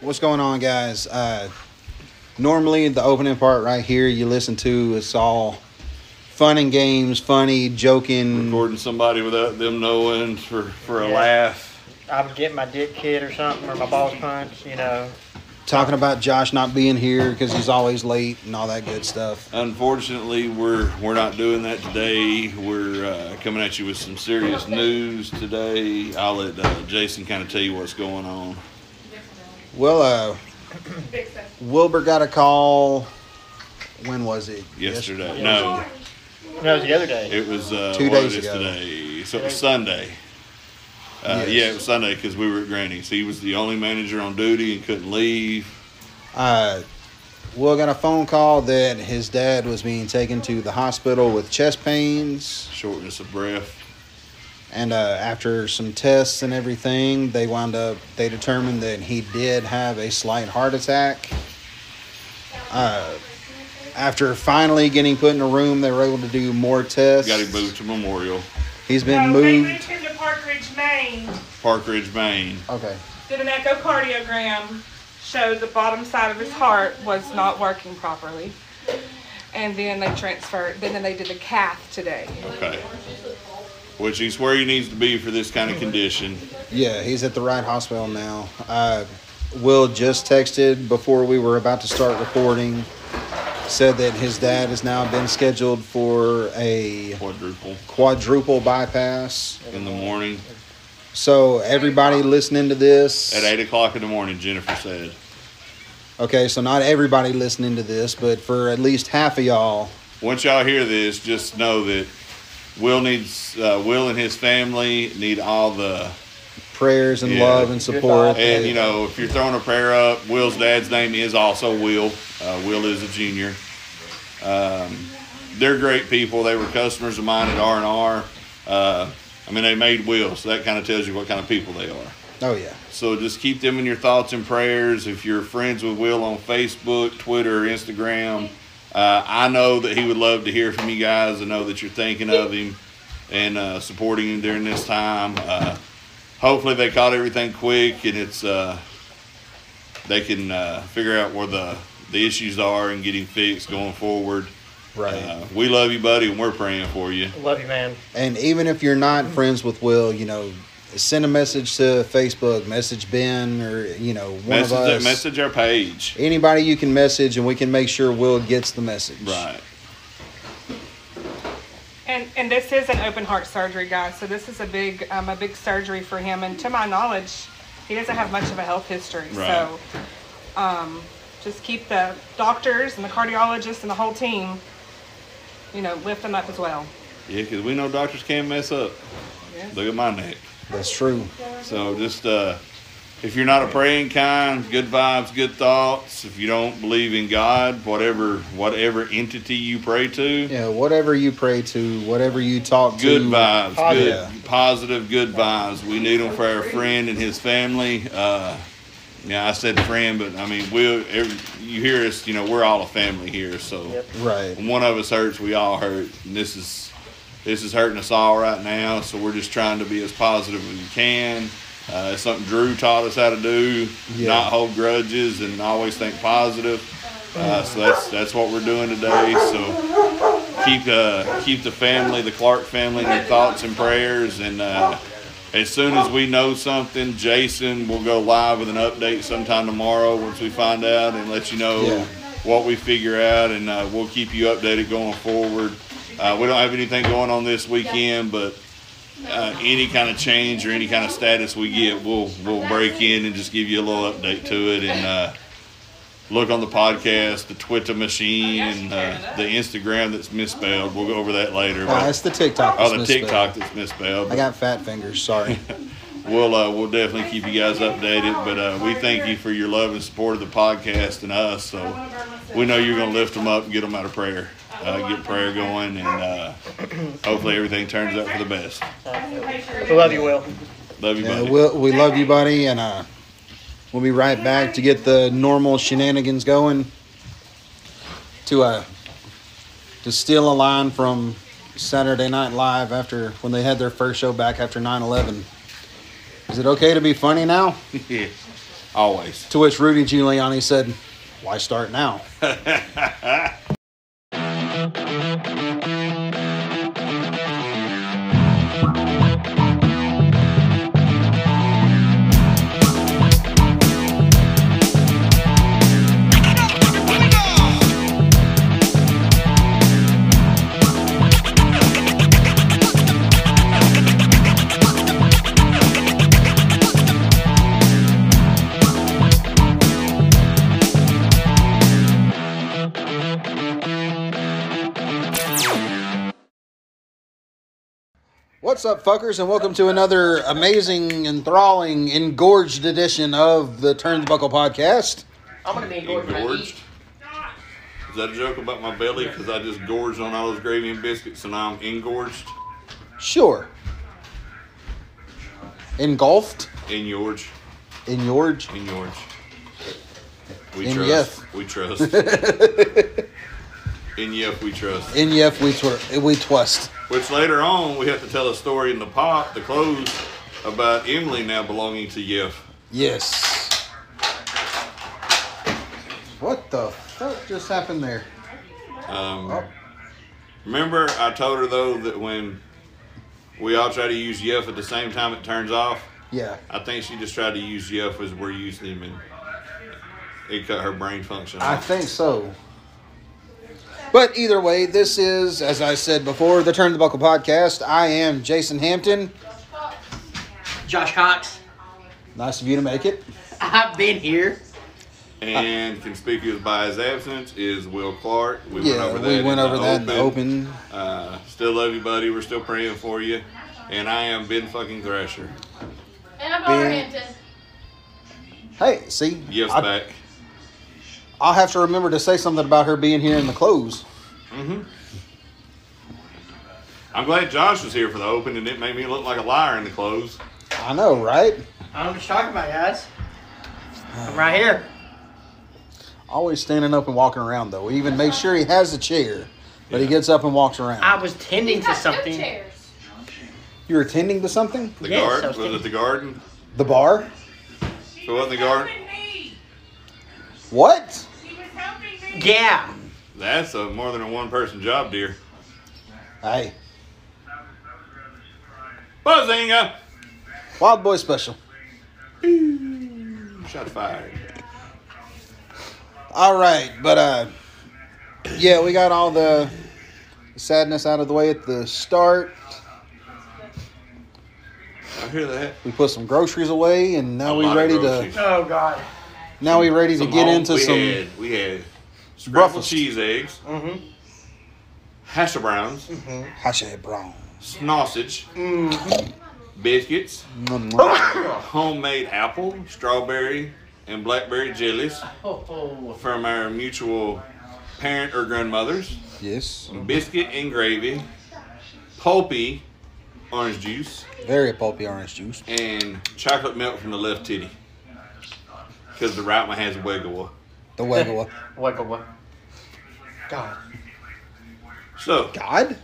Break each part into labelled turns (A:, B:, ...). A: What's going on, guys? Uh, normally, the opening part right here you listen to, it's all fun and games, funny, joking.
B: Recording somebody without them knowing for, for a
C: Yeah.
B: laugh.
C: I would get my dick hit or something, or my balls punched, you know.
A: talking about Josh not being here because he's always late and all that good stuff.
B: Unfortunately, we're we're not doing that today. We're uh, coming at you with some serious news today. I'll let uh, Jason kind of tell you what's going on.
A: Well, uh, Wilbur got a call. When was it?
B: Yesterday, no,
C: No, that was the other day.
B: it was uh,
A: Two
B: what
A: days
B: it is
A: ago.
B: today. So it was Sunday. Uh,
A: Yes.
B: Yeah, it was Sunday because we were at Granny's. He was the only manager on duty and couldn't leave.
A: Uh, Will got a phone call that his dad was being taken to the hospital with chest pains.
B: Shortness of breath.
A: And uh, after some tests and everything, they wound up, they determined that he did have a slight heart attack. Uh, after finally getting put in a room, they were able to do more tests.
B: Got him moved to Memorial
A: He's been
D: no, they
A: moved.
D: moved him to Park Ridge, Maine.
B: Park Ridge, Maine.
A: Okay.
D: Did an echocardiogram showed the bottom side of his heart was not working properly. And then they transferred, then they did the cath today.
B: Okay. Which he's where he needs to be for this kind of condition.
A: Yeah, he's at the right hospital now. Uh, Will just texted before we were about to start recording. Said that his dad has now been scheduled for a
B: Quadruple
A: quadruple bypass.
B: in the morning.
A: So everybody listening to this,
B: At 8 o'clock in the morning, Jennifer said.
A: okay, so not everybody listening to this, but for at least half of y'all,
B: Once y'all hear this, just know that Will needs, uh, Will and his family need all the,
A: prayers and
B: Yeah.
A: love and support.
B: and
A: that-
B: you know, if you're throwing a prayer up, Will's dad's name is also Will. Uh, Will is a junior. Um, they're great people. They were customers of mine at R and R. Uh, I mean, they made Will, so that kind of tells you what kind of people they are.
A: oh yeah,
B: So just keep them in your thoughts and prayers. If you're friends with Will on Facebook, Twitter, or Instagram, uh, I know that he would love to hear from you guys. I know that you're thinking of him and uh, supporting him during this time. Uh, hopefully, they caught everything quick and it's uh, they can uh, figure out where the the issues are and get him fixed going forward.
A: right.
B: Uh, we love you, buddy, and we're praying for you.
C: Love you, man.
A: And even if you're not friends with Will, you know, send a message to Facebook, message Ben, or you know, one of
B: Message,
A: us.
B: message our page.
A: Anybody you can message, and we can make sure Will gets the message.
B: Right.
D: And, and this is an open heart surgery, guys. So this is a big, um, a big surgery for him. And to my knowledge, he doesn't have much of a health history.
B: Right.
D: So, um, just keep the doctors and the cardiologists and the whole team, you know, lift him up as well.
B: Yeah, because we know doctors can mess up.
D: Yeah.
B: Look at my neck.
A: That's true.
B: So just uh, if you're not a praying kind, good vibes, good thoughts. If you don't believe in God, whatever whatever entity you pray to,
A: Yeah. Whatever you pray to, whatever you talk
B: good
A: to.
B: vibes,
A: Positive.
B: good positive, good vibes. We need them for our friend and his family. Uh, yeah, I said friend, but I mean we. Every, you hear us? You know, we're all a family here. So
C: Yep.
A: Right.
B: when one of us hurts, we all hurt. And this is this is hurting us all right now. So we're just trying to be as positive as we can. Uh, it's something Drew taught us how to do:
A: Yeah.
B: not hold grudges and always think positive. Uh, so that's that's what we're doing today. So keep uh, keep the family, the Clark family, in your thoughts and prayers. And uh, as soon as we know something, Jason will go live with an update sometime tomorrow once we find out and let you know
A: Yeah.
B: what we figure out, and uh, we'll keep you updated going forward. Uh, we don't have anything going on this weekend, but uh, any kind of change or any kind of status we get, we'll we'll break in and just give you a little update to it, and uh, look on the podcast, the Twitter machine, and uh, the Instagram that's misspelled. We'll go over that later.
A: Oh,
B: But,
A: that's the TikTok.
B: oh, the
A: that's misspelled.
B: TikTok that's misspelled.
A: I
B: but-
A: got fat fingers. Sorry.
B: We'll uh, we'll definitely keep you guys updated, but uh, we thank you for your love and support of the podcast and us. So we know you're gonna lift them up and get them out of prayer, uh, get prayer going, and uh, hopefully everything turns out for the best.
C: So love you, Will.
B: Love you,
A: yeah,
B: buddy.
A: Will, Uh, we love you, buddy, and uh, we'll be right back to get the normal shenanigans going. To uh, to steal a line from Saturday Night Live after when they had their first show back after 9/11. Is it okay to be funny now?
B: Yeah. Always.
A: To which Rudy Giuliani said, Why start now? What's up, fuckers, and welcome to another amazing, enthralling, engorged edition of the Turnbuckle Podcast.
E: I'm gonna be engorged. when I
B: Engorged.
E: eat.
B: Is that a joke about my belly? Because I just gorged on all those gravy and biscuits, and now I'm engorged.
A: Sure. Engulfed?
B: In George.
A: Engorged?
B: In George. We
A: In
B: trust.
A: Yef.
B: We trust. in Yef, we trust.
A: In yef we, twer- we twist.
B: Which later on, we have to tell a story in the pop, the close, about Emily now belonging to Yef.
A: Yes. What the fuck just happened there?
B: Um,
A: Oh.
B: Remember, I told her though that when we all try to use Yef at the same time, it turns off.
A: Yeah.
B: I think she just tried to use Yef as we're using him, and it cut her brain function.
A: I
B: off.
A: think so. But either way, this is, as I said before, the Turn the Buckle podcast. I am Jason Hampton.
E: Josh Cox,
A: Nice of you to make it.
E: I've been here.
B: And conspicuous by his absence is Will Clark. We
A: yeah, we went over that in the open.
B: Uh, still love you, buddy. We're still praying for you. And I am Ben fucking Thrasher.
F: And I'm Barbara
A: Ben.
F: Hampton.
A: Hey, see,
B: Yes,
A: I,
B: back.
A: I'll have to remember to say something about her being here in the close.
B: Mm-hmm. I'm glad Josh was here for the open, and it made me look like a liar in the clothes.
A: I know, right?
E: I don't know what you're talking about, guys. I'm right here.
A: Always standing up and walking around, though. He even makes sure he has a chair, but he gets up and walks around.
E: I was tending
F: He's
E: to
F: got two
E: something.
F: chairs.
A: You're attending to something?
B: The
E: Yes, I
B: garden
E: was
B: was it
E: thinking-
B: the garden?
A: The bar?
B: If it wasn't the garden,
A: What?
E: Yeah.
B: that's a more than a one-person job, dear.
A: Hey,
B: Buzzinga.
A: Wild Boy Special.
B: Shot fired.
A: All right, but uh, yeah, we got all the sadness out of the way at the start.
B: I hear that.
A: We put some groceries away, and now
B: A
A: we
B: lot of
A: ready
B: groceries.
A: to
E: Oh God.
A: now we ready to get
B: home-
A: into
B: we
A: some
B: Had, we had scrambled
A: Breakfast.
B: cheese eggs,
E: Mm-hmm.
B: hash browns,
A: hashay brown. Mm-hmm.
B: sausage, biscuits,
A: Mm-hmm.
B: homemade apple, strawberry, and blackberry jellies
E: Oh.
B: from our mutual parent or grandmothers.
A: Yes,
B: Biscuit and gravy, pulpy orange juice,
A: very pulpy orange juice.
B: and chocolate milk from the left titty. Because the right one has a wiggle.
A: The Wegua.
E: Wiggle what? God.
B: So,
A: God.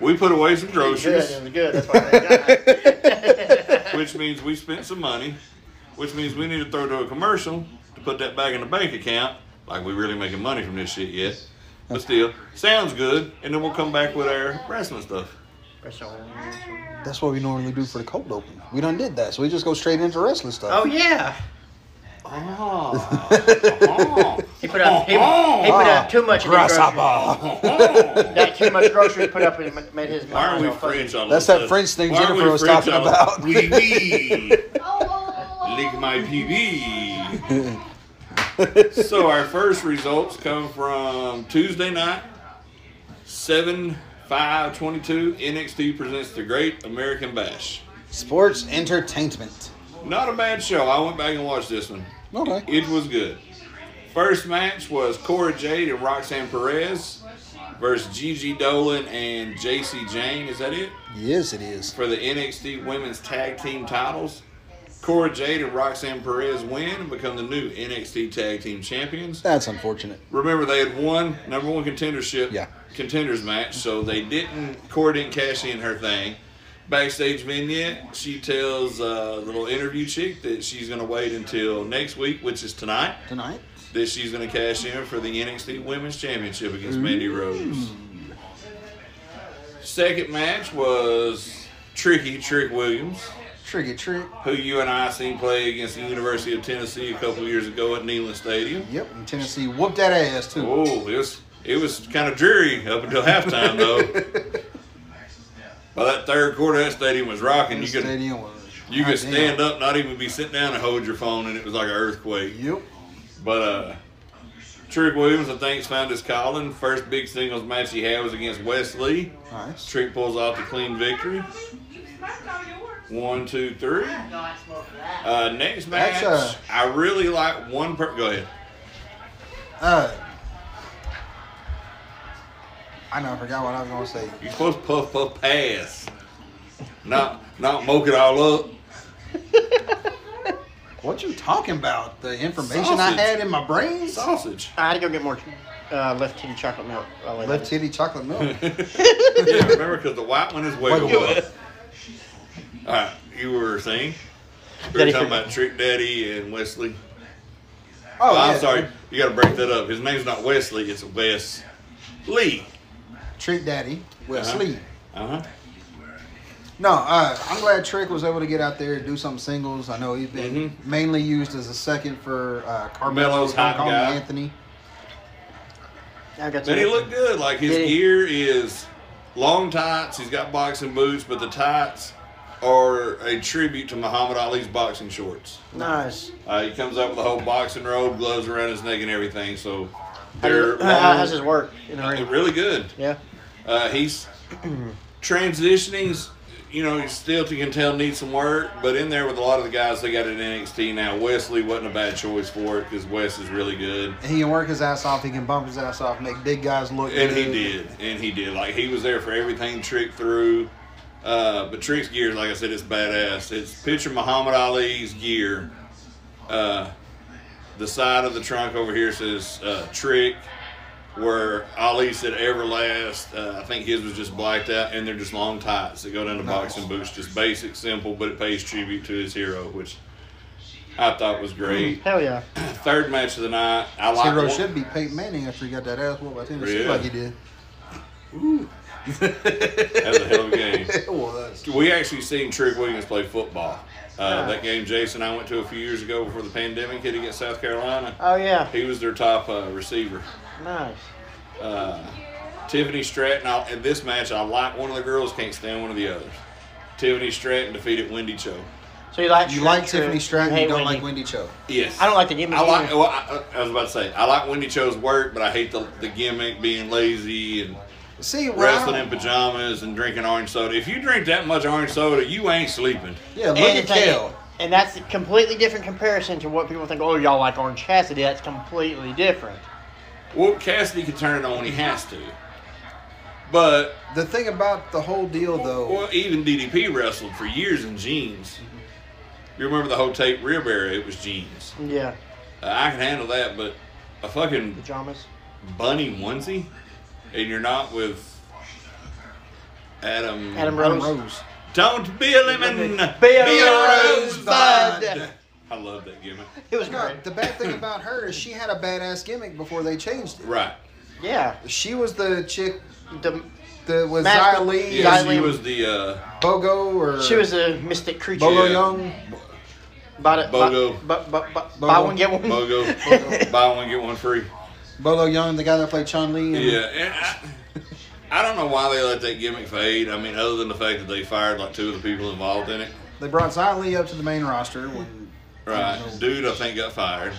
B: we put away some groceries.
E: Good. It was good. That's why I got.
B: which means we spent some money, which means we need to throw to a commercial to put that back in the bank account. Like we really making money from this shit yet, but still sounds good. And then we'll come back with our wrestling stuff.
E: Press on.
A: That's what we normally do for the cold open. We done did that, so we just go straight into wrestling
E: Oh
A: stuff.
E: yeah.
B: Oh,
E: He put up. He,
C: Uh-huh.
E: he put up too much. in his groceries. That too much grocery he put up and ma- made his mind.
B: Why are we
E: all fuzzy.
B: French on
A: That's
B: this
A: that
B: stuff?
A: French thing
B: Why are we
A: Jennifer was
B: French
A: talking
B: on-
A: about.
B: Oui, oui.
F: Oh, oh, oh,
B: Lick
F: oh.
B: my PB. so our first results come from Tuesday night, 7 5 22. NXT presents the Great American Bash.
A: Sports entertainment.
B: Not a bad show. I went back and watched this one.
A: Okay.
B: It was good. First match was Cora Jade and Roxanne Perez versus Gigi Dolan and JC Jane. Is that it?
A: Yes, it is.
B: for the NXT Women's Tag Team titles. Cora Jade and Roxanne Perez win and become the new NXT Tag Team Champions.
A: That's unfortunate.
B: Remember, they had one number one contendership
A: Yeah.
B: contenders match, so they didn't. Cora didn't cash in her thing, backstage vignette, she tells uh, little interview chick that she's gonna wait until next week, which is tonight,
A: tonight.
B: that she's gonna cash in for the NXT Women's Championship against Mandy Rose. Second match was Tricky Trick Williams,
A: Trigger trick.
B: who you and I seen play against the University of Tennessee a couple years ago at Neyland Stadium.
A: Yep, and Tennessee whooped that ass too.
B: Oh, it was it was kind of dreary up until halftime though. By that third quarter, that stadium was rocking.
A: The
B: You could
A: stadium was.
B: you could
A: goddamn.
B: stand up, not even be sitting down, and hold your phone, and it was like an earthquake.
A: Yep.
B: But uh, Trick Williams, I think, found his calling. First big singles match he had was against Wesley.
A: Nice.
B: Trick pulls off the clean victory. One, two, three. Uh, next match,
A: That's, uh,
B: I really like one. Per- Go ahead.
A: Uh, I know. I forgot what I was gonna say.
B: You're supposed to puff puff pass, not not moke it all up.
A: What you talking about? The information I
B: Sausage.
A: had in my brain.
B: Sausage.
E: I had to go get more uh, left titty chocolate milk. I'll let
A: Left
E: it-
A: titty chocolate milk.
B: yeah, remember because the white one is way
A: Wiggle
B: up. All right, you were saying we were
E: Daddy
B: talking
E: Fre-
B: about Trick Daddy and Wesley.
A: Oh,
B: I'm
A: yeah.
B: sorry, you got to break that up. His name's not Wesley; it's Wes Lee.
A: Trick Daddy with
B: Uh-huh.
A: sleep.
B: Uh huh.
A: No, uh, I'm glad Trick was able to get out there and do some singles. I know he's been mainly used as a second for uh, Carmelo's
B: Carmelo's Mm-hmm. hot
A: Hong Kong
B: guy.
A: Anthony.
E: I got
B: But he looked good. Like his
E: Did he?
B: gear is long tights. He's got boxing boots, but the tights are a tribute to Muhammad Ali's boxing shorts.
E: nice.
B: Uh, he comes up with a whole boxing robe, gloves around his neck, and everything. So
E: How
B: they're
E: do- how- how's his work in the
B: Uh,
E: ring?
B: really good.
E: Yeah.
B: Uh, he's transitioning. s- You know, he still you can tell needs some work, but in there with a lot of the guys they got at NXT now, Wesley wasn't a bad choice for it because Wes is really good,
A: He can work his ass off. He can bump his ass off. Make big guys look.
B: and he
A: good.
B: did, and he did. Like he was there for everything Trick through. Uh, but Trick's gear, like I said, it's badass. It's picture Muhammad Ali's gear. Uh, the side of the trunk over here says uh, Trick, where Ali said Everlast. Uh, I think his was just blacked out, and they're just long tights that go down to boxing boots. Just basic, simple, but it pays tribute to his hero, which I thought was great.
E: Hell yeah.
B: Third match of the night, I
A: His
B: like.
A: hero should be Peyton Manning after he got that ass whooped by Tennessee
B: Yeah.
A: like he did.
B: That was a hell of a game.
A: It was.
B: We actually seen Trick Williams play football. Uh, that game Jason and I went to a few years ago before the pandemic hit against South Carolina.
E: Oh yeah.
B: He was their top uh, receiver.
E: Nice.
B: Uh, Tiffany Stratton, I, in this match, I like one of the girls, can't stand one of the others. Tiffany Stratton defeated Wendy Cho.
E: So you like
A: You like
E: Trick-
A: Tiffany Stratton,
E: hate
A: you don't
E: Wendy.
A: like Wendy Cho.
B: Yes.
E: I don't like the gimmick
B: I like.
E: either.
B: Well, I, uh, I was about to say I like Wendy Cho's work, but I hate the, the gimmick, being lazy and
A: See, well, I
B: wrestling
A: don't-
B: in pajamas and drinking orange soda. If you drink that much orange soda, you ain't sleeping.
A: yeah, look
E: And,
A: at
E: the thing-
A: Kel.
E: and that's a completely different comparison to what people think. Oh, y'all like Orange Cassidy? That's completely different.
B: Well, Cassidy can turn it on when he has to. But
A: The thing about the whole deal, though,
B: well, even DDP wrestled for years in jeans. You remember the whole tape rib era? It was jeans.
E: Yeah.
B: Uh, I can handle that, but a fucking
E: Pajamas.
B: bunny onesie, and you're not with Adam.
E: Adam
A: Adam
E: Rose.
A: Rose.
B: Don't be a lemon.
E: Be a
B: rosebud.
E: rosebud.
B: I love that gimmick.
E: It was
A: No,
E: great.
A: the bad thing about her is she had a badass gimmick before they changed it.
B: Right.
E: Yeah.
A: She was the chick
E: The,
A: that was
E: Mask-
A: Xia Li,
B: Yeah, she
E: Xia Li-
B: was the uh,
A: Bogo, or
E: she was a mystic creature.
A: Bogo
B: Yeah.
A: Young.
E: Buy, the-
B: Bogo.
E: Buy, buy, buy, buy- buy one get one.
B: Bogo. Buy one get one free.
A: Bolo Young, the guy that played Chun Li. and-
B: Yeah, and I, I don't know why they let that gimmick fade. I mean, other than the fact that they fired like two of the people involved in it.
A: They brought Xia Li up to the main roster when
B: Right, dude, I think got fired.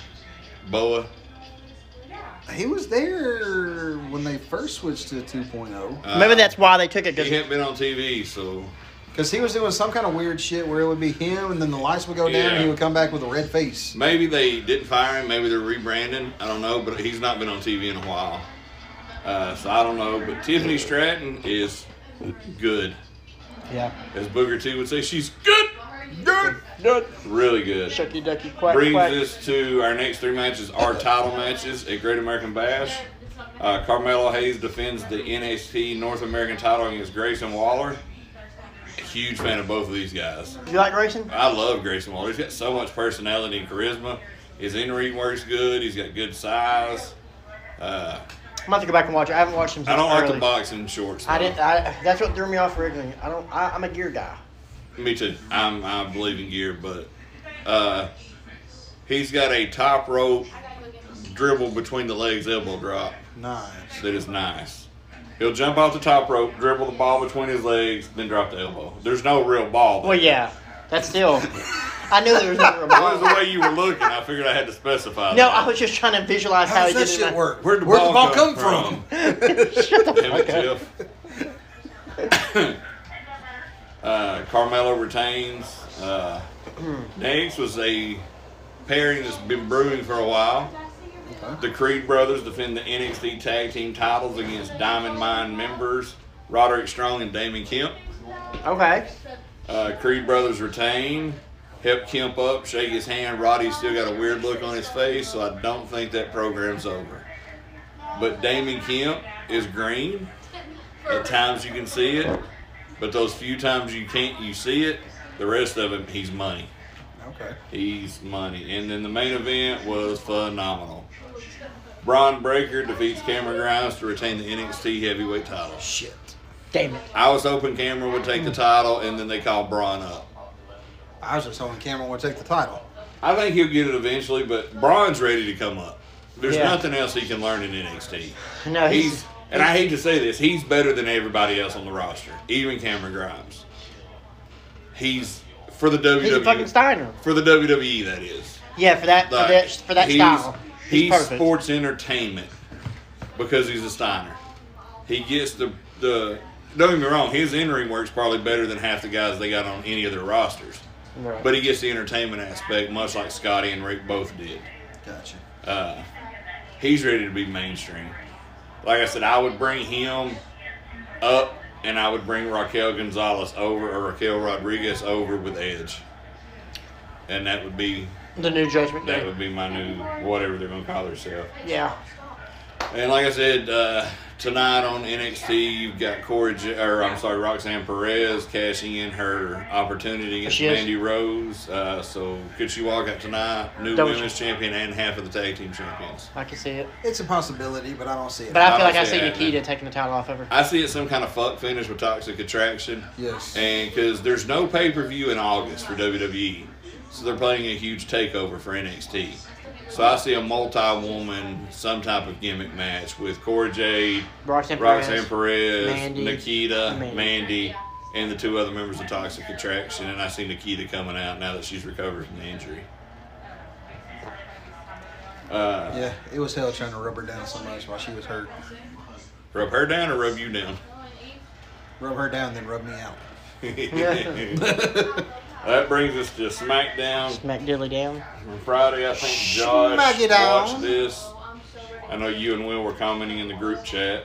B: Boa.
A: he was there when they first switched to oh. 2.0.
B: Uh,
E: Maybe that's why they took it.
B: He
E: 'cause-
B: hadn't been on TV, so
A: Because he was doing some kind of weird shit where it would be him and then the lights would go down
B: Yeah.
A: and he would come back with a red face.
B: maybe they didn't fire him. Maybe they're rebranding. I don't know, but he's not been on TV in a while. Uh, so I don't know. But Tiffany Stratton is good,
E: yeah.
B: as Booger T would say. She's good, good,
E: Duck,
B: really good.
E: shucky ducky quack
B: brings
E: quack.
B: us to our next three matches, our title matches at Great American Bash. Uh, Carmelo Hayes defends the NXT North American title against Grayson Waller. huge fan of both of these guys.
E: You like racing?
B: I love Grayson Waller. He's got so much personality and charisma. His in ring works good. He's got good size. Uh,
E: I'm about to go back and watch it. I haven't watched him since
B: I don't like
E: early.
B: the boxing shorts.
E: I
B: though.
E: didn't. I, that's what threw me off originally. I don't. I, I'm a gear guy.
B: Me too. I'm I believe in gear, but uh, he's got a top rope dribble between the legs, elbow drop
A: Nice.
B: that is nice. He'll jump off the top rope, dribble the ball between his legs, then drop the elbow. There's no real ball. there.
E: Well, yeah. That's still. I knew there was never a
B: That was the
E: ball.
B: way you were looking. I figured I had to specify.
E: No, I
B: that.
E: was just trying to visualize how,
A: How
E: he
A: does
E: did
A: that
E: it.
A: shit work?
B: Where'd the ball come from? Damn it, Jeff. uh, Carmelo retains. Uh, next was a pairing that's been brewing for a while. The Creed brothers defend the NXT tag team titles against Diamond Mine members Roderick Strong and Damon Kemp.
E: Okay.
B: Uh, Creed brothers retain. Help Kemp up, shake his hand. Roddy's still got a weird look on his face, so I don't think that program's over. But Damon Kemp is green. At times you can see it, but those few times you can't, you see it. The rest of him, he's money.
A: Okay.
B: He's money. And then the main event was phenomenal. Braun Breaker defeats Cameron Grimes to retain the NXT heavyweight title.
A: Shit.
E: Damn it.
B: I was hoping Cameron would take the title, and then they called Braun up.
A: I was just hoping Cameron would take the title.
B: I think he'll get it eventually, but Braun's ready to come up. There's
E: Yeah.
B: nothing else he can learn in NXT.
E: No, he's.
B: He's and I hate to say this, he's better than everybody else on the roster, even Cameron Grimes. He's for the
E: He's a fucking
B: WWE
E: Steiner.
B: for the WWE that is.
E: Yeah, for that,
B: Like,
E: for that, for that
B: he's,
E: style. He's,
B: he's
E: perfect.
B: sports entertainment because he's a Steiner. He gets the the. Don't get me wrong, his in ring work's probably better than half the guys they got on any of their rosters.
E: Right.
B: But he gets the entertainment aspect, much like Scotty and Rick both did.
A: Gotcha.
B: Uh, he's ready to be mainstream. Like I said, I would bring him up, and I would bring Raquel Gonzalez over or Raquel Rodriguez over with Edge, and that would be
E: the new Judgment
B: that
E: Day.
B: would be my new whatever they're gonna call themselves.
E: Yeah.
B: And like I said, uh, tonight on NXT, you've got Corey, J- or I'm sorry, Roxanne Perez cashing in her opportunity against
E: She is.
B: Mandy Rose. Uh, so could she walk out tonight, new
E: Double
B: women's champion and half of the tag team champions?
E: I can see it.
A: It's a possibility, but I don't see it.
E: But I
B: I
E: feel like
B: don't
E: I
B: see
E: see
B: it happening.
E: Nikita taking the title off of her.
B: I see it some kind of fuck finish with Toxic Attraction.
A: yes.
B: And because there's no pay per view in August for WWE, so they're playing a huge takeover for NXT. So I see a multi woman, some type of gimmick match with Cora Jade,
E: Roxanne Perez.
B: Roxanne Perez,
E: Mandy,
B: Nikita,
E: Mandy.
B: Mandy. and the two other members of Toxic Attraction. And I see Nikita coming out now that she's recovered from the injury. Uh,
A: Yeah, it was hell trying to rub her down so much while she was hurt.
B: Rub her down or rub you down?
A: Rub her down, then rub me out.
B: that brings us to SmackDown.
E: Smack Dilly down.
B: On Friday, I think Josh
A: Smack it
B: watched
A: on.
B: this. I know you and Will were commenting in the group chat.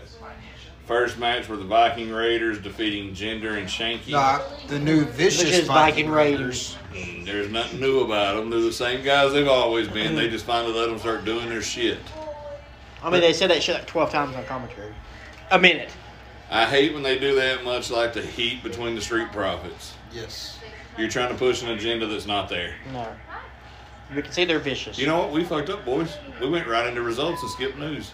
B: First match were the Viking Raiders defeating Gender and Shanky.
A: Nah, the new vicious
E: Vicious
A: Viking
E: Viking Raiders.
A: Raiders.
B: Mm, There's nothing new about them. They're the same guys they've always been. They just finally let them start doing their shit.
E: I mean, they said that shit like 12 times on commentary. A minute.
B: I hate when they do that, much like the heat between the street profits.
A: Yes.
B: You're trying to push an agenda that's not there.
E: No. We can see they're vicious.
B: You know what? We fucked up, boys. We went right into results and skipped news.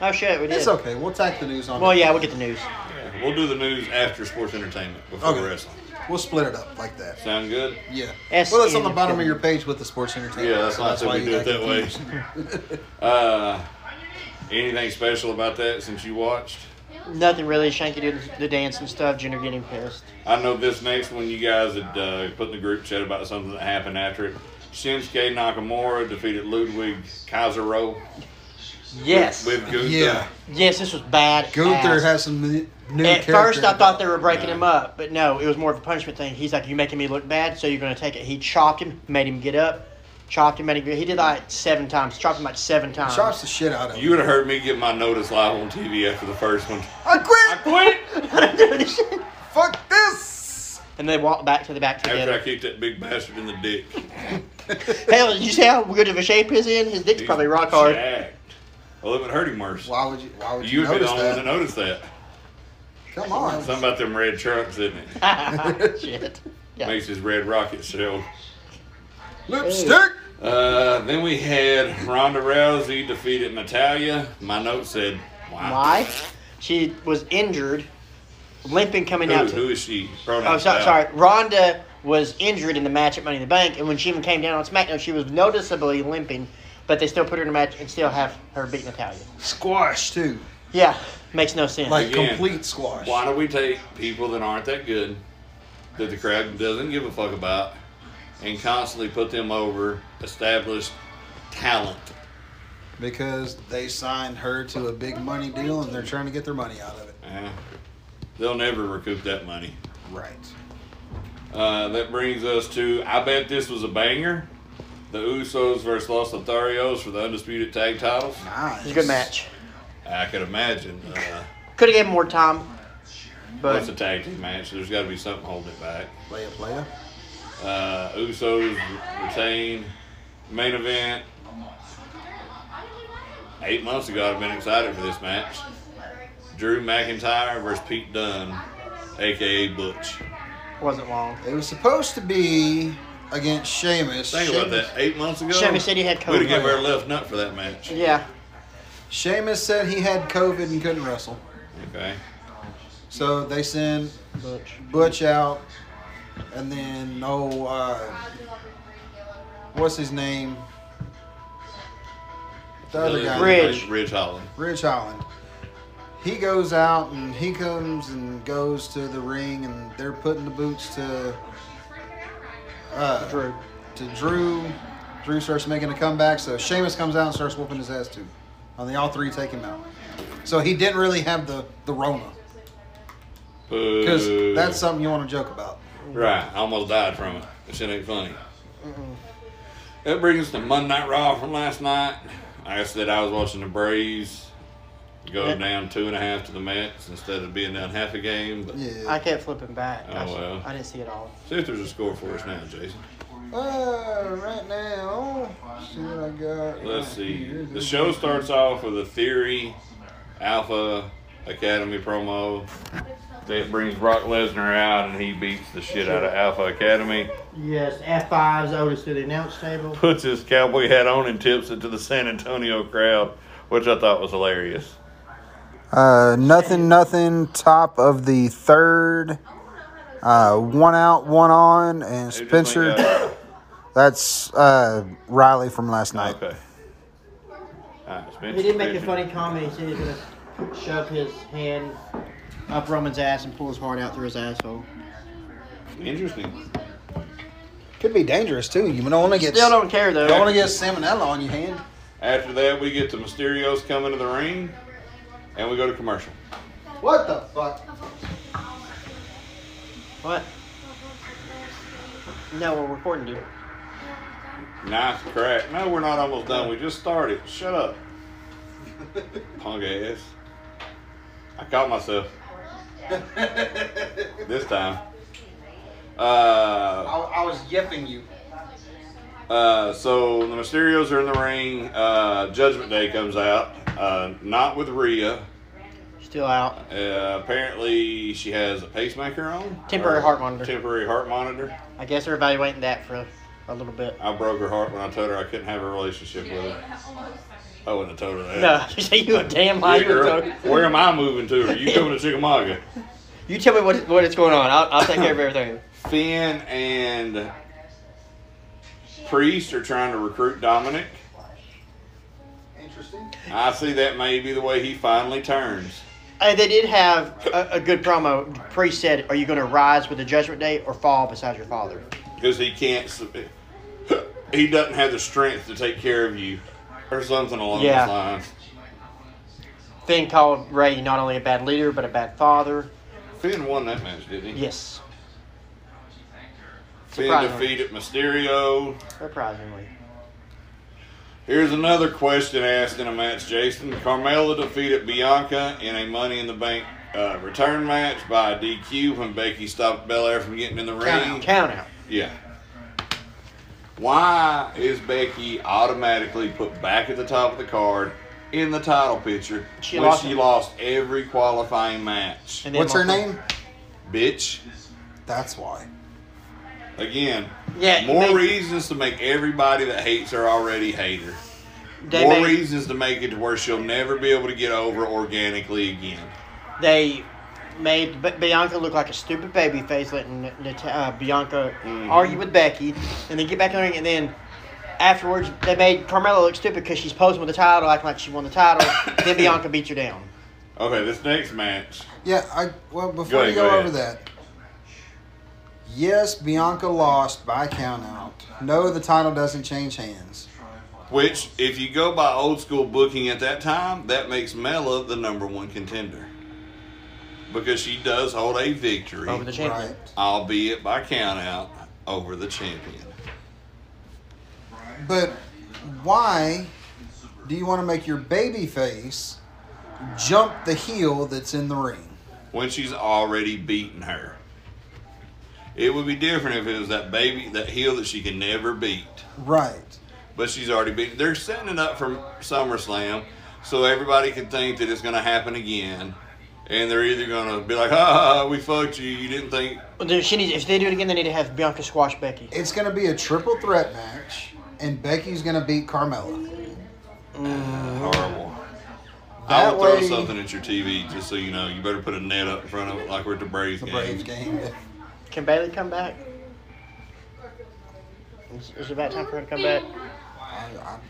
E: oh, shit, we did.
A: It's okay. We'll tack the news on.
E: Well, yeah, we'll get the news.
B: Yeah, We'll do the news after sports entertainment before
A: Okay.
B: wrestling.
A: We'll split it up like that.
B: Sound good?
A: Yeah.
E: S-
A: well, it's on the
E: N-
A: bottom of your page with the sports entertainment.
B: Yeah, that's
A: so
B: why I said we
A: you
B: do it
A: got
B: that way.
A: confused.
B: Uh, anything special about that since you watched?
E: Nothing really. Shanky did the dance and stuff. Junior getting pissed.
B: I know this next one you guys had uh, put in the group chat about something that happened after it. Shinsuke Nakamura defeated Ludwig Kaisero
E: Yes.
B: with Gunther.
A: yeah.
E: yes, this was bad.
A: Gunther
E: ass.
A: has some new new
E: At
A: character.
E: first, I thought they were breaking him up, but no, it was more of a punishment thing. He's like, "You're making me look bad, so you're going to take it." He chopped him, made him get up, chopped him, made him get. He did like seven times. Chopped him like seven times.
A: Chops the shit out of
B: You would have heard me get my notice live on TV after the first one.
A: I quit.
B: Quit!
A: Fuck this.
E: and they walked back to the back
B: After I
E: together.
B: kicked that big bastard in the dick.
E: Hell, did you see how good of a shape he's in? His dick's
B: He's
E: probably rock hard.
B: jacked. Well, it would hurt him worse.
A: Why would you? Why would you,
B: You'd be the
A: notice
B: only one to
A: that?
B: notice that.
A: Come on.
B: Something about them red trucks, isn't it?
E: Shit. Yeah.
B: Makes his red rocket show.
A: Lipstick.
B: Uh, then we had Ronda Rousey defeated Natalia. My note said, "Why?"
E: Why? She was injured, limping coming
B: Who,
E: out.
B: who
E: To,
B: is she? Pronouns
E: oh, so,
B: out.
E: sorry. Rhonda was injured in the match at Money in the Bank, and when she even came down on SmackDown, she was noticeably limping. But they still put her in a match and still have her beat Natalia.
A: Squash too.
E: Yeah, makes no sense.
A: Like
B: Again.
A: complete squash.
B: Why do we take people that aren't that good, that the crowd doesn't give a fuck about, and constantly put them over established talent?
A: Because they signed her to a big money deal and they're trying to get their money out of it.
B: Eh, they'll never recoup that money.
A: Right.
B: Uh, that brings us to I bet this was a banger. The Usos versus Los Lotharios for the undisputed tag titles.
A: Nice.
E: It was a good match.
B: I could imagine. Uh,
E: Could have given more time,
B: What's
E: but
B: a tag team match? There's got to be something holding it back.
A: Playa, playa.
B: Uh, Usos retain main event. Eight months ago, I've been excited for this match. Drew McIntyre versus Pete Dunne, aka Butch.
E: wasn't long.
A: It was supposed to be against Sheamus.
B: Think about that. Eight months ago,
E: Sheamus said he had
B: we'd
E: COVID.
B: have given our left nut for that match.
E: Yeah,
A: Sheamus said he had COVID and couldn't wrestle.
B: Okay.
A: So they send
E: but
A: Butch out and then no uh what's his name? The other guy.
E: Ridge.
B: Ridge Holland.
A: Rich Holland. He goes out and he comes and goes to the ring and they're putting the boots to uh,
E: Drew.
A: to Drew. Drew starts making a comeback, so Sheamus comes out and starts whooping his ass too. And they all three take him out. So he didn't really have the the Rona because
B: Boo.
A: that's something you want to joke about.
B: Right, I almost died from it. That shit ain't funny. That brings us to Monday Night Raw from last night. Like I said, I was watching the Braves go
E: Yeah.
B: down two and a half to the Mets instead of being down half a game. But
E: I
A: Yeah.
E: kept flipping back.
B: Oh,
E: I, s-
B: well.
E: I didn't see it all.
B: see if there's a score for us now, Jason.
A: Uh, right now, see what I got.
B: Let's
A: right
B: see.
A: here.
B: The show starts off with a Theory Alpha Academy promo. That brings Brock Lesnar out and he beats the shit out of Alpha Academy.
E: Yes, F fives Otis to the announce table.
B: puts his cowboy hat on and tips it to the San Antonio crowd, which I thought was hilarious.
A: Uh, nothing, nothing. Top of the third. Uh, one out, one on, and
B: Who just went
A: Spencer.
B: down?
A: That's uh, Riley from last night.
B: Okay. All right, Spencer.
E: He did make a
B: Spencer.
E: funny comment. He said he's gonna shove his hand up Roman's ass and pull his heart out through his asshole.
B: Interesting.
A: Could be dangerous too. You don't want to get
E: Still don't care though.
A: don't want to get salmonella on your hand.
B: After that, we get the Mysterios coming to the ring, and we go to commercial.
A: What the fuck?
E: What? No, we're recording, dude.
B: Nice crack. No, we're not almost done. We just started. Shut up. Punk ass. I caught myself this time. Uh,
A: I was yipping you.
B: Uh, so the Mysterios are in the ring. Uh, Judgment Day comes out, uh, not with Rhea.
E: Still out.
B: Uh, apparently, she has a pacemaker on.
E: Temporary
B: Or
E: heart monitor.
B: Temporary heart monitor.
E: I guess they're evaluating that for a, a little bit.
B: I broke her heart when I told her I couldn't have a relationship with her. I wouldn't have told her that.
E: No, you say you a damn liar.
B: Hey, girl,
E: dog.
B: where am I moving to? Are you coming to Chickamauga?
E: You tell me what what is going on. I'll, I'll take care of everything.
B: Finn and Priest are trying to recruit Dominic.
A: Interesting.
B: I see that may be the way he finally turns.
E: Hey, Uh, they did have a, a good promo. Priest said, "Are you going to rise with the Judgment Day or fall beside your father?"
B: because he can't. sub- He doesn't have the strength to take care of you, or something along
E: Yeah.
B: those lines.
E: Finn called Ray not only a bad leader but a bad father.
B: Finn won that match, didn't he?
E: Yes,
B: Finn
E: surprisingly.
B: defeated Mysterio.
E: surprisingly.
B: Here's another question asked in a match, Jason. Carmella defeated Bianca in a Money in the Bank uh, return match by DQ when Becky stopped Belair from getting in the ring.
E: Count out.
B: Yeah. Why is Becky automatically put back at the top of the card in the title picture,
E: She
B: which
E: lost
B: she
E: it.
B: lost every qualifying match.
E: And then
A: What's her
E: Marco-
A: name?
B: Bitch.
A: That's why.
B: Again,
E: Yeah,
B: more
E: make-
B: reasons to make everybody that hates her already hate her.
E: They
B: more
E: made-
B: reasons to make it to where she'll never be able to get over organically again.
E: they made B- Bianca look like a stupid baby face, letting Nat- uh, Bianca
B: Mhm.
E: argue with Becky, and then get back in the ring, and then afterwards they made Carmella look stupid because she's posing with the title, acting like she won the title. then Bianca beat her down.
B: Okay, this next match.
A: Yeah, I well before
B: Go ahead,
A: you go,
B: go ahead.
A: over that. Yes, Bianca lost by count out. No, the title doesn't change hands.
B: Which, if you go by old school booking at that time, that makes Mela the number one contender. Because she does hold a victory,
E: Over the champion.
A: Right.
B: albeit by count out, over the champion.
A: But why do you want to make your baby face jump the heel that's in the ring?
B: When she's already beaten her. It would be different if it was that baby, that heel that she can never beat.
A: Right.
B: but she's already beat. They're setting it up for SummerSlam, so everybody can think that it's going to happen again, and they're either going to be like, "Ha ha, ha, we fucked you. You didn't think."
E: Well, then She needs, if they do it again, they need to have Bianca squash Becky.
A: It's going to be a triple threat match, and Becky's going to beat Carmella.
B: Horrible. I
A: That
B: will throw
A: way-
B: something at your TV just so you know. You better put a net up in front of it like we're at the Braves
A: The
B: game.
A: Braves game.
E: Can Bailey come back? Is, is it about time for her to come back?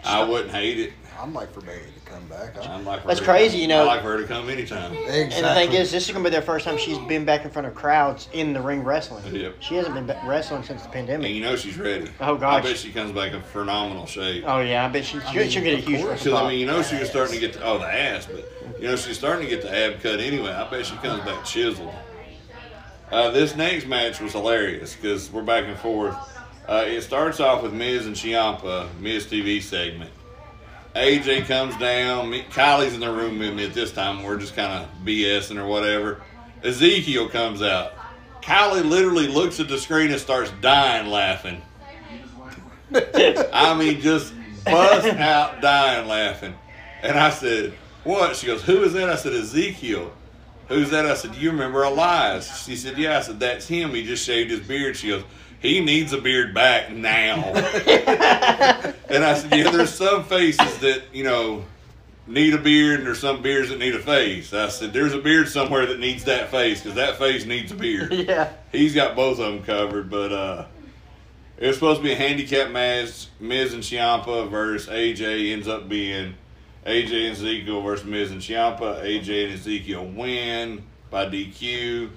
A: I,
B: I wouldn't hate it.
A: I, would like for Bailey to come back. I,
B: I'm like for
E: That's
B: her to
E: crazy,
B: come-
E: you know.
B: I like for her to come anytime.
A: exactly.
E: And the thing is, this is gonna be their first time she's been back in frra of crowds in the ring wrestling.
B: Yep.
E: She hasn't been ba- wrestling since the
B: And
E: pandemic.
B: you know she's ready.
E: Oh, gosh.
B: I bet she comes back in phenomenal shape.
E: Oh yeah, I bet she, she'll, she'll get a huge.
B: Because I mean, you know, she was starting to get the, oh the ass, but you know, she's starting to get the ab cut anyway. I bet she comes back chiseled. Uh, this next match was hilarious because we're back and forth. Uh, it starts off with Miz and Ciampa, Miz TV segment. AJ comes down. Me- Kylie's in the room with me at this time. We're just kind of BSing or whatever. Ezekiel comes out. Kylie literally looks at the screen and starts dying laughing. I mean, just bust out dying laughing. And I said, What? She goes, Who is that? I said, Ezekiel. Who's that? I said, Do you remember Elias? She said, Yeah. I said, That's him. He just shaved his beard. She goes, He needs a beard back now. and I said, Yeah, there's some faces that, you know, need a beard and there's some beards that need a face. I said, There's a beard somewhere that needs that face because that face needs a beard
E: yeah.
B: he's got both of them covered, but uh, it was supposed to be a handicap match. Miz and Ciampa versus AJ ends up being AJ and Ezekiel versus Miz and Ciampa. AJ and Ezekiel win by DQ.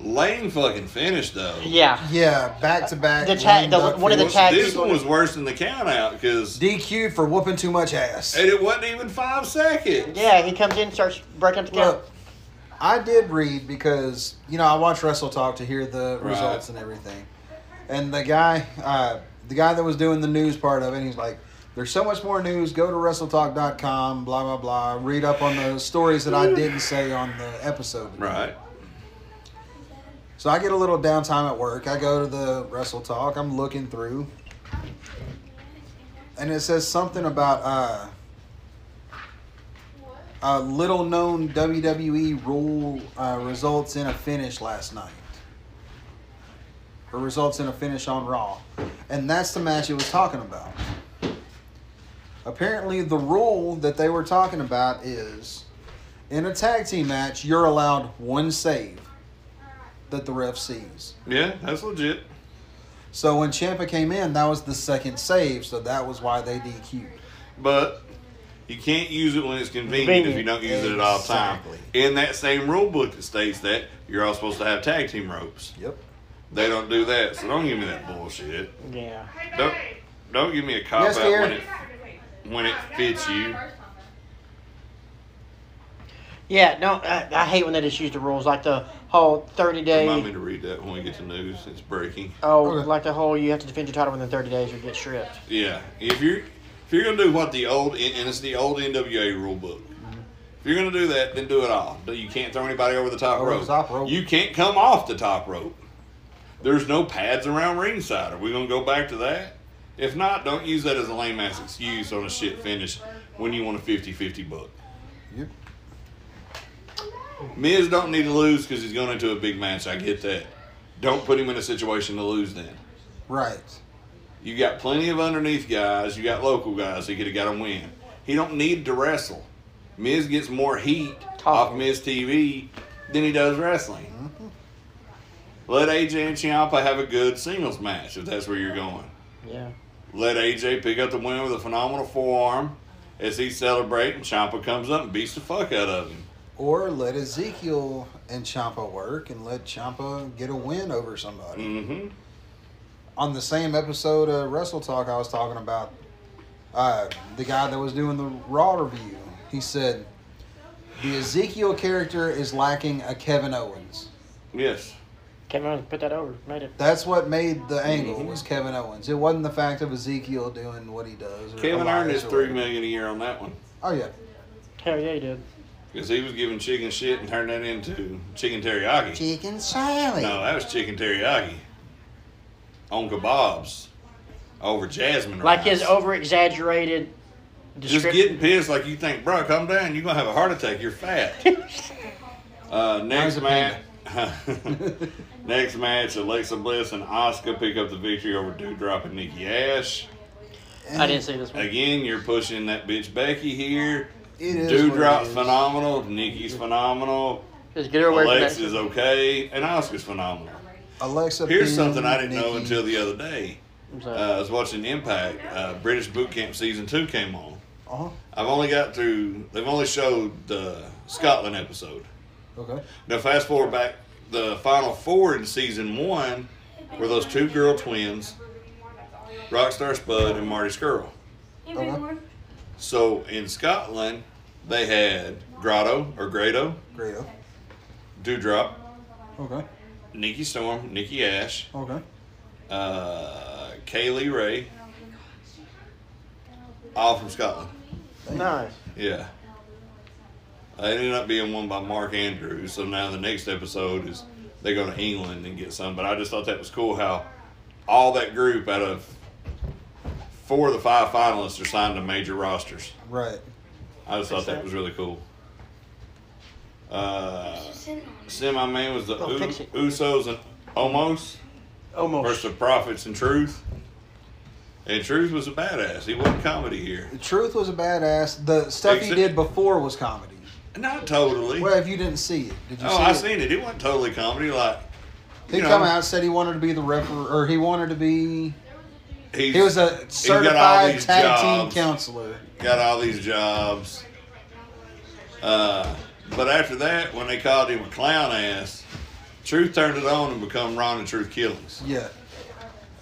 B: Lane fucking finished though.
E: Yeah.
A: yeah, back to back.
E: The
A: lame
E: tag- the-
A: duck
E: one of the
A: finish.
E: tag-
B: This
E: people-
B: one was worse than the count out because
A: DQ for whooping too much ass.
B: and it wasn't even five seconds.
E: Yeah, he comes in, starts breaking up the count.
A: Look, I did read because you know I watch Wrestle Talk to hear the
B: Right.
A: results and everything, and the guy, uh, the guy that was doing the news part of it, he's like, "There's so much more news. Go to WrestleTalk.com. Blah blah blah. Read up on the stories that I didn't say on the episode."
B: Right.
A: So I get a little downtime at work. I go to the Wrestle Talk. I'm looking through, and it says something about uh, a little known WWE rule uh, results in a finish last night, or results in a finish on Raw, and that's the match it was talking about. Apparently, the rule that they were talking about is in a tag team match, you're allowed one save that the ref sees.
B: Yeah, that's legit.
A: So when Champa came in, that was the second save, so that was why they DQ'd.
B: But you can't use it when it's convenient, if you don't use it at all time.
A: Exactly.
B: In that same rule book that states that you're all supposed to have tag team ropes.
A: Yep.
B: They don't do that, so don't give me that bullshit.
E: Yeah.
B: Don't don't give me a cop
A: Yes,
B: out
A: dear.
B: when it when it fits you.
E: Yeah, no, I, I hate when they just use the rules, like the whole 30
B: Remind me
E: day.
B: to read that when we get to news. It's breaking.
E: Oh,
A: Okay.
E: like the whole you have to defend your title within 30 days or get stripped.
B: Yeah, if you're if you're gonna do what the old and it's the old NWA rule book. If you're gonna do that, then do it all. But You can't throw anybody over the top
A: Over the
B: rope.
A: top rope.
B: You can't come off the top rope. There's no pads around ringside. Are we gonna go back to that? If not, don't use that as a lame ass excuse on a shit finish when you want a 50 50 book.
A: Yep.
B: Miz don't need to lose because he's going into a big match. I get that. Don't put him in a situation to lose then.
A: Right.
B: You got plenty of underneath guys. You got local guys. He could have got a win. He don't need to wrestle. Miz gets more heat off Miz TV than he does wrestling. Let AJ and Ciampa have a good singles match if that's where you're going.
E: Yeah.
B: Let AJ pick up the win with a phenomenal forearm as he celebrates, and Ciampa comes up and beats the fuck out of him.
A: Or let Ezekiel and Champa work and let Champa get a win over somebody.
B: Mm-hmm.
A: On the same episode of Wrestle Talk, I was talking about uh, the guy that was doing the Raw review. He said the Ezekiel character is lacking a Kevin Owens.
B: Yes.
E: Kevin Owens put that over. Made it.
A: That's what made the angle was Kevin Owens. It wasn't the fact of Ezekiel doing what he does. Or
B: Kevin earned
A: Elias
B: his
A: or
B: three
A: whatever.
B: million a year on that one
A: Oh yeah,
E: Hell yeah, he did.
B: because he was giving chicken shit and turned that into chicken teriyaki.
A: chicken salad.
B: No, that was chicken teriyaki on kebabs over jasmine.
E: Like
B: rice.
E: his over exaggerated
B: just getting pissed like you think, bro, calm down. You're gonna have a heart attack. You're fat. uh,
A: Mine's
B: next
A: a
B: match. next match, Alexa Bliss and Oscar pick up the victory over Dewdrop and Nikki Ash.
E: I didn't see this one.
B: Again, you're pushing that bitch Becky here.
A: It is what it
B: Dewdrop's
A: is.
B: phenomenal. Nikki's phenomenal.
E: Just get her away from that.
B: Alexa's okay, and Oscar's phenomenal.
A: Alexa.
B: Here's
A: Pym,
B: something I didn't know
A: Nikki.
B: until the other day.
E: I'm
B: Uh,
E: sorry.
B: I was watching Impact. Uh, British Boot Camp season two came on.
A: Uh-huh.
B: I've only got through. They've only showed the Scotland episode.
A: Okay.
B: Now fast forward back the final four in season one, were those two girl twins, Rockstar Spud and Marty Skrull.
A: Okay.
B: So in Scotland, they had Grotto or Grado,
A: Great. oh.
B: Dewdrop,
A: Okay.
B: Nikki Storm, Nikki Ash,
A: Okay.
B: uh, Kaylee Ray, all from Scotland.
E: Nice.
B: Yeah. It ended up being won by Mark Andrews. So now the next episode is they go to England and get some. But I just thought that was cool how all that group out of four of the five finalists are signed to major rosters.
A: Right.
B: I just thought that was really cool. Uh, semi man was the
E: Oh,
B: U-
E: fix it.
B: Usos and Omos versus
E: Almost.
B: the Prophets and Truth. And Truth was a badass. He wasn't comedy here.
A: The truth was a badass. The stuff he
B: Except-
A: did before was comedy.
B: Not totally.
A: Well, if you didn't see it, did you
B: Oh,
A: see
B: I
A: it?
B: seen it. It wasn't totally comedy. Like
A: He
B: you know,
A: come out and said he wanted to be the referee, or he wanted to be.
B: He's
A: He was a
B: all
A: certified
B: these
A: tag
B: jobs.
A: team counselor.
B: got all these jobs. Uh, but after that, when they called him a clown ass, Truth turned it on and become Ron and Truth Killings.
A: Yeah.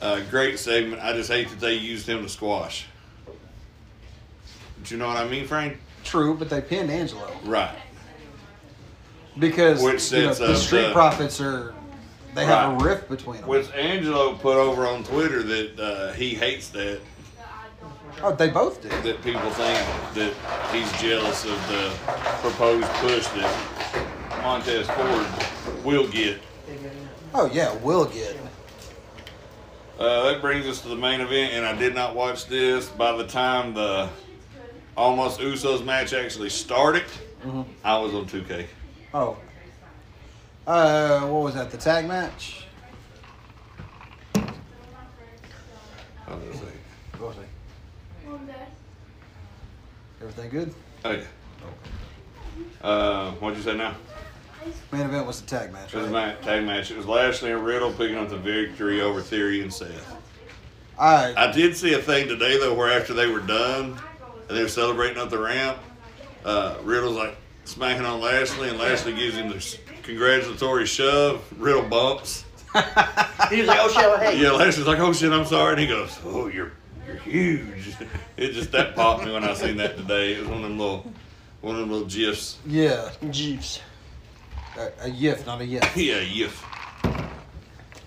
B: Uh, great segment. I just hate that they used him to squash. Do you know what I mean, Frank?
A: True, but they pinned Angelo
B: Right.
A: because
B: Which
A: you know,
B: sets
A: the
B: up
A: street
B: the-
A: profits are. They have
B: Right.
A: a rift between them.
B: Which Angelo put over on Twitter that uh, he hates that
A: oh, they both did.
B: that people think that he's jealous of the proposed push that Montez Ford will get.
A: Oh yeah, we'll get.
B: Uh, that brings us to the main event, and I did not watch this. By the time the almost Usos match actually started, I was on 2K.
A: Oh. Uh, what was that? The tag match.
B: I was gonna say,
A: What was it? Everything good?
B: Oh yeah. Uh, what'd you say now?
A: Main event was the tag match.
B: It was a
A: Right?
B: ma- tag match. It was Lashley and Riddle picking up the victory over Theory and Seth.
A: I
B: I did see a thing today though, where after they were done and they were celebrating up the ramp, uh, Riddle's like smacking on Lashley, and Lashley gives him the s- congratulatory shove. Riddle bumps.
E: He was like, oh shit, well, hey.
B: Yeah, Lashley's like, "Oh shit, I'm sorry," and he goes, "Oh, you're you're huge." It just that popped me when I seen that today. It was one of them little one of them little gifs.
A: yeah,
E: Jeeves.
A: a, a yiff, not a yiff.
B: Yeah, yif.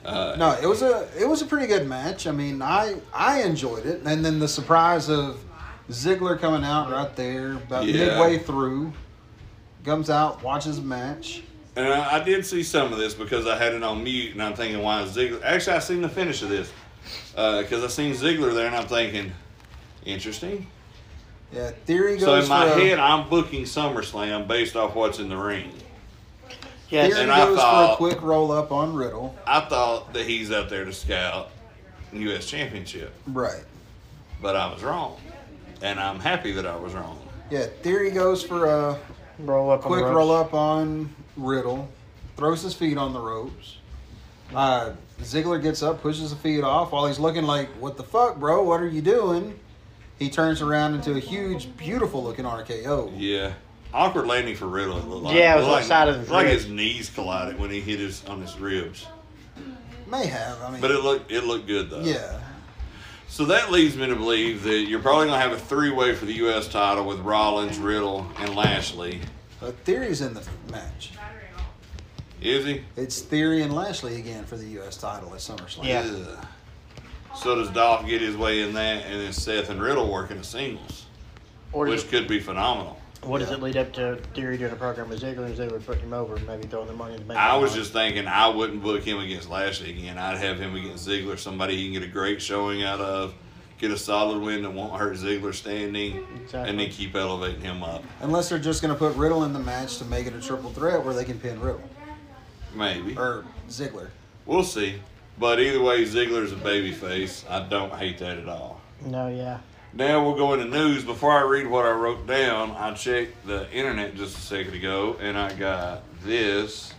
B: Uh,
A: No, it was a it was a pretty good match. I mean, I I enjoyed it, and then the surprise of Ziggler coming out right there about
B: Yeah.
A: midway through, comes out, watches the match.
B: And I, I did see some of this because I had it on mute, and I'm thinking, why is Ziggler? Actually, I seen the finish of this. because I seen Ziggler there, and I'm thinking, interesting.
A: Yeah, theory goes
B: So in my
A: for
B: head, I'm booking SummerSlam based off what's in the ring.
A: a,
E: Yes.
A: theory
B: and I
A: goes
B: thought-
A: for a quick roll up on Riddle.
B: I thought that he's up there to scout U.S. Championship,
A: Right.
B: but I was wrong, and I'm happy that I was wrong.
A: Yeah, theory goes for a
E: Roll up. on the
A: quick
E: ropes.
A: roll up on Riddle, throws his feet on the ropes. Uh, Ziggler gets up, pushes the feet off while he's looking like, "What the fuck, bro? What are you doing?" He turns around into a huge, beautiful looking RKO.
B: Yeah. Awkward landing for Riddle. It looked like.
E: Yeah, it was
B: Looked like,
E: outside of his
B: looked like
E: ribs.
B: his knees collided when he hit his on his ribs.
A: May have, I mean,
B: But it looked it looked good though.
A: yeah,
B: So that leads me to believe that you're probably gonna have a three way for the U.S. title with Rollins, Riddle, and Lashley.
A: but theory's in the match.
B: Is he?
A: It's Theory and Lashley again for the U.S. title at SummerSlam.
E: Yeah.
B: Ugh. So does Dolph get his way in that, and then Seth and Riddle working the singles,
E: Or does
B: which could be phenomenal.
E: it- what does it lead up to? Theory doing a program with Ziggler and Ziggler putting him over, and maybe throwing the money in the bank.
B: I was just thinking I wouldn't book him against Lashley again. I'd have him against Ziggler, somebody he can get a great showing out of, get a solid win that won't hurt Ziggler's standing, and
E: Exactly.
B: then keep elevating him up.
A: Unless they're just going to put Riddle in the match to make it a triple threat where they can pin Riddle
B: Maybe.
A: or Ziggler.
B: We'll see. But either way, Ziggler's a babyface. I don't hate that at all.
E: No, yeah.
B: Now we'll go into news. Before I read what I wrote down, I checked the internet just a second ago and I got this.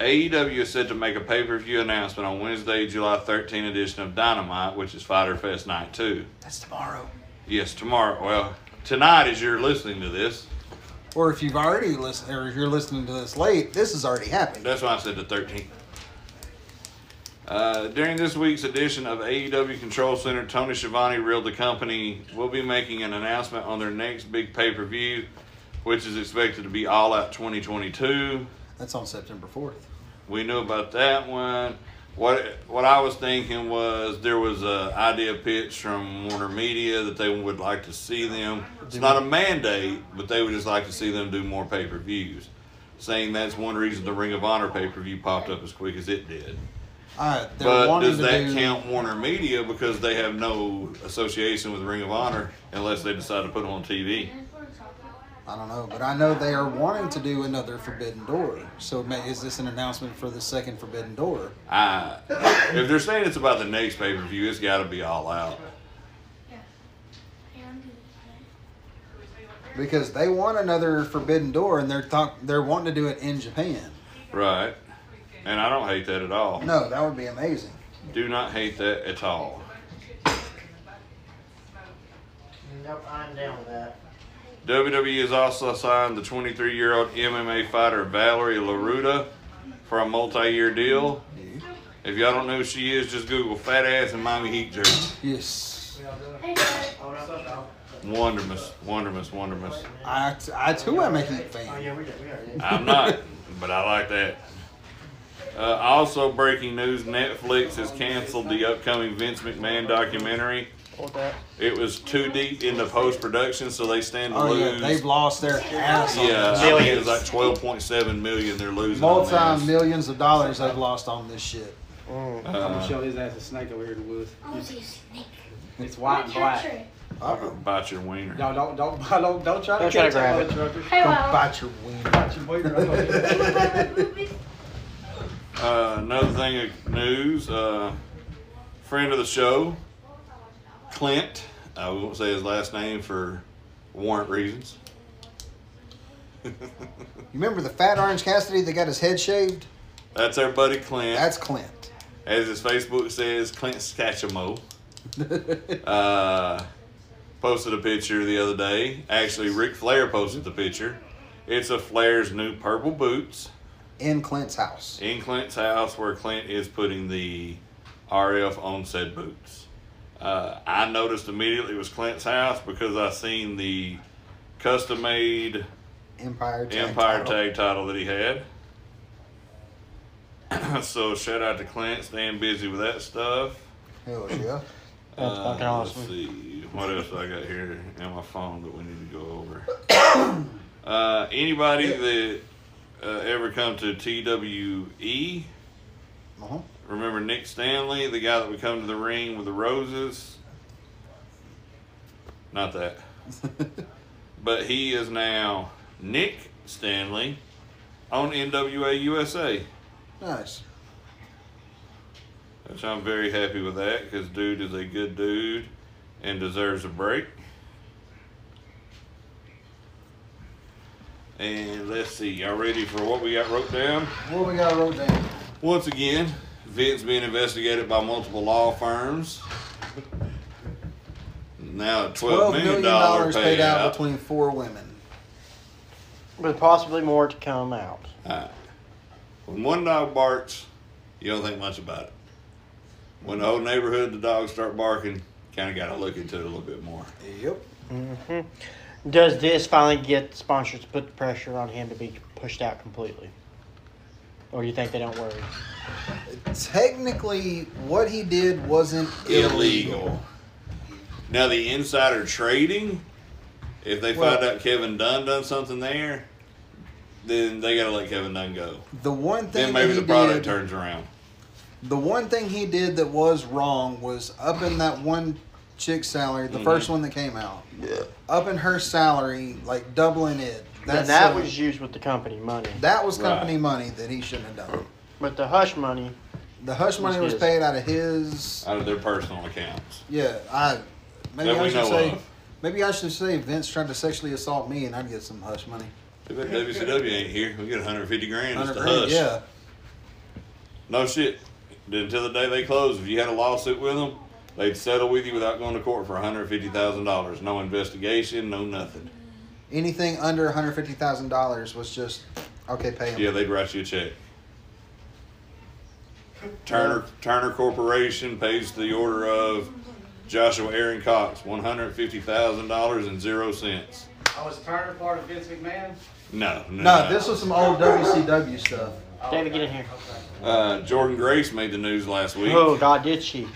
B: AEW is set to make a pay per view announcement on Wednesday, July 13 edition of Dynamite, which is Fighter Fest Night 2.
A: That's tomorrow.
B: Yes, tomorrow. Well, tonight, as you're listening to this,
A: Or if you've already listened, or if you're listening to this late, this has already happened.
B: That's why I said the 13th. Uh, during this week's edition of AEW Control Center, Tony Schiavone reeled the company will be making an announcement on their next big pay per view, which is expected to be All Out 2022.
A: That's on September 4th.
B: We knew about that one. What what I was thinking was there was a idea pitch from Warner Media that they would like to see them. It's not a mandate, but they would just like to see them do more pay per views. Saying that's one reason the Ring of Honor pay per view popped up as quick as it did.
A: Uh, they're
B: But
A: wanting
B: does
A: to
B: that
A: do,
B: count Warner Media because they have no association with Ring of Honor unless they decide to put them on TV?
A: I don't know, but I know they are wanting to do another Forbidden Door. So may, is this an announcement for the second Forbidden Door?
B: I, if they're saying it's about the next pay per view, it's got to be all out.
A: Because they want another Forbidden Door, and they're talk, they're wanting to do it in Japan.
B: Right. And I don't hate that at all.
A: No, that would be amazing.
B: Do not hate that at all.
E: Nope, I'm down with that.
B: WWE has E also signed the 23 year old MMA fighter Valerie LaRuda for a multi year deal. If y'all don't know who she is, just Google fat ass and mommy heat jerk.
A: Yes.
B: Wondermous, wondermous, wondermous.
A: I, I too am a Heat fan.
E: Oh, we we are.
B: I'm not, but I like that. Uh, also, breaking news Netflix has canceled the upcoming Vince McMahon documentary.
E: Hold that.
B: It was too deep into post production, so they stand to
A: Oh yeah,
B: lose.
A: they've lost their ass on
B: Yeah,
A: yeah.
B: I think it was like twelve point seven million they're losing. on
A: Multi
B: this.
A: millions of dollars they've lost on this shit.
G: I'm
B: Uh,
G: gonna show his ass a snake over here in the woods.
F: Oh, it's a snake.
G: It's white and black.
A: Uh-oh.
B: Bite your wiener.
G: No, don't, don't, don't, don't try
E: Don't try to
G: to
E: grab
G: catch that mother trucker.
F: Hey,
A: Don't
F: well.
A: bite your wiener.
G: Watch your boyfriend. I'm gonna-
B: Uh, another thing of news. Uh, friend of the show, Clint. I won't say his last name for warrant reasons.
A: You remember the fat Orange Cassidy that got his head shaved?
B: That's our buddy Clint.
A: That's Clint.
B: As his Facebook says, Clint Scachamo. uh, posted a picture the other day. Actually, Ric Flair posted the picture. It's of Flair's new purple boots.
A: In Clint's house.
B: in Clint's house where Clint is putting the RF on said boots. Uh, I noticed immediately it was Clint's house because I seen the custom made
A: Empire tag
B: Empire
A: title.
B: tag title that he had. so shout out to Clint, staying busy with that stuff.
A: Hell yeah.
E: That's fucking
B: Uh,
E: awesome.
B: Let's see what else I got here in my phone that we need to go over. uh, anybody that uh, ever come to TWE
A: Uh-huh.
B: Remember Nick Stanley, the guy that would come to the ring with the roses? Not that. but he is now Nick Stanley on NWA USA,
A: Nice.
B: which I'm very happy with that because dude is a good dude and deserves a break. And let's see, y'all ready for what we got wrote down?
A: What we got wrote down?
B: Once again, Vince being investigated by multiple law firms. Now a twelve
A: Twelve
B: million
A: million
B: dollar
A: dollars
B: paid out.
A: between four women.
E: With possibly more to come out.
B: Alright. Uh, When one dog barks, you don't think much about it. When the whole neighborhood the dogs start barking, kind of got to look into it a little bit more.
A: Yep.
E: Does this finally get sponsors to put the pressure on him to be pushed out completely? Or you think they don't worry?
A: Technically, what he did wasn't illegal.
B: Illegal. Now the insider trading, if they
A: Well-
B: find out Kevin Dunn done something there, then they got to let Kevin Dunn go.
A: The one thing
B: Then maybe
A: that he
B: the
A: did,
B: product turns around.
A: the one thing he did that was wrong was upping that one chick's salary, the
B: Mm-hmm.
A: first one that came out, upping her salary like doubling it.
E: Then
A: That's
E: that
A: silly.
E: was used with the company money.
A: that was company
B: Right. Mm.
A: money that he shouldn't have done.
E: But the hush money,
A: The hush money was
E: his.
A: paid out of his.
B: out of their personal accounts.
A: Yeah, I maybe
B: That
A: I
B: we
A: should
B: know
A: say
B: of.
A: maybe I should say Vince tried to sexually assault me and I'd get some hush money.
B: I bet WCW ain't here. We get 150 grand just to
A: 100 grand,
B: hush.
A: Yeah,
B: No shit. Until the day they close, if you had a lawsuit with them, they'd settle with you without going to court for 150 thousand dollars. No investigation, no nothing.
A: anything under one hundred fifty thousand dollars was just okay. Pay him.
B: Yeah, they'd write you a check. Turner Turner Corporation pays the order of Joshua Aaron Cox 150 thousand dollars and zero cents.
G: I was Oh, Turner part of Vince McMahon.
B: No, no.
A: No, this was some old WCW stuff.
E: David, get in here.
B: Uh, Jordan Grace made the news last week.
E: Oh God, did she?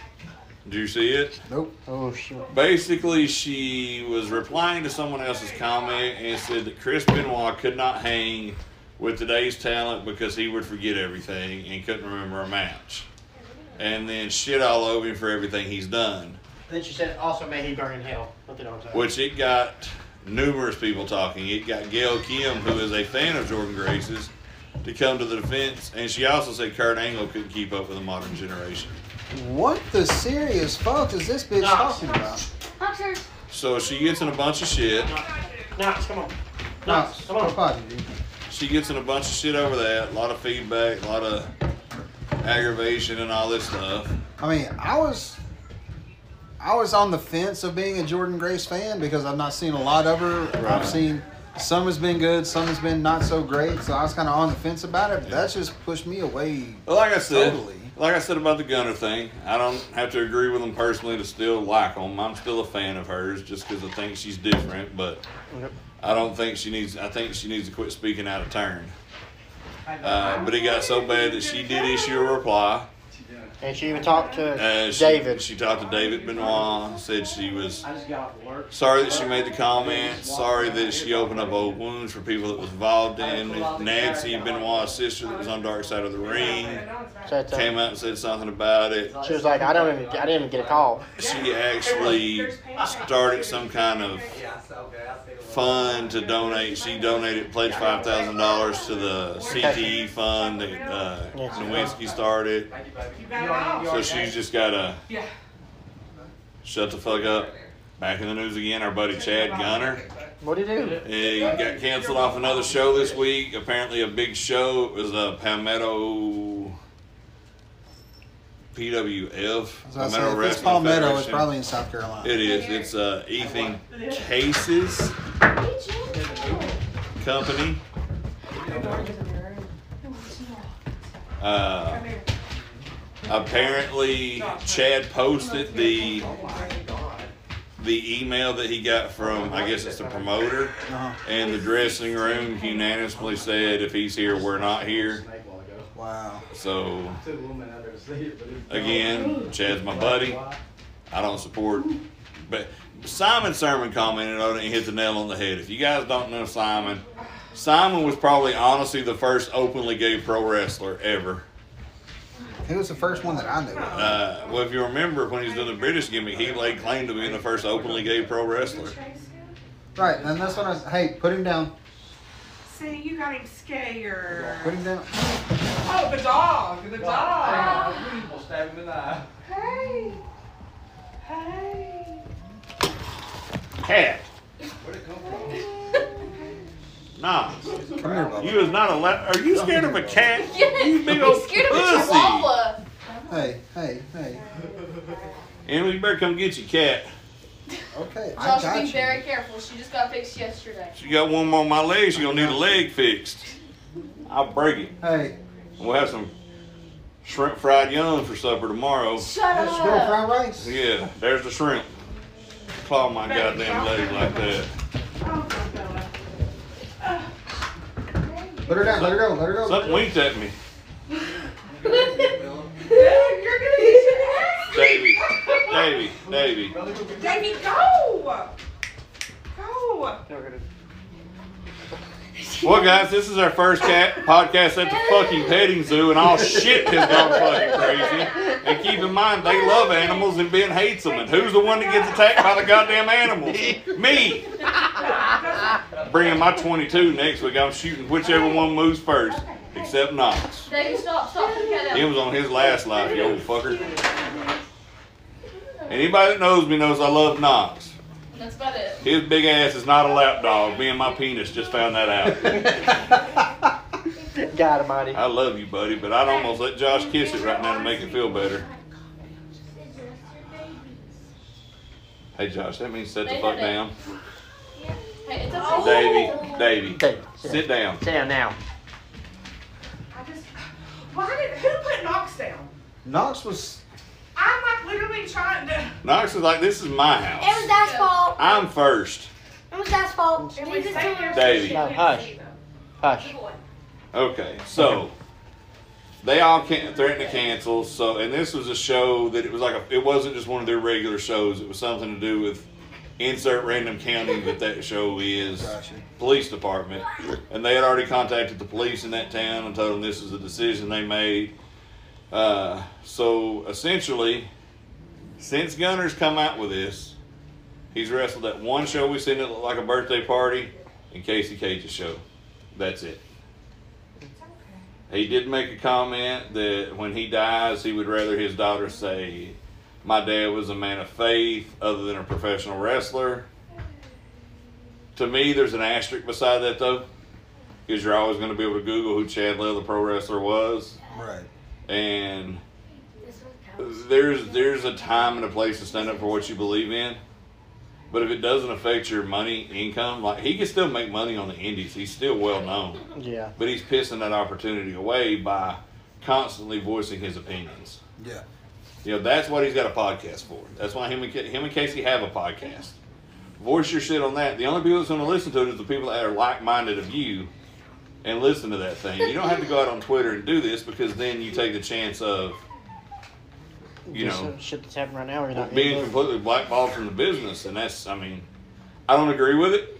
B: Did you see it?
A: Nope.
E: Oh shoot.
B: Basically, she was replying to someone else's comment and said that Chris Benoit could not hang with today's talent because he would forget everything and couldn't remember a match. And then shit all over him for everything he's done,
E: Then she said, "Also, may he burn in hell." Something on top.
B: which it got numerous people talking. It got Gail Kim, who is a fan of Jordan Grace's, to come to the defense. And she also said Kurt Angle couldn't keep up with the modern generation.
A: What the serious fuck is this bitch talking about?
F: Hunter.
B: So she gets in a bunch of shit.
E: Knox, come on.
A: No,
E: Knox, come
A: come
E: on.
A: on, dude.
B: she gets in a bunch of shit over that. A lot of feedback, a lot of aggravation, and all this stuff.
A: I mean, I was, I was on the fence of being a Jordan Grace fan because I've not seen a lot of her.
B: Right.
A: I've seen some has been good, some has been not so great. So I was kind of on the fence about it. But that's just pushed me away.
B: But like I said,
A: Totally.
B: like I said about the Gunner thing, I don't have to agree with them personally to still like them. I'm still a fan of hers just because I think she's different, but
E: Yep.
B: I don't think she needs. I think she needs to quit speaking out of turn. Uh, but it got so bad that she did issue a reply.
E: And she even talked to
B: Uh, she,
E: David.
B: She talked to David Benoit, said she was
G: I just got off work.
B: Sorry that she made the comment. Sorry that she opened up old wounds for people that was involved in. Nancy Benoit's sister that was on Dark Side of the Ring
E: said something.
B: came out and said something about it.
E: She was like, "I don't even. I didn't even get a call."
B: She actually started some kind of fund to donate. She donated, pledged five thousand dollars to the CTE fund that uh, Nowinski started. So she's just gotta
D: Yeah.
B: shut the fuck up. Back in the news again, our buddy Chad Gunner.
E: What do you do?
B: He got canceled off another show this week. Apparently, a big show. It was a Palmetto PWF.
A: As I said, if it's
B: Wrestling
A: Palmetto, it's
B: Federation.
A: probably in South Carolina.
B: It is. It's uh, Ethan Cases Company. Uh, apparently, Chad posted the the email that he got from I guess it's the promoter.
A: Uh-huh.
B: And the dressing room unanimously said, if he's here, we're not here.
G: Snake while ago.
A: Wow.
B: So,
G: Took a woman out there to see it, but it's-
B: again, Chad's my buddy. I don't support. But Simon Sermon commented on it and hit the nail on the head. If you guys don't know Simon, Simon was probably honestly the first openly gay pro wrestler ever.
A: He was the first one that I knew. of.
B: Uh, well, if you remember when he was doing the British gimmick, he laid claim to being the first openly gay pro wrestler.
A: Right, and that's what I was. Hey, put him down.
D: See, you got him scared.
A: Put him down.
D: Oh, the dog. The dog.
G: People stab him in the eye.
D: Hey. Hey.
B: Cat,
G: Where'd it come from?
B: nah,
A: Come here, Bubba.
B: you is not allowed. Are you scared of a cat? You big
F: He's
B: old
F: scared of a
B: pussy.
F: chihuahua.
A: Hey, hey, hey.
B: Emily, you better come get your cat.
A: Okay, I
F: Josh,
A: got
F: be
A: you.
F: very careful. She just got fixed yesterday.
B: She got one on my leg. She gonna need a leg fixed. I'll break it.
A: Hey,
B: We'll have some shrimp fried young for supper tomorrow.
F: Shut
A: that's shrimp
F: up.
A: fried rice.
B: Yeah, there's the shrimp. Claw my goddamn leg like that.
D: Oh, Bella.
A: Let her down. Let her go. Let her go.
B: Something winked at me.
D: You're gonna get your ass.
B: Davey, Davey, Davey.
D: Davey, go. Go.
B: Well, guys, this is our first cat podcast at the fucking petting zoo, and all shit has gone fucking crazy. And keep in mind, they love animals, and Ben hates them. And who's the one that gets attacked by the goddamn animals? Me. Bringing my 22 next week. I'm shooting whichever one moves first, except Knox.
F: Davey, stop, stop, put the cat
B: He
F: out.
B: was on his last life, you old fucker. Anybody that knows me knows I love Knox.
F: That's about it.
B: His big ass is not a lap dog. Me and my penis just found that out.
E: God almighty.
B: I love you, buddy, but I'd almost let Josh kiss it right now to make it feel better. Hey, Josh, that means sit the fuck down.
F: Hey, it's okay.
B: Davey, Davey,
E: Okay,
B: sit down.
E: Sit down now.
D: I just. Why did who put Knox down?
A: Knox was.
D: I'm like literally trying to.
B: Knox is like, this is my house.
H: Dad's fault.
B: I'm first.
H: It was Dad's fault.
D: If we stay there,
B: Davey.
D: she
E: No,
D: can't
E: Oh, hush.
D: see them.
E: Hush.
B: Okay, so they all can threatened to cancel. So, and this was a show that it was like a, it wasn't just one of their regular shows. It was something to do with insert random county that that show is
A: Gotcha.
B: police department, and they had already contacted the police in that town and told them this is a decision they made. Uh, so essentially, since Gunner's come out with this, he's wrestled at one show we seen it looked like a birthday party, and Casey Cage's show. That's it. He did make a comment that when he dies, he would rather his daughter say, My dad was a man of faith other than a professional wrestler. To me, there's an asterisk beside that, though, because you're always going to be able to Google who Chad Lell, the pro wrestler, was.
A: Right.
B: And there's there's a time and a place to stand up for what you believe in. But if it doesn't affect your money income, like he can still make money on the indies, he's still well known
E: Yeah.
B: but he's pissing that opportunity away by constantly voicing his opinions.
A: Yeah.
B: You know, that's what he's got a podcast for. That's why him and, Ca- him and Casey have a podcast. Voice your shit on that. The only people that's going to listen to it is the people that are like minded of you and listen to that thing. You don't have to go out on Twitter and do this because then you take the chance of, you
E: Just
B: know,
E: some shit that's happening right now. We're not
B: being completely blackballed from the business. And that's, I mean, I don't agree with it,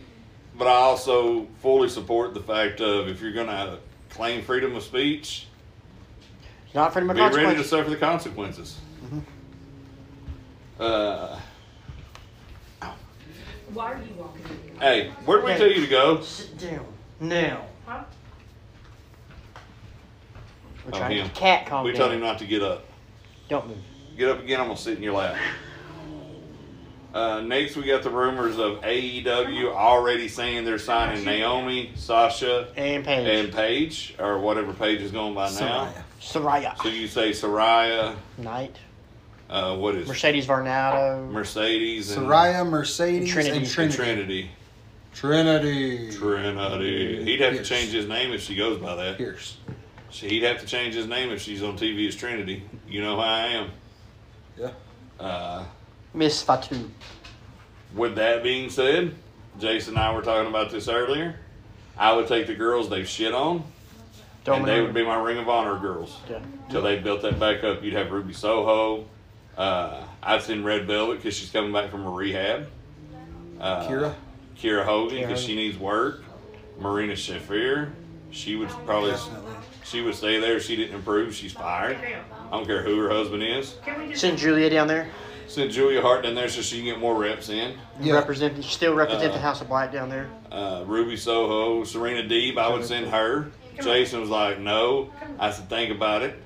B: but I also fully support the fact of if you're going to claim freedom of speech,
E: Not freedom of
B: be ready to
E: consequence.
B: suffer the consequences. Uh,
D: Why are you walking in here?
B: hey, where did we tell you to go?
E: Sit down now.
D: Huh?
E: We're
B: Oh,
E: trying to
B: him.
E: get cat calm
B: We
E: down.
B: told him not to get up.
E: Don't move.
B: Get up again, I'm gonna sit in your lap. Uh, next, we got the rumors of AEW already saying they're signing Naomi, Sasha,
E: And Paige.
B: and Paige, or whatever Paige is going by now.
A: Soraya.
E: Soraya.
B: So you say Soraya,
E: Knight.
B: uh, what is it?
E: Mercedes Varnado.
B: Mercedes and
A: Soraya, Mercedes,
E: Trinity.
A: and
B: and
A: Trinity.
B: Trinity.
A: Trinity.
B: Trinity. He'd have to
A: Yes.
B: change his name if she goes by that.
A: Pierce.
B: So he'd have to change his name if she's on TV as Trinity. You know how I am.
A: Yeah.
B: Uh,
E: Miss Fatu.
B: with that being said, Jason and I were talking about this earlier. I would take the girls they've shit on, and they would be my Ring of Honor girls.
E: Yeah.
B: Till they built that back up, you'd have Ruby Soho. Uh, I've seen Red Velvet because she's coming back from a rehab. Uh,
A: Kira.
B: Kira Hogan
E: Kira
B: because she needs work. Marina Shafir. She would probably she would stay there. If she didn't improve, she's fired. I don't care who her husband is.
E: Send Julia down there.
B: Send Julia Hart down there so she can get more reps in.
A: Yeah.
E: Represent, still represent
B: Uh,
E: the House of Black down there.
B: Uh, Ruby Soho, Serena Deeb, I would send her. Jason was like, no. I said, think about it.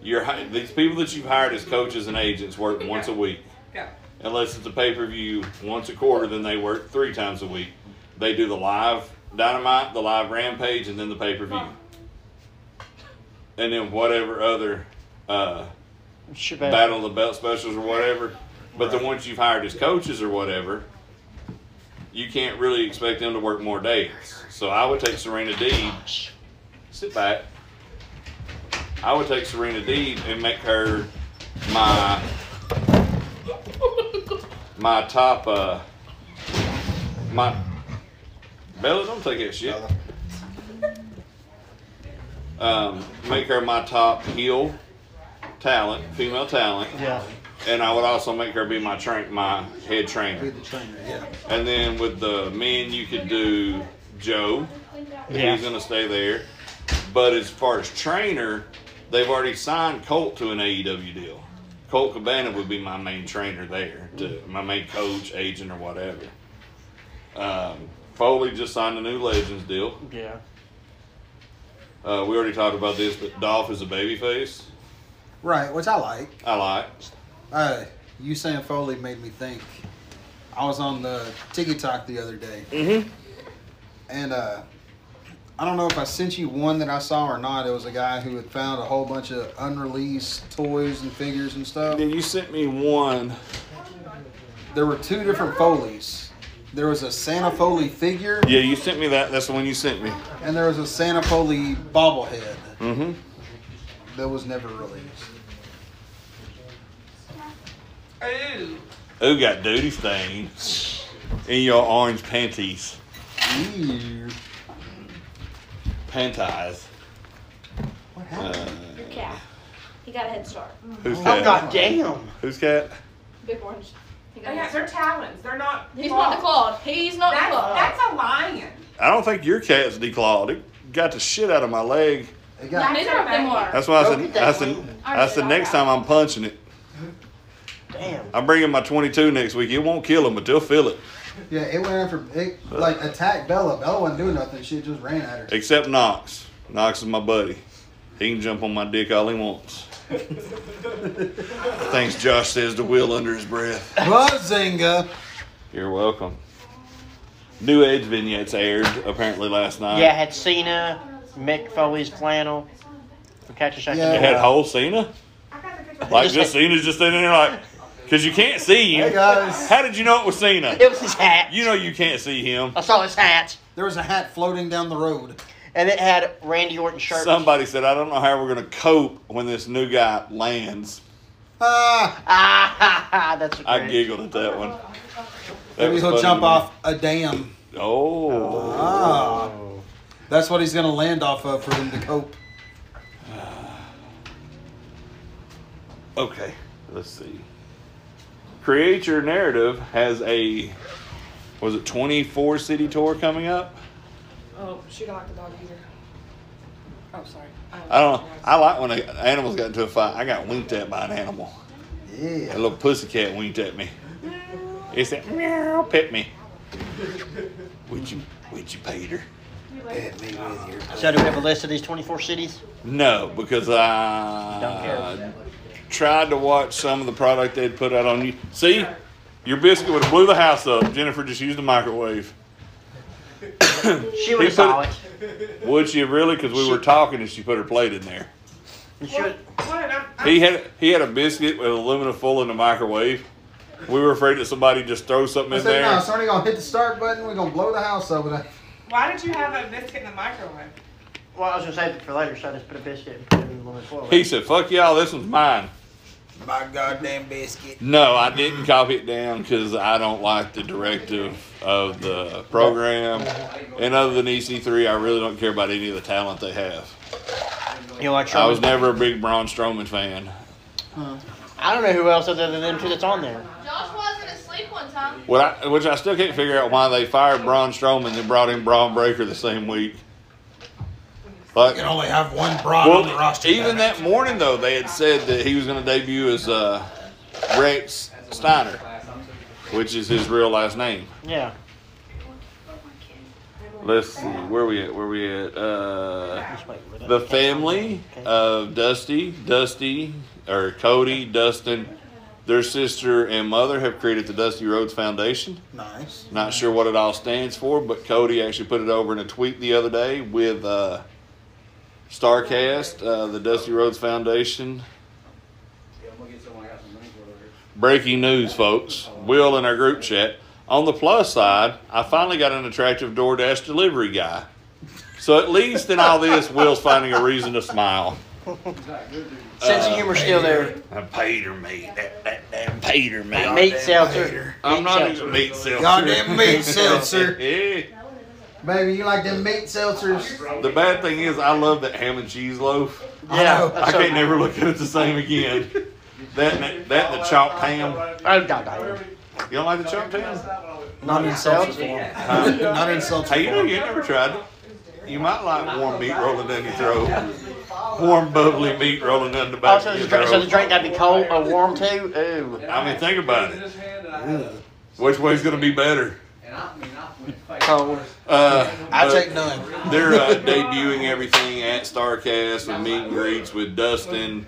B: You're, hi- these people that you've hired as coaches and agents work once a week.
D: Go.
B: unless it's a pay per view once a quarter, then they work three times a week. They do the live dynamite, the live rampage, and then the pay per view. And then whatever other uh,
E: Should be-
B: battle of the belt specials or whatever. But the ones you've hired as coaches or whatever, you can't really expect them to work more days. So I would take Serena Deeb, sit back. I would take Serena Deeb and make her my my top uh my Bella don't take that shit. Um, make her my top heel talent, female talent,
E: Yeah.
B: and I would also make her be my train my head
A: Be
B: trainer.
A: the trainer, yeah.
B: And then with the men you could do Joe.
E: Yeah.
B: He's gonna stay there. But as far as trainer, they've already signed Colt to an AEW deal. Colt Cabana would be my main trainer there, to my main coach, agent, or whatever. Um, Foley just signed a new Legends deal.
E: Yeah.
B: Uh, we already talked about this, but Dolph is a babyface.
A: Right, which I like.
B: I like.
A: Uh, you saying Foley made me think. I was on the TikTok the other day,
B: Mm-hmm.
A: and uh, I don't know if I sent you one that I saw or not. It was a guy who had found a whole bunch of unreleased toys and figures and stuff.
B: Then you sent me one.
A: There were two different Foleys. There was a Santa Foley figure,
B: Yeah, you sent me that. That's the one you sent me.
A: and there was a Santa Foley bobblehead
B: Mm-hmm.
A: that was never released.
D: Ooh.
B: Who got duty stains in your orange panties?
A: Ew.
B: Panties.
A: What happened?
B: Uh,
H: Your cat. He got a head start.
B: who's
E: Oh
B: cat?
E: god damn.
B: Who's cat?
F: Big orange. He got
D: They got
F: it.
D: their talons. They're not.
F: He's not the
D: claws.
F: clawed. He's not the
D: That's,
F: clawed.
D: that's a lion.
B: I don't think your cat's declawed. It got the shit out of my leg.
A: They got
F: Neither of them are.
B: That's why I
E: Go
B: said,
E: get
B: I
E: that
B: said,
E: wing.
B: I said next time I'm punching it.
E: Damn.
B: I'm bringing my 22 next week. It won't kill him, but they'll feel it.
A: yeah. It went after it like attacked Bella. Bella wasn't doing nothing. She just ran at her.
B: Except Knox. Knox is my buddy. He can jump on my dick all he wants. Thanks, Josh says to Will under his breath.
A: Buzzinga.
B: You're welcome. New Edge vignettes aired apparently last night.
E: Yeah, had Cena, Mick Foley's flannel. Catch a shot.
A: Yeah.
B: It had whole Cena. Like just Cena's just standing there like, because you can't see him.
A: Hey guys,
B: How did you know it was Cena?
E: It was his hat.
B: You know you can't see him.
E: I saw his hat.
A: there was a hat floating down the road.
E: And it had Randy Orton shirt.
B: Somebody said, I don't know how we're going to cope when this new guy lands.
A: Ah,
E: Ah, ha, ha, that's a
B: I
E: great-
B: giggled at that one. That
A: maybe
B: was
A: he'll
B: funny
A: jump
B: to me.
A: off a dam.
B: Oh.
A: Ah, that's what he's gonna land off of for him to cope.
B: Okay. Let's see. Create Your Narrative has a, was it 24 city tour coming up?
D: Oh, she don't like the dog either. Oh, sorry.
B: I don't know. I like when a- animals got into a fight. I got winked at by an animal. A
A: Yeah.
B: little pussy cat winked at me. It said, meow, pet me. Would you, would you, Peter?
A: Hit me with your
E: So do we have a list of these 24 cities?
B: No, because I tried to watch some of the product they'd put out on you. See, your biscuit would have blew the house up. Jennifer just used the microwave.
E: She would have
B: put
E: saw
B: it-
E: it.
B: Would she have really? Because we were talking and she put her plate in there.
E: She would-
D: What? I'm, I'm,
B: He had he had a biscuit with aluminum foil in the microwave. We were afraid that somebody just throw something
A: I
B: in
A: said, no,
B: there.
A: it's already gonna hit the start button. We're gonna blow the house up. with it."
D: why did you have a biscuit in the microwave?
E: Well, I was gonna save it for later, so I just put a biscuit and put it in the woman's foil.
B: He said, "Fuck y'all, this one's mine."
A: My goddamn biscuit.
B: No, I didn't copy it down because I don't like the directive of the program. And other than EC3, I really don't care about any of the talent they have.
E: You know, like
B: I was
E: Charlotte-
B: never a big Braun Strowman fan.
E: I don't know who else other than them two that's on there.
F: Josh wasn't asleep one time.
B: What I, which I still can't figure out why they fired Braun Strowman and brought in Braun Breaker the same week. Like,
I: You can only have one broad on the roster. damn
B: even
I: it.
B: that morning though, they had said that he was going to debut as uh, Rex Steiner, which is his real last name.
E: Yeah.
B: Let's see, where we at? Where we at? Uh,
E: Just wait for that.
B: the family of Dusty, Dusty, or Cody, Dustin, their sister and mother have created the Dusty Rhodes Foundation.
I: Nice.
B: Not sure what it all stands for, but Cody actually put it over in a tweet the other day with uh, Starcast, uh, the Dusty Rhodes Foundation.
G: Yeah, I'm gonna get someone. I got some money for it over here.
B: Breaking news, folks. Will in our group chat. On the plus side, I finally got an attractive DoorDash delivery guy. So at least in all this, Will's finding a reason to smile.
E: Sense of humor's still there.
B: I paid her meat. That, that damn paid her meat.
E: That meat seltzer.
B: I'm
E: Meat
B: not
E: seltzer.
B: even meat seltzer.
I: Goddamn meat seltzer.
B: Yeah.
I: Baby, you like them meat seltzers?
B: The bad thing is, I love that ham and cheese loaf.
E: Yeah.
I: I
B: I
E: so-
B: can't never look at it the same again. That and that, that and the chopped ham.
E: Oh, God, God.
B: You don't like the chopped ham?
I: Not in seltzer form.
B: Huh?
I: Uh, Not in seltzer
B: Hey, you know
I: form.
B: you ain't never tried it. You might like warm meat rolling down your throat. Warm bubbly meat rolling down the back
E: Also,
B: of
E: the
B: your
E: drink, Oh, so the
B: throat.
E: drink gotta be cold or warm too? Ooh.
B: I mean, think about
G: In
B: it.
G: this hand, and I had a-
B: Which way's gonna be better?
G: and I mean, I went face
E: Cold.
B: Uh,
I: I
B: but
I: take none.
B: They're uh, debuting everything at Starcast with meet and greets with Dustin,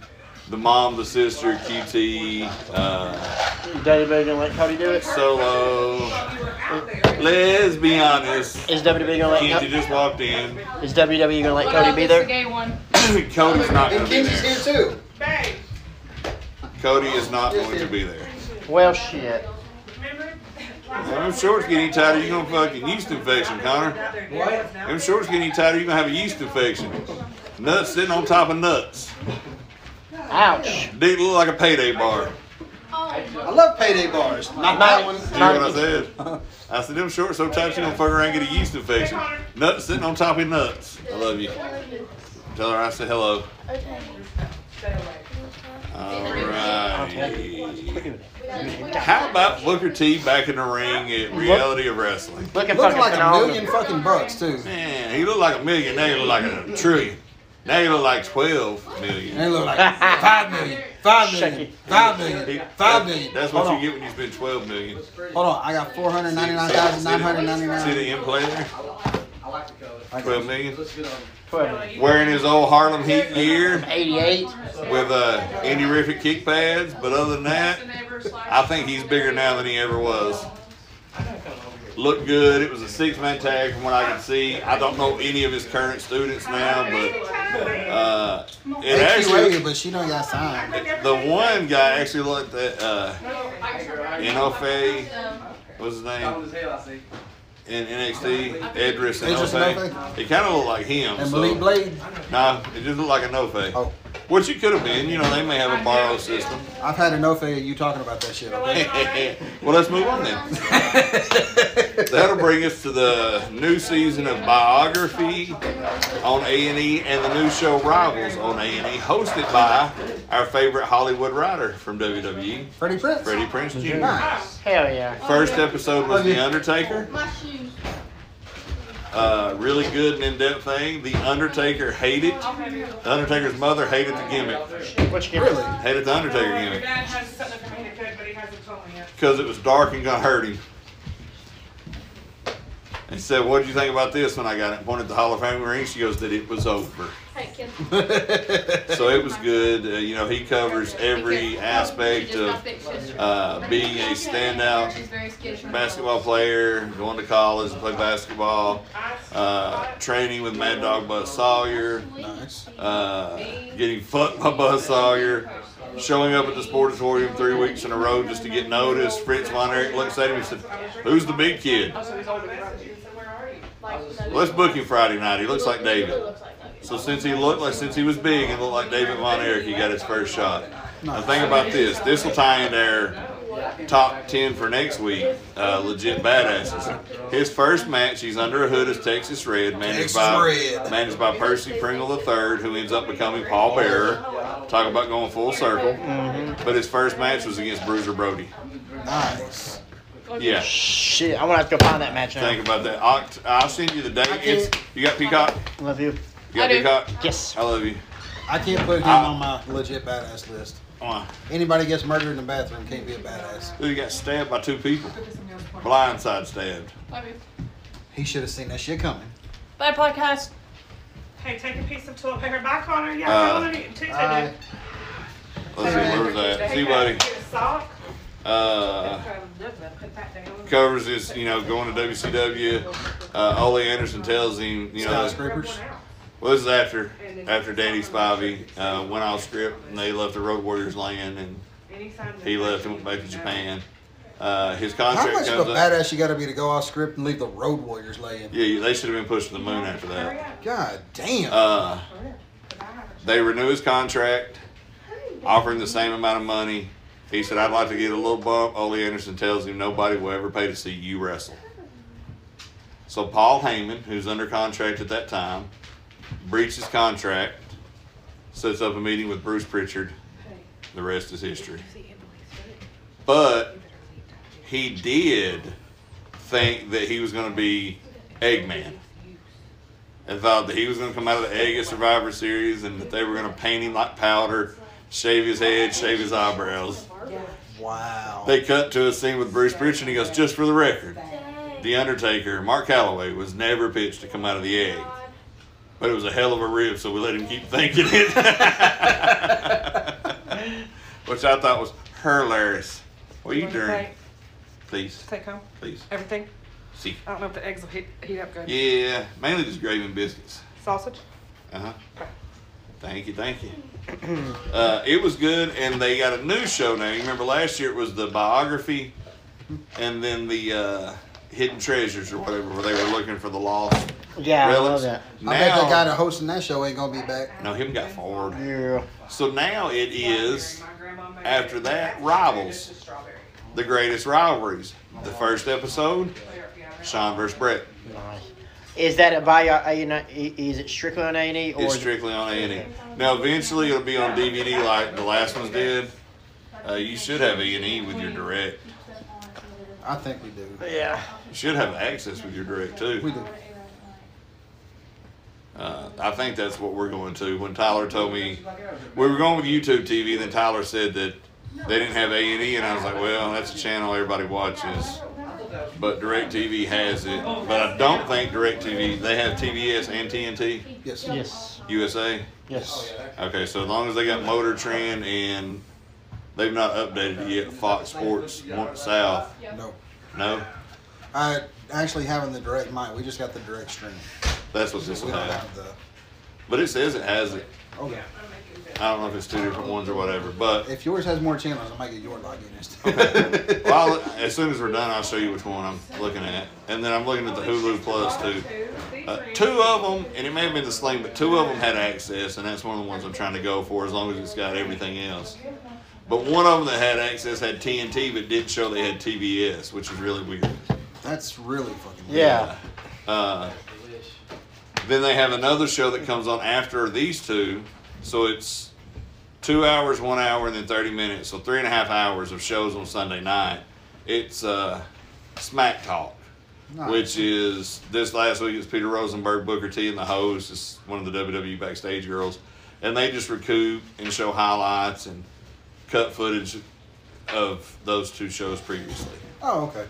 B: the mom, the sister, QT, uh,
E: WWE E gonna let Cody do it?
B: Solo. Let's be honest.
E: Is WWE gonna let
B: Kenzie
E: Cody,
B: just walked in.
E: is WWE gonna let
F: What
E: Cody
F: else
E: be
F: is the
E: there?
F: gay one?
B: Cody's not going
I: And
B: to be
I: Kenji's
B: there.
I: here too.
D: Babe,
B: Cody is not going to be there.
E: Well, shit.
D: remember?
B: Them shorts getting tighter, you're going to fucking yeast infection, Connor.
G: What?
B: Them
D: uh,
B: shorts getting tighter, you're going to have a yeast infection. Nuts sitting on top of nuts.
E: Ouch.
B: Dude, look like a payday bar.
I: I love payday bars. Not that one.
B: You know what I said? I said, them shorts so tight you gonna fuck around and get a yeast infection. Nuts sitting on top of nuts. I love you. Tell her I said hello. Alright. How about Booker T back in the ring at Reality of Wrestling?
E: Looking
I: Looking
E: fucking
I: like a million
E: phenomenal.
I: fucking bucks too.
B: Man, he looked like a million. Now he look like a trillion. Now he look like 12
I: They
B: million.
I: look like five million, five million,
E: Shaky.
I: five million, five million.
B: That's what you get when you spend 12 million.
I: Hold on, I got four hundred ninety-nine thousand nine hundred
B: See
I: ninety-nine.
B: the implant there?
G: I like the color.
B: 12 million.
G: Looks good on you.
E: Twelve.
B: Wearing his old Harlem Heat gear.
E: 88.
B: with uh, any horrific kick pads, but other than that, I think he's bigger now than he ever was. Looked good. It was a six man tag from what I can see. I don't know any of his current students now, but uh, it
I: HQA,
B: actually.
I: but she don't got signed.
B: The one guy actually looked at uh, Inofe, what's his
G: Cold
B: name?
G: as hell, I see.
B: In NXT, Edris
I: Idris
B: Inofe.
I: Inofe?
B: It kind of looked like him.
I: And
B: so-
I: Malik Blade,
B: Nah, it just looked like Inofe.
I: Oh.
B: Which it could have been. You know, they may have a borrow system.
I: I've had enough of you talking about that shit. okay?
B: well, let's move on then. That'll bring us to the new season of Biography on A&E and the new show Rivals on A&E, hosted by our favorite Hollywood writer from WWE,
I: Freddie Prinze.
B: Freddie Prinze Jr.
I: Nice.
E: Hell yeah.
B: First episode was The Undertaker.
F: My shoes.
B: Uh, really good and in-depth thing. The Undertaker hated. The Undertaker's mother hated the gimmick.
E: What you
I: Really?
E: give
B: Hated the Undertaker
D: Your
B: gimmick
D: dad has something for me to cook, but he hasn't told me yet.
B: because it was dark and gonna hurt him. And said, "What did you think about this?" When I got it, pointed the Hall of Fame ring. She goes, "That it was over."
H: Hey, kid.
B: so it was good. Uh, you know, he covers every aspect of uh, being a standout basketball player, going to college to play basketball, uh, training with Mad Dog Buzz Sawyer,
I: Nice.
B: uh, getting fucked by Buzz Sawyer, showing up at the Sportatorium three weeks in a row just to get noticed. Fritz Von Erich looks at him and said, "Who's the big kid?"
D: Oh, So he's older than you, so where are you?
B: Let's book him Friday night. He looks like David.
H: Looks like Nugget.
B: So since he looked like since he was big and looked like David Von Erich, he got his first shot. Now think about this. This will tie in our top ten for next week. Uh, legit badasses. His first match, he's under a hood as Texas Red, managed
I: Texas
B: by
I: Red.
B: managed by Percy Pringle III, who ends up becoming Paul Bearer. Talk about going full circle. But his first match was against Bruiser Brody.
I: Nice.
B: Yeah.
E: Shit, I'm gonna have to go find that match now.
B: Think about that. Oct- I'll send you the date. It's you got Peacock.
E: Love you.
B: You got
F: I
B: big
F: do.
B: cock?
E: Yes.
B: I love you.
A: I can't put him
B: I-
A: on my legit badass list.
B: Why?
A: Anybody gets murdered in the bathroom can't be a badass.
B: Dude, he got stabbed by two people. Blindside stabbed.
F: Love you.
A: He should have seen that shit coming.
F: Bye, podcast.
D: Hey, take a piece of toilet paper back on her. Yeah,
B: Uh,
D: roll it in. Tuesday,
A: Uh,
D: dude.
B: Let's see, where was that? See, buddy.
D: Get a sock.
B: Uh, covers is, you know, going to WCW. Uh, Ole Anderson tells him, you know,
A: skyscrapers.
B: Well, this is after after Danny Spivey uh, went off script and they left the Road Warriors land and he left and went back to Japan. Uh, his
A: How
B: contract
A: much of a
B: comes up.
A: badass you got to be to go off script and leave the Road Warriors laying?
B: Yeah, they should have been pushed to the moon after that.
A: God damn.
B: Uh, they renew his contract, offering the same amount of money. He said, "I'd like to get a little bump." Ole Anderson tells him, "Nobody will ever pay to see you wrestle." So Paul Heyman, who's under contract at that time, breaches contract, sets up a meeting with Bruce Pritchard. The rest is history. But he did think that he was going to be Eggman and thought that he was going to come out of the Egg at Survivor Series and that they were going to paint him like powder, shave his head, shave his eyebrows.
A: wow.
B: They cut to a scene with Bruce Pritchard and he goes, just for the record, The Undertaker, Mark Calloway, was never pitched to come out of the Egg. But it was a hell of a rib, so we let him keep thinking it. Which I thought was hilarious. What are you doing?
D: Take-
B: Please,
D: Take home
B: please.
D: everything.
B: See.
D: I don't know if the eggs will heat, heat up good.
B: Yeah, mainly just gravy and biscuits.
D: Sausage.
B: Uh-huh. Thank you, thank you. uh, it was good, and they got a new show now. You remember last year it was the biography, and then the uh, hidden treasures or whatever, where they were looking for the lost
E: Yeah, I love
B: relics.
E: that.
B: Now,
A: I bet that guy that hosting that show ain't gonna be back.
B: no, him got forward.
E: Yeah.
B: So now it is after that rivals, the greatest rivalries. The first episode, Sean versus Brett,
E: Nice. Is that a bio? A and E? Is it strictly on A and E or
B: is
E: is it,
B: strictly on A and E. Now eventually it'll be on DVD like the last ones did. Uh, you should have A and E with your direct.
A: I think we do.
E: yeah?
B: You should have access with your direct
A: We
B: too.
A: do.
B: Uh, I think that's what we're going to. When Tyler told me we were going with YouTube TV, then Tyler said that they didn't have A and E, and I was like, well, that's a channel everybody watches. But DirecTV has it. But I don't think DirecTV. They have TBS and TNT
A: Yes.
E: Yes.
B: USA.
G: Oh,
B: Oh,
E: Yes.
B: Okay, so as long as they got Motor Trend and they've not updated it yet, Fox Sports wants South.
A: No.
B: No,
A: I actually having the direct mic. We just got the direct stream.
B: that's what this
A: We
B: will
A: don't
B: have.
A: have the.
B: But it says it has it.
A: Okay.
B: I don't know if it's two different ones or whatever, but
A: If yours has more channels, I might get your login instead.
B: well, I'll- as soon as we're done, I'll show you which one I'm looking at, and then I'm looking at the Hulu Plus too. Uh, two of them, and it may have been the Sling, but two of them had access, and that's one of the ones I'm trying to go for, as long as it's got everything else. But one of them that had access had TNT, but didn't show they had TBS, which is really weird.
A: That's really fucking. Weird.
E: Yeah.
B: Uh, then they have another show that comes on after these two, so it's two hours, one hour, and then thirty minutes, so three and a half hours of shows on Sunday night. It's uh, Smack Talk,
A: Nice.
B: which is this last week it's Peter Rosenberg, Booker T, and the host. It's one of the WWE backstage girls, and they just recoup and show highlights and cut footage of those two shows previously.
A: Oh, okay.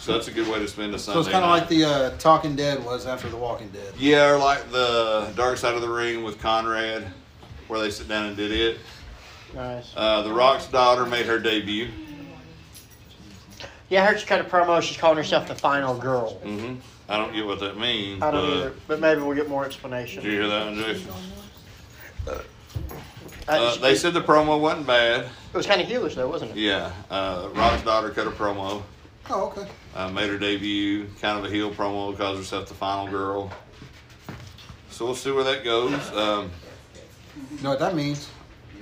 B: So that's a good way to spend a Sunday.
A: So it's kind of
B: night.
A: like the uh, Talking Dead was after the Walking Dead.
B: Yeah, or like the Dark Side of the Ring with Conrad, where they sit down and did it.
E: Nice.
B: Uh, the Rock's daughter made her debut.
E: Yeah, I heard she cut a promo. She's calling herself the final girl.
B: hmm I don't get what that means.
E: I don't
B: but
E: either, but maybe we'll get more
B: Did Uh, you
E: explanation.
B: hear that one, Jason?
E: Uh,
B: Uh,
E: she-
B: they said the promo wasn't bad.
E: it was kind of heelish though, wasn't it?
B: Yeah, uh, Rock's daughter cut a promo,
A: Oh, okay.
B: uh, made her debut, kind of a heel promo, calls herself the final girl. So we'll see where that goes. Um,
A: You know what that means?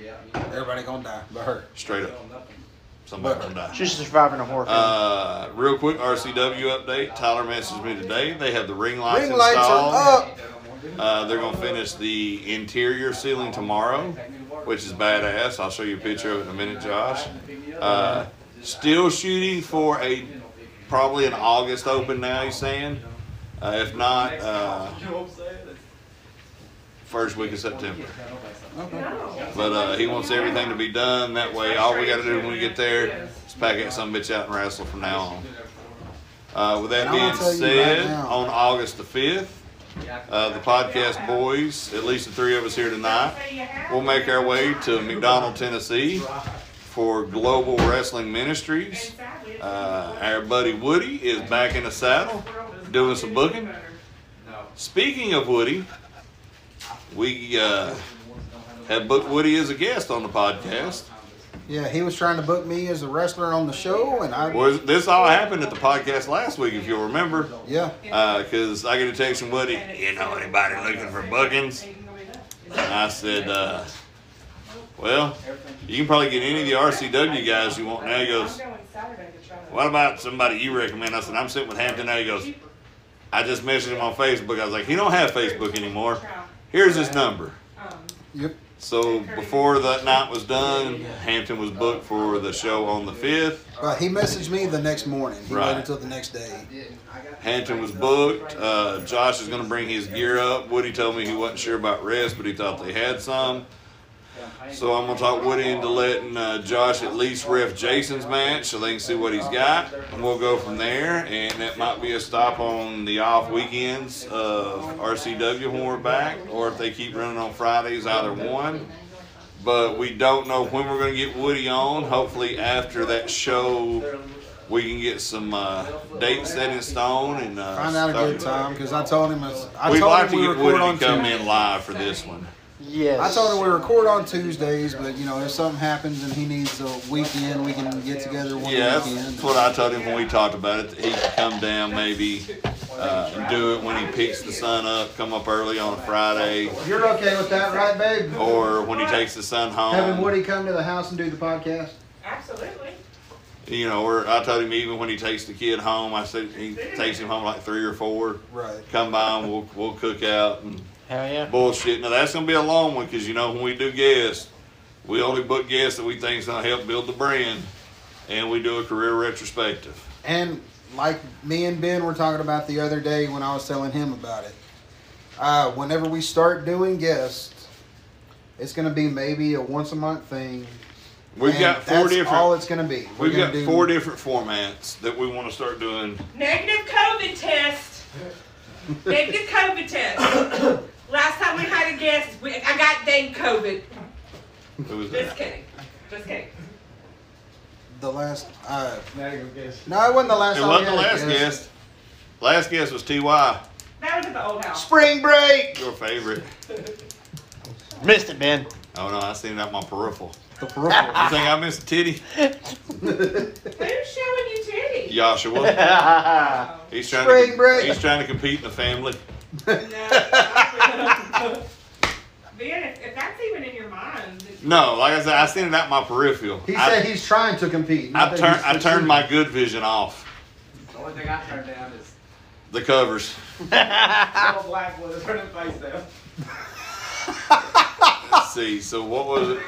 G: Yeah, I mean,
A: Everybody gonna die, but her.
B: straight
G: you know,
B: up,
G: nothing.
B: somebody gonna die.
E: She's just surviving a horror. film.
B: Uh, real quick, RCW update. Tyler messaged me today. They have the ring lights
A: Ring lights
B: installed.
A: are up.
B: Uh, they're gonna finish the interior ceiling tomorrow, which is badass. I'll show you a picture of it in a minute, Josh. Uh, still shooting for a probably an August uh, open now. He's saying, uh, if not, uh, first week of September.
A: Okay.
B: But uh, he wants everything to be done. That way, all we got to do when we get there is pack that some bitch out and wrestle from now on. Uh, with that
A: And I'm gonna
B: being
A: tell you right
B: said,
A: now-
B: on August the 5th, uh, the podcast boys, at least the three of us here tonight, we'll make our way to McDonald, Tennessee for Global Wrestling Ministries. Uh, our buddy Woody is back in the saddle doing some booking. Speaking of Woody, we uh, have booked Woody as a guest on the podcast.
A: Yeah, he was trying to book me as a wrestler on the show, and I.
B: Well, this all happened at the podcast last week, if you'll remember.
A: Yeah.
B: because I get a text from Woody, you know anybody looking for bookings? And I said, uh, well, you can probably get any of the RCW guys you want. Now he goes, what about somebody you recommend? I said, I'm sitting with Hampton. Now he goes, I just messaged him on Facebook. I was like, he don't have Facebook anymore. Here's his number.
A: Yep.
B: So before that night was done, Hampton was booked for the show on the 5th.
A: Well, he messaged me the next morning. He
B: Right.
A: waited until the next day.
B: Hampton was booked. Uh, Josh is going to bring his gear up. Woody told me he wasn't sure about rest, but he thought they had some. So I'm going to talk Woody into letting uh, Josh at least ref Jason's match so they can see what he's got. And we'll go from there. And that might be a stop on the off weekends of RCW when we're back, or if they keep running on Fridays, either one. But we don't know when we're going to get Woody on. Hopefully, after that show, we can get some uh, dates set in stone and uh,
A: Find out a good
B: start-
A: time because I told him. it's- I
B: We'd
A: told
B: like to
A: him we
B: get
A: record
B: Woody
A: on
B: to come
A: Tuesday.
B: in live for this one.
E: Yes.
A: I told him we record on Tuesdays, but you know if something happens and he needs a weekend, we can get together one
B: Yeah,
A: weekend.
B: that's what I told him when we talked about it. that He could come down maybe uh, and do it when he picks the sun up, come up early on a Friday,
A: You're okay with that, right, babe?
B: or um, when he takes the sun
A: Having
B: home.
A: Woody come to the house and do the podcast.
D: Absolutely.
B: You know, or I told him even when he takes the kid home, I said he takes him home like three or four.
A: Right.
B: Come by and we'll we'll cook out and
E: Hell yeah.
B: bullshit. Now that's gonna be a long one because you know when we do guests, we only book guests that we think's gonna help build the brand, and we do a career retrospective.
A: And like me and Ben were talking about the other day when I was telling him about it. Uh, whenever we start doing guests, it's going to be maybe a once a month thing.
B: We've
A: and
B: got four
A: that's
B: different.
A: all it's going to be. We're
B: We've
A: gonna
B: got
A: do-
B: four different formats that we want to start doing.
D: Negative COVID test. Negative COVID test. Last time we had a guest, we, I got dang COVID.
B: Who was that?
D: Just kidding. Just kidding.
A: The last. Uh, no, it wasn't the last.
B: It
A: time we
B: wasn't the
A: had a
B: last guest. Last guest was Ty,
D: That was at the old house.
A: Spring break.
B: your favorite.
E: Missed it, Ben.
B: Oh no, I seen it on my peripheral.
A: The peripheral.
B: You think I missed a titty,
D: Who's showing you titty?
B: Joshua?
E: That's
B: He's trying
A: Spring
B: to
A: break.
B: he's trying to compete in the family.
D: No. Man, if, if that's even in your mind,
B: No, like I said, I seen it out my peripheral.
A: he
B: I,
A: said he's trying to compete.
B: I
A: not that
B: turned
A: he's
B: I turned
A: succeeding.
B: my good vision off.
G: The only thing I turned down is
B: The covers.
G: all black was turning face down.
B: Let's see. So what was it?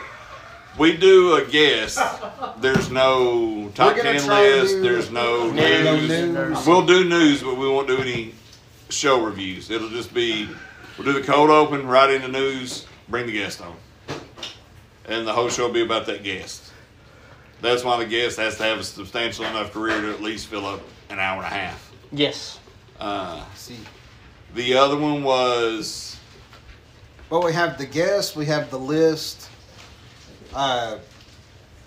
B: We do a guess. There's no top
A: We're gonna
B: ten
A: try to
B: list.
A: do-
B: There's no
A: No
B: news.
A: news.
B: We'll do news, but we won't do any show reviews. It'll just be we'll do the cold open, right into news, bring the guest on, and the whole show will be about that guest. That's why the guest has to have a substantial enough career to at least fill up an hour and a half.
E: Yes.
B: Uh,
A: See.
B: the other one was
A: Well, we have the guests. We have the list. Uh,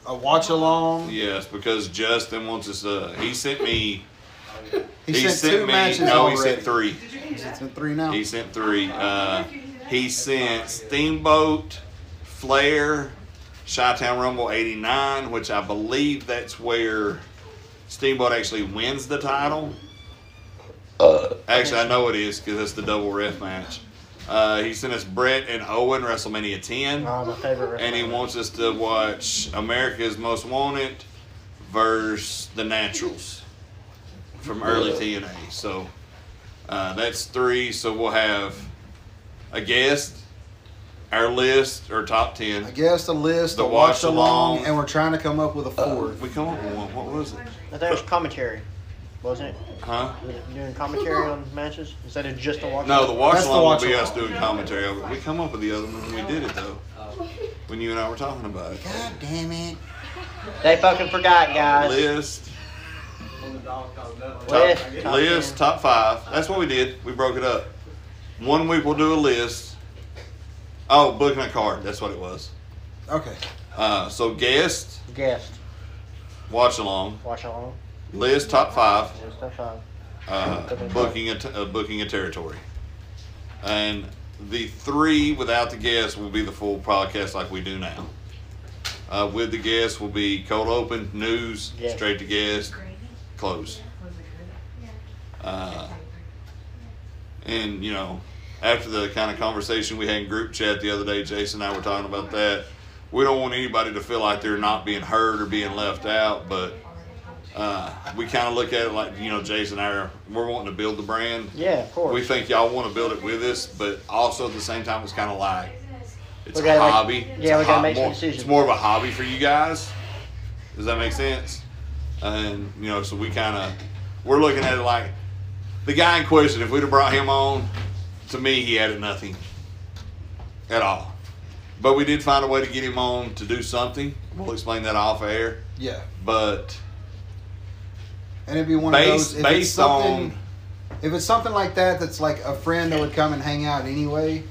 A: a watch along.
B: yes, because Justin wants us. Uh, he sent me.
A: He, sent, two
B: me.
A: matches
B: no,
A: already.
B: he sent three.
A: It's been three now.
B: He sent three. Uh, he sent Steamboat, Flair, Chi-Town Rumble '89, which I believe that's where Steamboat actually wins the title. Actually, I know it is because it's the double ref match. Uh, he sent us Brett and Owen WrestleMania 10,
E: Oh, my favorite.
B: and he wants us to watch America's Most Wanted versus The Naturals from early TNA. So uh, that's three. So we'll have a guest, our list, or top
A: I
B: ten.
A: guess a list,
B: The
A: a watch
B: watch along. Uh,
A: along, and we're trying to come up with a fourth.
B: We come up with one. What was it?
E: I thought it was commentary. wasn't it?
B: Huh?
E: Was it doing commentary on matches instead of just the watch?
B: No, the watch
A: That's the
B: along
A: watch
B: will be
A: along.
B: us doing commentary. over it. We come up with the other one when we did it though. When you and I were talking about it.
A: God damn it.
E: They fucking forgot, guys.
B: List,
G: When the dog comes up.
E: List.
B: top,
E: Top
B: list,
E: ten.
B: top five. That's what we did. We broke it up. One week we'll do a list. Oh, booking a card. That's what it was.
A: Okay.
B: Uh, so guest,
E: Guest,
B: watch along,
E: watch along.
B: list, top five.
E: Just stuff on.
B: uh, booking a t- uh, booking a territory, and the three without the guests will be the full podcast like we do now. Uh, with the guests will be cold open news
E: Yeah.
B: straight to guest close. Uh, and you know, after the kind of conversation we had in group chat the other day, Jason and I were talking about that. We don't want anybody to feel like they're not being heard or being left out, but uh, we kind of look at it like you know, Jason and I are we're wanting to build the brand.
E: Yeah, of course.
B: We think y'all want to build it with us, but also at the same time, it's kind of like it's
E: We
B: a
E: gotta make-
B: hobby.
E: yeah,
B: It's
E: we
B: a
E: gotta
B: hob-
E: make some
B: more-
E: decisions.
B: It's more of a hobby for you guys. Does that make sense? And you know, so we kind of we're looking at it like the guy in question. If we'd have brought him on, to me, he added nothing at all. But we did find a way to get him on to do something. We'll explain that off air.
A: Yeah.
B: But
A: And it'd be one
B: based
A: of those. If it's
B: based
A: something,
B: on
A: If it's something like that, that's like a friend that would come and hang out anyway,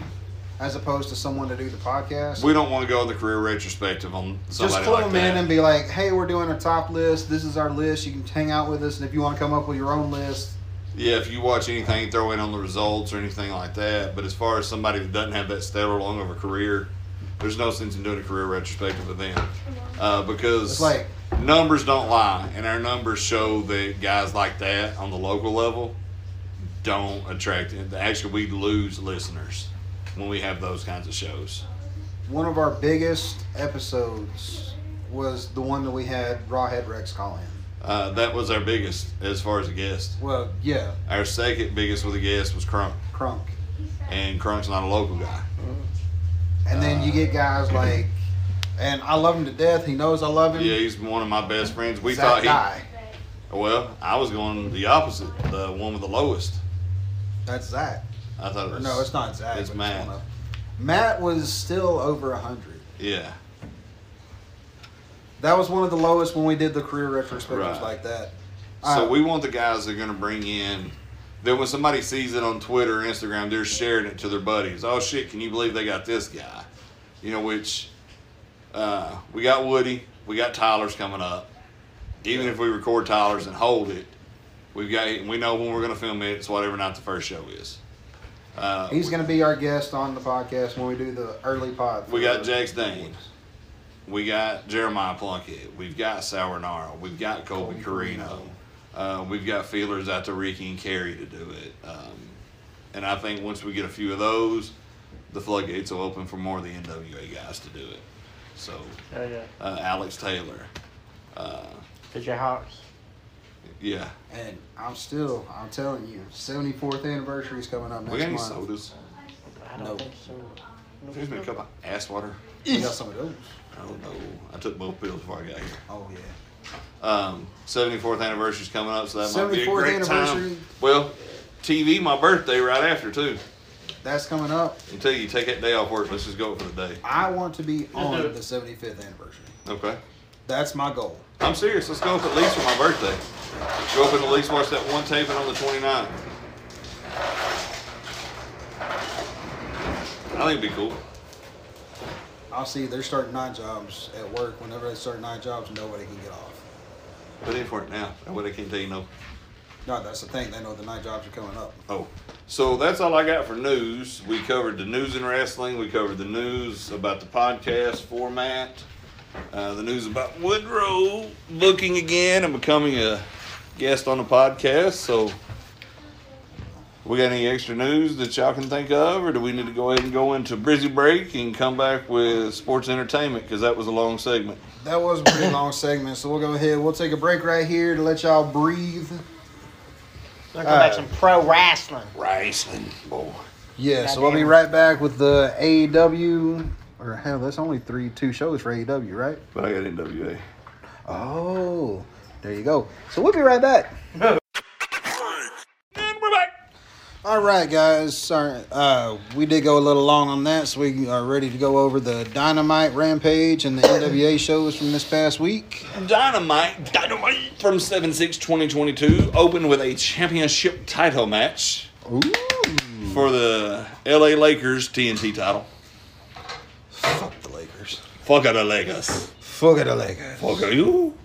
A: as opposed to someone to do the podcast.
B: we don't want to go in the career retrospective on
A: just
B: somebody
A: pull
B: like
A: them
B: that.
A: in and be like, "Hey, we're doing a top list. This is our list. You can hang out with us, and if you want to come up with your own list,
B: Yeah, if you watch anything, throw in on the results or anything like that. But as far as somebody that doesn't have that stellar long of a career, there's no sense in doing a career retrospective with them uh, because
A: it's like
B: numbers don't lie, and our numbers show that guys like that on the local level don't attract. Actually, we lose listeners when we have those kinds of shows.
A: one of our biggest episodes was the one that we had Rawhead Rex call in.
B: Uh, that was our biggest as far as a guest.
A: Well, yeah,
B: Our second biggest with a guest was Crunk,
A: Crunk,
B: and Crunk's not a local guy.
A: and then you get guys like, and I love him to death. He knows I love him.
B: Yeah, he's one of my best friends. We
A: It's
B: thought
A: that
B: he.
A: guy.
B: Well, I was going the opposite, the one with the lowest.
A: That's Zach.
B: I thought it
A: Or
B: was.
A: no, it's not Zach.
B: It's
A: but
B: Matt.
A: one of- Matt was still over hundred.
B: Yeah,
A: That was one of the lowest when we did the career retrospectives
B: Right.
A: like that.
B: so
A: Uh,
B: we want the guys that are going to bring in. Then when somebody sees it on Twitter or Instagram, they're sharing it to their buddies. Oh shit! Can you believe they got this guy? You know, which uh, we got Woody, we got Tyler's coming up. Even if we record Tyler's and hold it, we've got we know when we're going to film it. It's whatever night the first show is. Uh,
A: He's going to be our guest on the podcast when we do the early pod.
B: We got
A: for-
B: Jax Dane. We got Jeremiah Plunkett. We've got Sour Gnarl. We've got Colby Carino. Uh, we've got feelers out to Ricky and Carrie to do it. Um, and I think once we get a few of those, the floodgates will open for more of the NWA guys to do it. So
E: Oh, yeah.
B: uh, Alex Taylor. Uh,
E: The Jayhawks.
B: yeah.
A: And I'm still, I'm telling you, 74th anniversary is coming up
B: We got any
A: next month.
B: sodas?
E: I don't
A: No.
E: think so.
B: Excuse me, a cup of ass water.
A: We got some of those.
B: I don't know. I took both pills before I got here.
A: Oh, yeah.
B: Um, 74th anniversary is coming up, so that might be a
A: 74th
B: great
A: anniversary.
B: time. Well, TV, my birthday right after too.
A: That's coming up.
B: Until you take that day off work, let's just go for the day.
A: I want to be on the
E: do it.
A: 75th anniversary.
B: Okay.
A: That's my goal.
B: I'm serious. Let's go up at least for my birthday. Go up and at least watch that one taping on the 29th. I think it'd be cool.
A: I'll see, they're starting night jobs at work. Whenever they start night jobs, nobody can get off.
B: Put in for it now. That way they can't tell you no.
A: No, that's the thing. They know the night jobs are coming up.
B: Oh, so that's all I got for news. We covered the news in wrestling. We covered the news about the podcast format. Uh, the news about Woodrow booking again and becoming a guest on the podcast. So, we got any extra news that y'all can think of, or do we need to go ahead and go into Brizzy break and come back with sports entertainment because that was a long segment.
A: That was a pretty long segment, so we'll go ahead. We'll take a break right here to let y'all breathe.
E: They're gonna make some pro wrestling.
B: Wrestling, boy.
A: Yeah, so we'll be right back with the AEW. Or hell, that's only three, two shows for AEW, right?
B: But I got NWA.
A: Oh, there you go. So we'll be right back. All right, guys. Sorry, uh, we did go a little long on that, so we are ready to go over the Dynamite Rampage and the NWA shows from this past week.
B: Dynamite, Dynamite from 7 6 2022 opened with a championship title match
A: Ooh.
B: for the LA Lakers TNT title.
A: Fuck the Lakers.
B: Fuck the Lakers.
A: Fuck the Lakers.
B: Fuck you.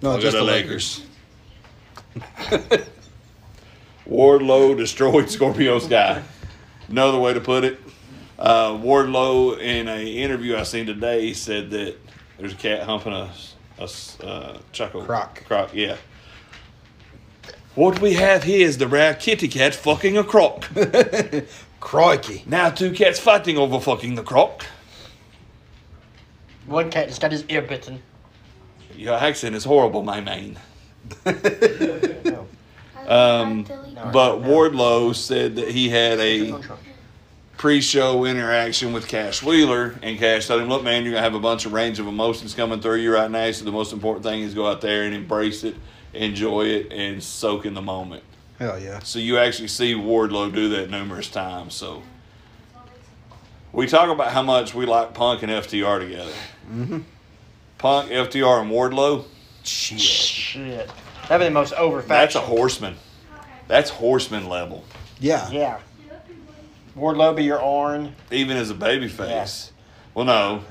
A: No,
B: Fuck
A: just the
B: the Lakers. Wardlow destroyed Scorpio Sky. Another way to put it. Uh, Wardlow, in an interview I seen today, said that there's a cat humping a, a s- uh, choco
A: Croc.
B: Croc, yeah. What we have here is the rare kitty cat fucking a croc.
A: Crikey.
B: now two cats fighting over fucking the croc.
E: One cat just got his ear bitten.
B: Your accent is horrible, my man.
H: Um,
B: But Wardlow said that he had a pre-show interaction with Cash Wheeler, and Cash told him, "Look, man, you're gonna have a bunch of range of emotions coming through you right now. So the most important thing is go out there and embrace it, enjoy it, and soak in the moment."
A: Hell yeah.
B: So you actually see Wardlow do that numerous times. So we talk about how much we like Punk and FTR together. Punk, FTR, and Wardlow.
A: Shit.
E: Shit. That'd be the most over
B: That's a
E: faction.
B: horseman. That's horseman level.
A: Yeah.
E: Yeah. Wardlow be your Arn.
B: even as a baby face.
E: Yes.
B: Well, no.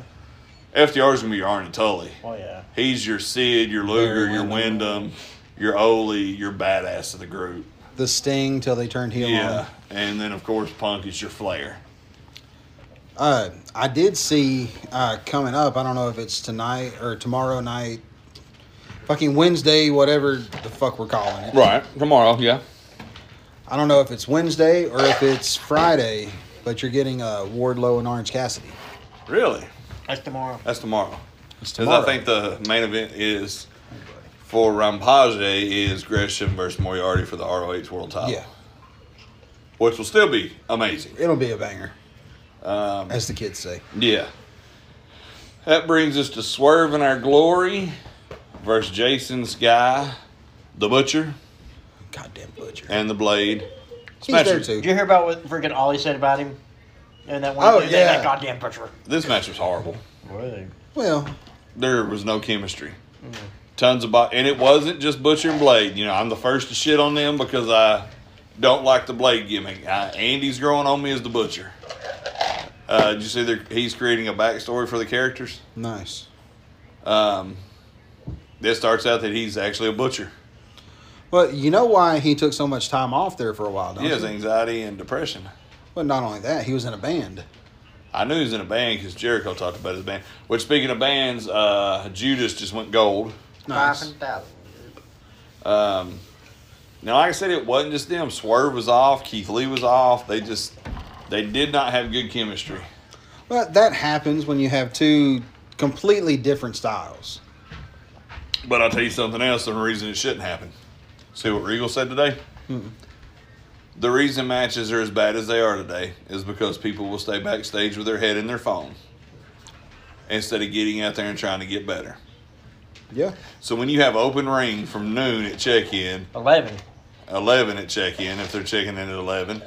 B: FDR's going to be your Arn and Tully.
E: Oh, yeah.
B: He's your Sid, your Luger, your Wyndham, your Ole, your badass of the group.
A: The Sting till they turned heel
B: Yeah.
A: on.
B: And then, of course, Punk is your Flair.
A: Uh, I did see uh, coming up. I don't know if it's tonight or tomorrow night. Fucking Wednesday, whatever the fuck we're calling it.
B: Right. Tomorrow, yeah.
A: I don't know if it's Wednesday or if it's Friday, but you're getting uh, Wardlow and Orange Cassidy.
B: Really?
E: That's tomorrow.
B: That's tomorrow.
A: It's
B: Because I think the main event is for Rampage is Gresham versus Moriarty for the ROH World title.
A: yeah,
B: Which will still be amazing.
A: it'll be a banger,
B: Um,
A: as the kids say.
B: Yeah. That brings us to Swerve in Our Glory versus Jason Sky, the Butcher,
A: Goddamn butcher.
B: and the Blade.
A: He's there
B: Smasher.
A: too.
E: Did you hear about what freaking Ollie said about him? And that one
A: Oh,
E: dude, that-
A: yeah.
E: that goddamn butcher.
B: This match was horrible.
E: Really?
A: Well,
B: There was no chemistry. Tons of bo- and it wasn't just Butcher and Blade. You know, I'm the first to shit on them because I don't like the Blade gimmick. I, Andy's growing on me as the Butcher. Uh, did you see there, he's creating a backstory for the characters?
A: nice.
B: Um, this starts out that he's actually a butcher.
A: Well, you know why he took so much time off there for a while, don't
B: He has
A: you?
B: anxiety and depression.
A: But not only that, he was in a band.
B: I knew he was in a band because Jericho talked about his band. Which, speaking of bands, uh, Judas just went gold.
A: Nice.
B: Um, now, like I said, it wasn't just them. Swerve was off. Keith Lee was off. They just they did not have good chemistry.
A: Well, that happens when you have two completely different styles.
B: But I'll tell you something else. The reason it shouldn't happen. See what Regal said today. The reason matches are as bad as they are today is because people will stay backstage with their head in their phone instead of getting out there and trying to get better.
A: Yeah.
B: So when you have open ring from noon at check-in
E: 11.
B: 11 at check in if they're checking in at 11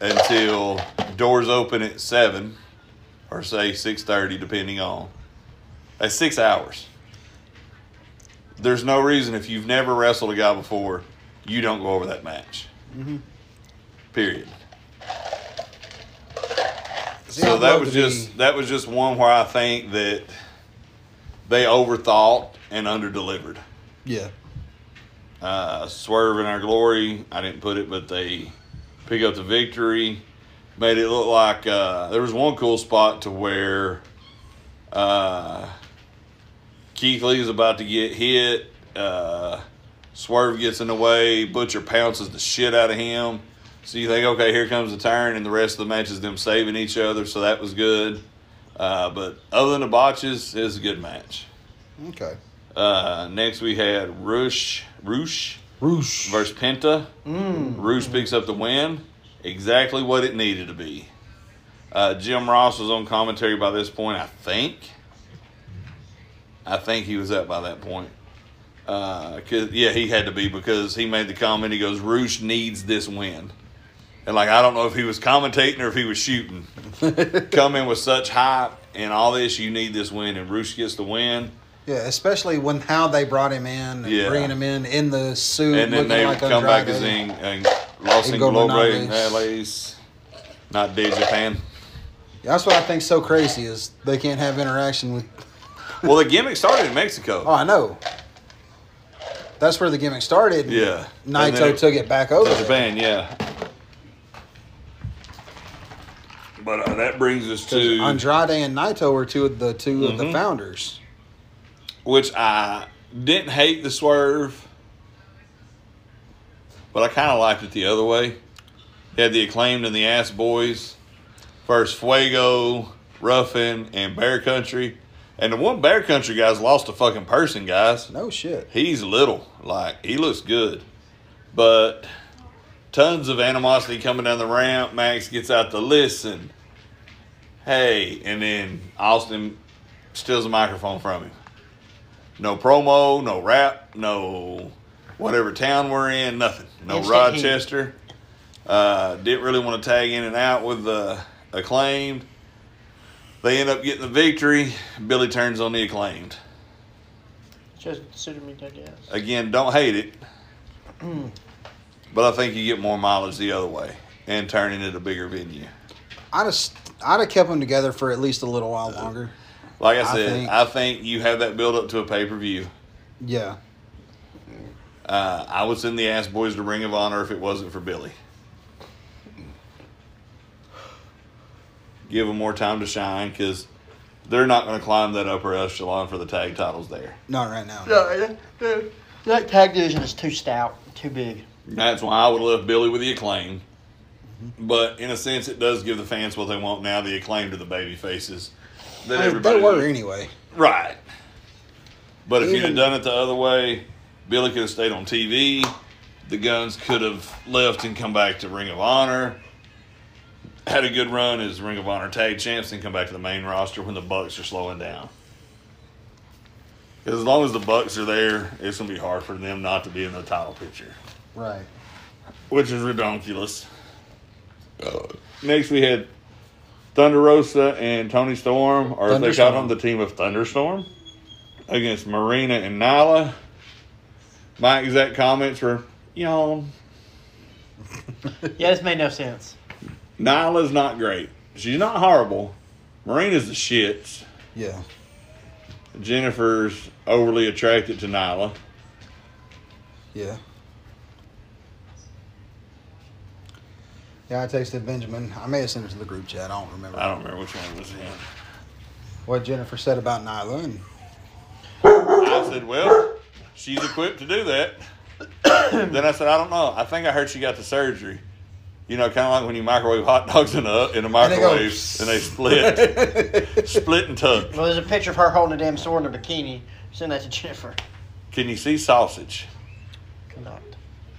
B: until doors open at 7 or say 6.30 depending on that's six hours there's no reason if you've never wrestled a guy before you don't go over that match
A: Mm-hmm.
B: period
A: See,
B: so
A: I'd
B: that
A: love
B: was
A: to be-
B: just that was just one where i think that they overthought and underdelivered
A: yeah.
B: uh, Swerve in Our Glory. I didn't put it, but they pick up the victory. Made it look like uh, there was one cool spot to where uh, Keith Lee is about to get hit. Uh, Swerve gets in the way. Butcher pounces the shit out of him. So you think, okay, here comes the turn, and the rest of the match is them saving each other. So that was good. Uh, but other than the botches, it was a good match.
A: Okay.
B: Uh, next we had Roosh, Roosh
A: Roosh.
B: versus Penta. Mm. Roosh picks up the win, exactly what it needed to be. Uh, Jim Ross was on commentary by this point, I think. I think he was up by that point. Uh, 'cause- yeah, he had to be because he made the comment. He goes, "Roosh needs this win." And like I don't know if he was commentating or if he was shooting. Come in with such hype and all this, you need this win, and Roosh gets the win.
A: Yeah, especially when how they brought him in, and
B: Yeah.
A: bringing him in in the suit,
B: and then
A: looking
B: they
A: like
B: come back
A: Andrade.
B: as in, and Los
A: Ingo
B: Inglobre
A: Bernales.
B: Alex, not Dave Japan.
A: Yeah, That's what I think's so crazy is they can't have interaction with.
B: Well, the gimmick started in Mexico.
A: Oh, I know. That's where the gimmick started. and
B: Yeah. And
A: Naito
B: then it-
A: took it back over.
B: To Japan, yeah. But uh, that brings us
A: Because
B: to
A: Andrade and Naito were two of the 2 of the
B: Mhm.
A: founders.
B: which I didn't hate the swerve, but I kind of liked it the other way. He had the acclaimed and the ass boys versus Fuego, Ruffin, and Bear Country. And the one Bear Country guy's lost a fucking person, guys.
A: No shit.
B: He's little. Like, he looks good. But tons of animosity coming down the ramp. Max gets out the listen. Hey, and then Austin steals the microphone from him. No promo, no rap, no whatever town we're in, nothing. No
E: Instant heat.
B: Rochester. Uh, didn't really want to tag in and out with the acclaimed. They end up getting the victory. Billy turns on the acclaimed.
E: Just consider me dead, yes.
B: Again, don't hate it, but I think you get more mileage the other way and turn it into a bigger venue.
A: I'd have, I'd have kept them together for at least a little while
B: Uh,
A: longer.
B: Like I
A: I
B: said, I think,
A: think-
B: you have that build up to a pay per view.
A: Yeah.
B: Uh, I would send the ass boys to Ring of Honor if it wasn't for Billy. Give them more time to shine because they're not going to climb that upper echelon for the tag titles there.
A: Not right now.
E: That tag division is too stout, too big.
B: That's why I would love Billy with the acclaim. But in a sense, it does give the fans what they want now the acclaim to the baby faces that
A: I mean,
B: everybody
A: they were anyway.
B: Right. But if you'd have
A: Even-
B: done it the other way, Billy could have stayed on TV. The Guns could have left and come back to Ring of Honor. Had a good run as Ring of Honor tag champs and come back to the main roster when the Bucks are slowing down. 'Cause as long as the Bucks are there, it's going to be hard for them not to be in the title picture
A: Right.
B: which is redonkulous. Next, we had Thunder Rosa and Tony Storm, or as they got
A: Thunderstorm.
B: on the team of Thunderstorm, against Marina and Nyla. My exact comments were, yawn.
E: Yeah, this made no sense.
B: Nyla's not great. She's not horrible. Marina's the shits.
A: Yeah.
B: Jennifer's overly attracted to Nyla.
A: Yeah. Yeah, I texted Benjamin. I may have sent it to the group chat. I don't remember
B: I don't remember which one was him.
A: what Jennifer said about Nyla. And
B: I said, well, she's equipped to do that. then I said, I don't know. I think I heard she got the surgery. You know, kind of like when you microwave hot dogs in a in a
A: And they go,
B: microwave and they split, split and tuck.
E: Well, there's a picture of her holding a damn sword in a bikini. Send that to Jennifer.
B: Can you see sausage?
E: Cannot.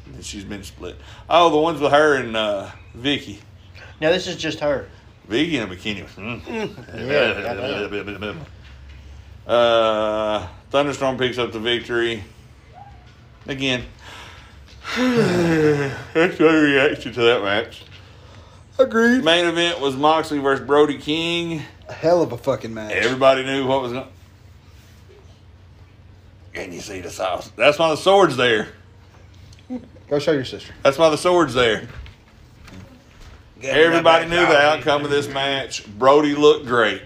B: And She's been split. Oh, the ones with her and uh, Vicky.
E: No, this is just her.
B: Vicky in a bikini. Mm.
E: Yeah, goddamn.
B: Uh, Thunderstorm picks up the victory. Again, that's my reaction to that match.
A: agreed.
B: Main event was Moxley versus Brody King.
A: Hell of a fucking match.
B: Everybody knew what was going. Can you see the sauce? That's why the sword's there.
A: Go show your sister.
B: That's why the sword's there. Everybody knew the outcome of this match. Brody looked great.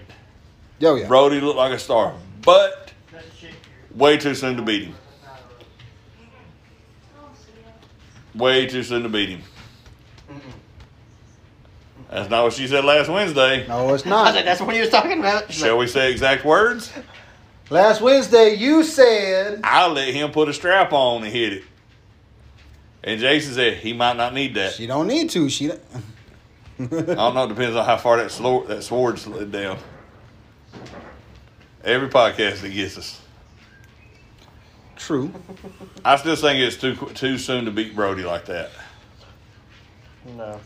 A: Yo, yeah.
B: Brody looked like a star, but way too soon to beat him. Way too soon to beat him. That's not what she said last Wednesday.
A: No, it's
E: I
A: not.
E: was like, that's what he was talking about. She's
B: Shall
E: like,
B: we say exact words?
A: Last Wednesday, you said.
B: I let him put a strap on and hit it. And Jason said he might not need that.
A: She don't need to. She. don't-
B: I don't know. It depends on how far that slor- that sword slid down. Every podcast that gets us.
A: True.
B: I still think it's too qu- too soon to beat Brody like that.
E: No.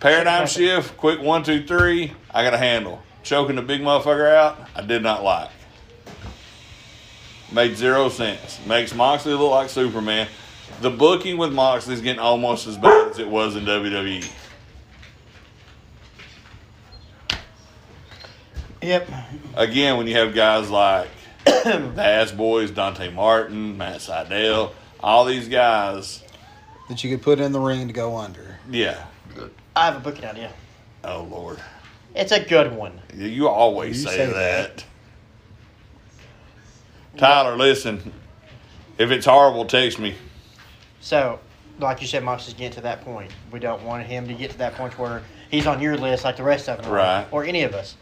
B: Paradigm shift, quick one, two, three. I got a handle. Choking the big motherfucker out, I did not like. Made zero sense. Makes Moxley look like Superman. The booking with Moxley's getting almost as bad as it was in E. WWE.
E: Yep.
B: Again, when you have guys like the Ass Boys, Dante Martin, Matt Seidel, all these guys,
A: that you could put in the ring to go under.
B: yeah.
E: I have a booking idea.
B: Oh Lord,
E: It's a good one.
B: you, you always
A: You
B: say,
A: say
B: that. Tyler, listen. If it's horrible, text me.
E: So, like you said, Mox is getting to that point. We don't want him to get to that point where he's on your list like the rest of them, are,
B: Right.
E: Or any of us.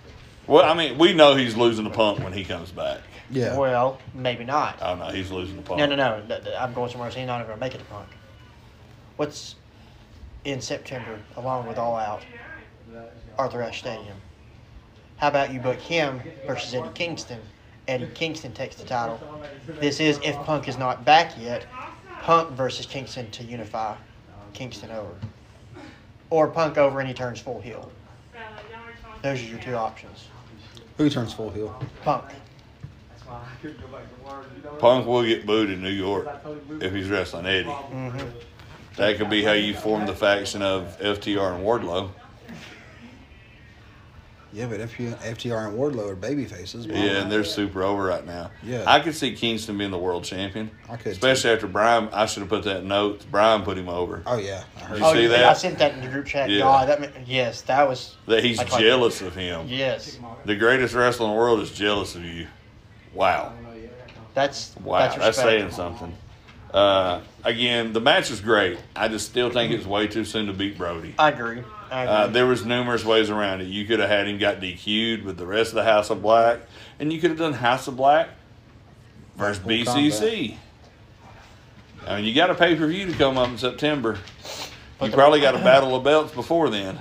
B: Well, I mean, we know he's losing the punk when he comes back.
A: Yeah.
E: Well, maybe not.
B: Oh no, he's losing the punk.
E: No, no, no. Th- th- I'm going somewhere else. He's not even going to make it to Punk. What's in September, along with All Out, Arthur Ashe Stadium? How about you book him versus Eddie Kingston? Eddie Kingston takes the title. This is if Punk is not back yet. Punk versus Kingston to unify Kingston over, or Punk over and he turns full heel. Those are your two options.
A: Who turns full heel?
E: Punk.
G: That's why I couldn't go back to work. You know,
B: Punk will get booed in New York
G: I totally moved
B: if he's wrestling Eddie.
E: Mm-hmm.
B: That could be how you form the faction of FTR and Wardlow.
A: Yeah, but FTR, FTR and Wardlow are baby faces. Why
B: Yeah,
A: not?
B: and they're super over right now.
A: Yeah.
B: I could see Kingston being the world champion.
A: I could,
B: Especially after Brian. I should have put that in notes. Brian put him over.
A: Oh yeah, I heard.
B: You see that?
E: I sent that in the group chat.
B: Yeah.
E: God, that ma- yes, that was
B: That he's
E: I tried-
B: jealous of him.
E: Yes,
B: The greatest wrestler in the world is jealous of you. Wow.
E: that's
B: Wow.
E: That's,
B: That's,
E: respect.
B: saying something. Uh, again, the match is great. I just still think it's way too soon to beat Brody.
E: I agree. I agree.
B: Uh, there was numerous ways around it. You could have had him got DQ'd with the rest of the House of Black, and you could have done House of Black versus
A: Mortal
B: BCC. I mean, you got a pay per view to come up in September. You probably got a battle of belts before then.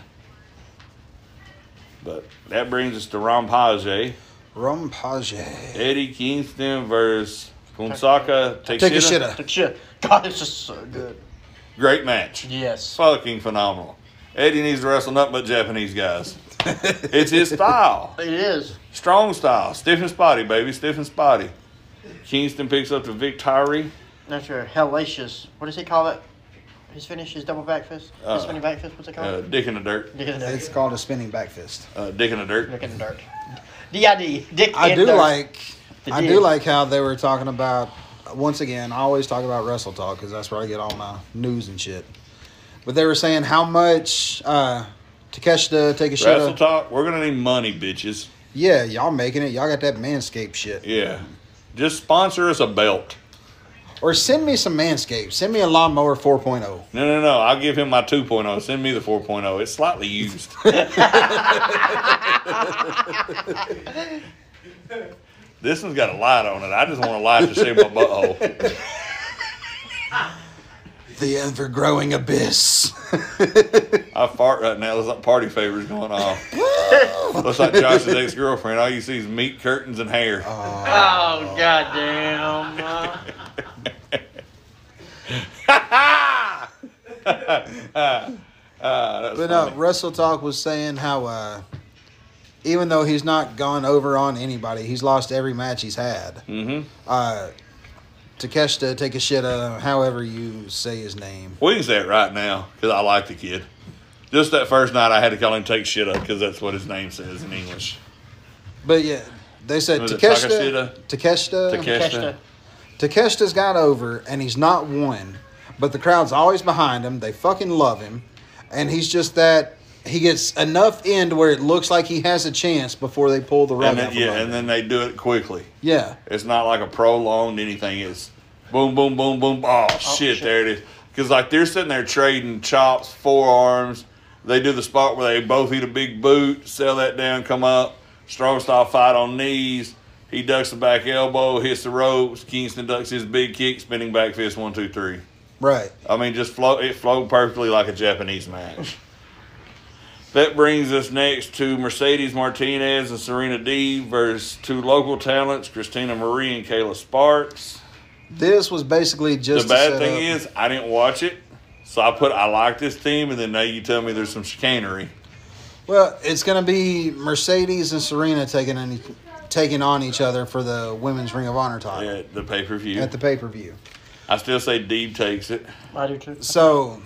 B: But that brings us to Rampage,
A: Rampage.
B: Eddie Kingston versus Kunsaka
A: Take a shit
B: Takeshita.
A: up.
E: Good shit. God, it's just so good.
B: Great match.
E: Yes.
B: Fucking phenomenal. Eddie needs to wrestle nothing but Japanese guys. it's his style.
E: It is.
B: Strong style, stiff and spotty, baby, stiff and spotty. Kingston picks up the victory.
E: That's your hellacious. What does he call it? His finish is double back fist.
B: Uh,
E: His spinning back fist. What's it called?
B: Uh, dick in the dirt.
E: dick in the
A: It's
E: dirt.
A: called a spinning back fist.
B: Uh, dick in the dirt.
E: Dick in the dirt. D-I-D. Dick
A: I
E: in
A: do
E: dirt.
A: like.
E: The
A: I
E: dig.
A: do like how they were talking about. Once again, I always talk about Wrestle Talk because that's where I get all my news and shit. But they were saying how much uh, Takeshita take a shit
B: Wrestle
A: up.
B: talk. We're gonna need money, bitches.
A: Yeah, y'all making it. Y'all got that Manscaped shit.
B: Yeah. Just sponsor us a belt.
A: Or send me some Manscaped. Send me a lawnmower oh. 4.0.
B: No, no, no. I'll give him my 2.0. Send me the 4.0. It's slightly used. this one's got a light on it. I just want a light to shave my butthole.
A: The ever growing abyss.
B: I fart right now. There's like party favors going off. Looks like Josh's ex girlfriend. All you see is meat curtains and hair.
E: Oh, goddamn. Uh,
B: Ah, that's
A: But no,
B: funny.
A: Russell Talk was saying how uh, even though he's not gone over on anybody, he's lost every match he's had.
B: Mhm.
A: Uh, Takeshita, take a shit, uh, however you say his name.
B: We can say it right now because I like the kid. Just that first night, I had to call him Take Shit Up because that's what his name says in English.
A: But yeah, they said
B: Was it
A: Takeshita, Takeshita,
B: Takeshita.
A: Takeshita's got over and he's not won, but the crowd's always behind him. They fucking love him, and he's just that. He gets enough in to where it looks like he has a chance before they pull the rug
B: And
A: out
B: then,
A: from
B: yeah,
A: under
B: and
A: him.
B: then they do it quickly.
A: yeah.
B: It's not like a prolonged anything. It's boom, boom, boom, boom. Oh, shit,
E: shit.
B: there it is. Because like they're sitting there trading chops, forearms. They do the spot where they both eat a big boot, sell that down, come up, strong style fight on knees. He ducks the back elbow, hits the ropes. Kingston ducks his big kick, spinning back fist, one, two, three.
A: Right.
B: I mean, just flow. It flowed perfectly like a Japanese match. that brings us next to Mercedes Martinez and Serena D versus two local talents, Christina Marie and Kayla Sparks.
A: This was basically just
B: the bad
A: to set
B: thing
A: up-
B: is, I didn't watch it, so I put I like this team, and then now you tell me there's some chicanery.
A: Well, it's going to be Mercedes and Serena taking on, taking on each other for the women's Ring of Honor title
B: at the pay per view.
A: at the pay per view.
B: I still say Deeb takes it.
E: I do too.
A: So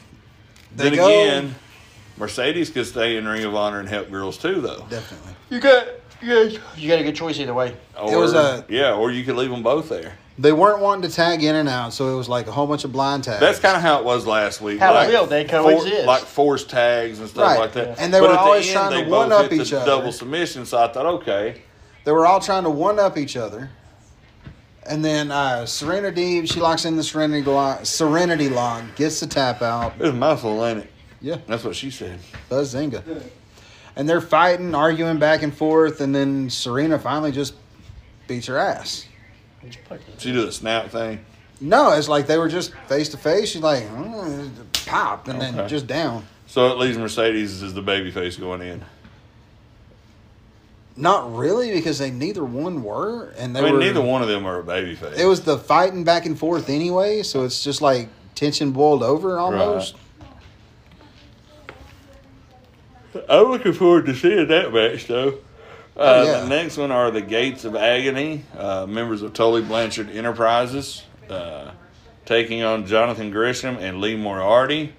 A: they
B: then
A: go-
B: again, Mercedes could stay in Ring of Honor and help girls too, though.
A: definitely.
E: You got, you got, you got a good choice either way.
B: Or,
A: was a-
B: yeah, or you could leave them both there.
A: They weren't wanting to tag in and out, so it was like a whole bunch of blind tags.
B: That's kind of how it was last week.
E: How will they coexist?
B: like forced tags and stuff
A: Right.
B: like that.
A: And they were
B: at the
A: always
B: end,
A: trying to
B: they both
A: one-up
B: hit the
A: each other.
B: Double submission. So I thought, okay,
A: They were all trying to one up each other. And then uh, Serena Deeb, she locks in the Serenity lock, Serenity lock, gets the tap out.
B: it was a mouthful, ain't it?
A: Yeah,
B: That's what she said.
A: Bazinga. And they're fighting, arguing back and forth, and then Serena finally just beats her ass.
B: She did a snap thing.
A: No, it's like they were just face to face. She's like, mm, pop, and then
B: Okay.
A: just down.
B: So it leaves Mercedes as the babyface going in.
A: Not really, because they neither one were, and they
B: I mean,
A: were
B: neither one of them are a babyface.
A: It was the fighting back and forth anyway, so it's just like tension boiled over almost.
B: I'm looking forward to seeing that match, though. Uh,
A: Oh, yeah.
B: The next one are the Gates of Agony, uh, members of Tully Blanchard Enterprises, uh, taking on Jonathan Grisham and Lee Moriarty.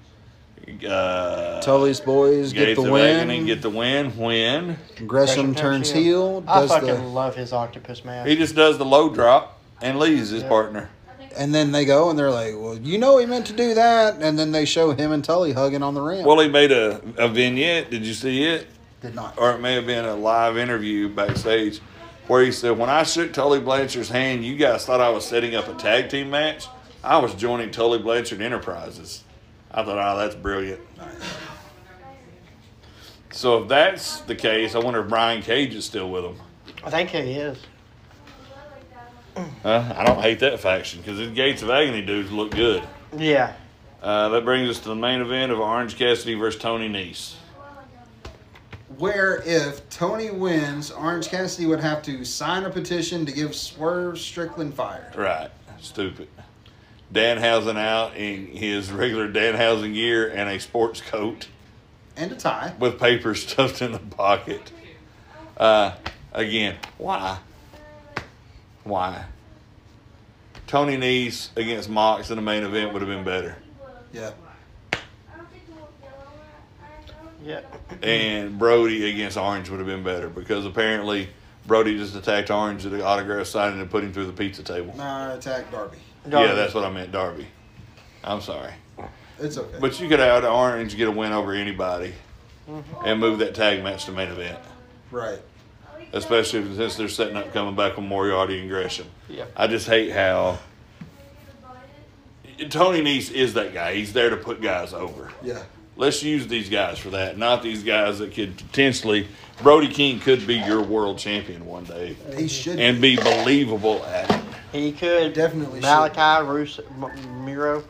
B: Uh,
A: Tully's boys get
B: Gates
A: the
B: of
A: win.
B: Agony get the win. When
A: Gresham turns heel,
E: I
A: does
E: fucking
A: the,
E: love his octopus match.
B: he just does the low drop and leaves his partner.
A: and then they go and they're like, "Well, you know, he meant to do that." And then they show him and Tully hugging on the ramp.
B: Well, he made a, a vignette. Did you see it?
A: Did not.
B: or it may have been a live interview backstage where he said, When I shook Tully Blanchard's hand, you guys thought I was setting up a tag team match. I was joining Tully Blanchard Enterprises. I thought, oh, that's brilliant. So if that's the case, I wonder if Brian Cage is still with him.
E: I think he is.
B: Huh? I don't hate that faction because the Gates of Agony dudes look good.
E: Yeah.
B: Uh, that brings us to the main event of Orange Cassidy versus Tony Nese.
A: Where if Tony wins, Orange Cassidy would have to sign a petition to give Swerve Strickland fired.
B: Right. Stupid. Danhausen out in his regular Danhausen gear and a sports coat
A: And a tie.
B: with paper stuffed in the pocket. Uh, again, why? Why? Tony Nese against Mox in the main event would have been better.
A: Yeah.
E: Yeah.
B: And Brody against Orange would have been better because apparently Brody just attacked Orange at the autograph signing and put him through the pizza table.
A: Nah, attack Darby.
B: Yeah, that's what I meant, Darby. I'm sorry.
A: It's okay.
B: But you could out of Orange get a win over anybody and move that tag match to main event,
A: right.
B: especially since they're setting up coming back with Moriarty and Gresham.
E: Yeah.
B: I just hate how Tony Nese is that guy. He's there to put guys over.
A: Yeah.
B: Let's use these guys for that, not these guys that could potentially. Brody King could be your world champion one day
A: He should
B: and be believable at it.
E: He could.
A: Definitely
E: Malachi, Rus- M- Miro.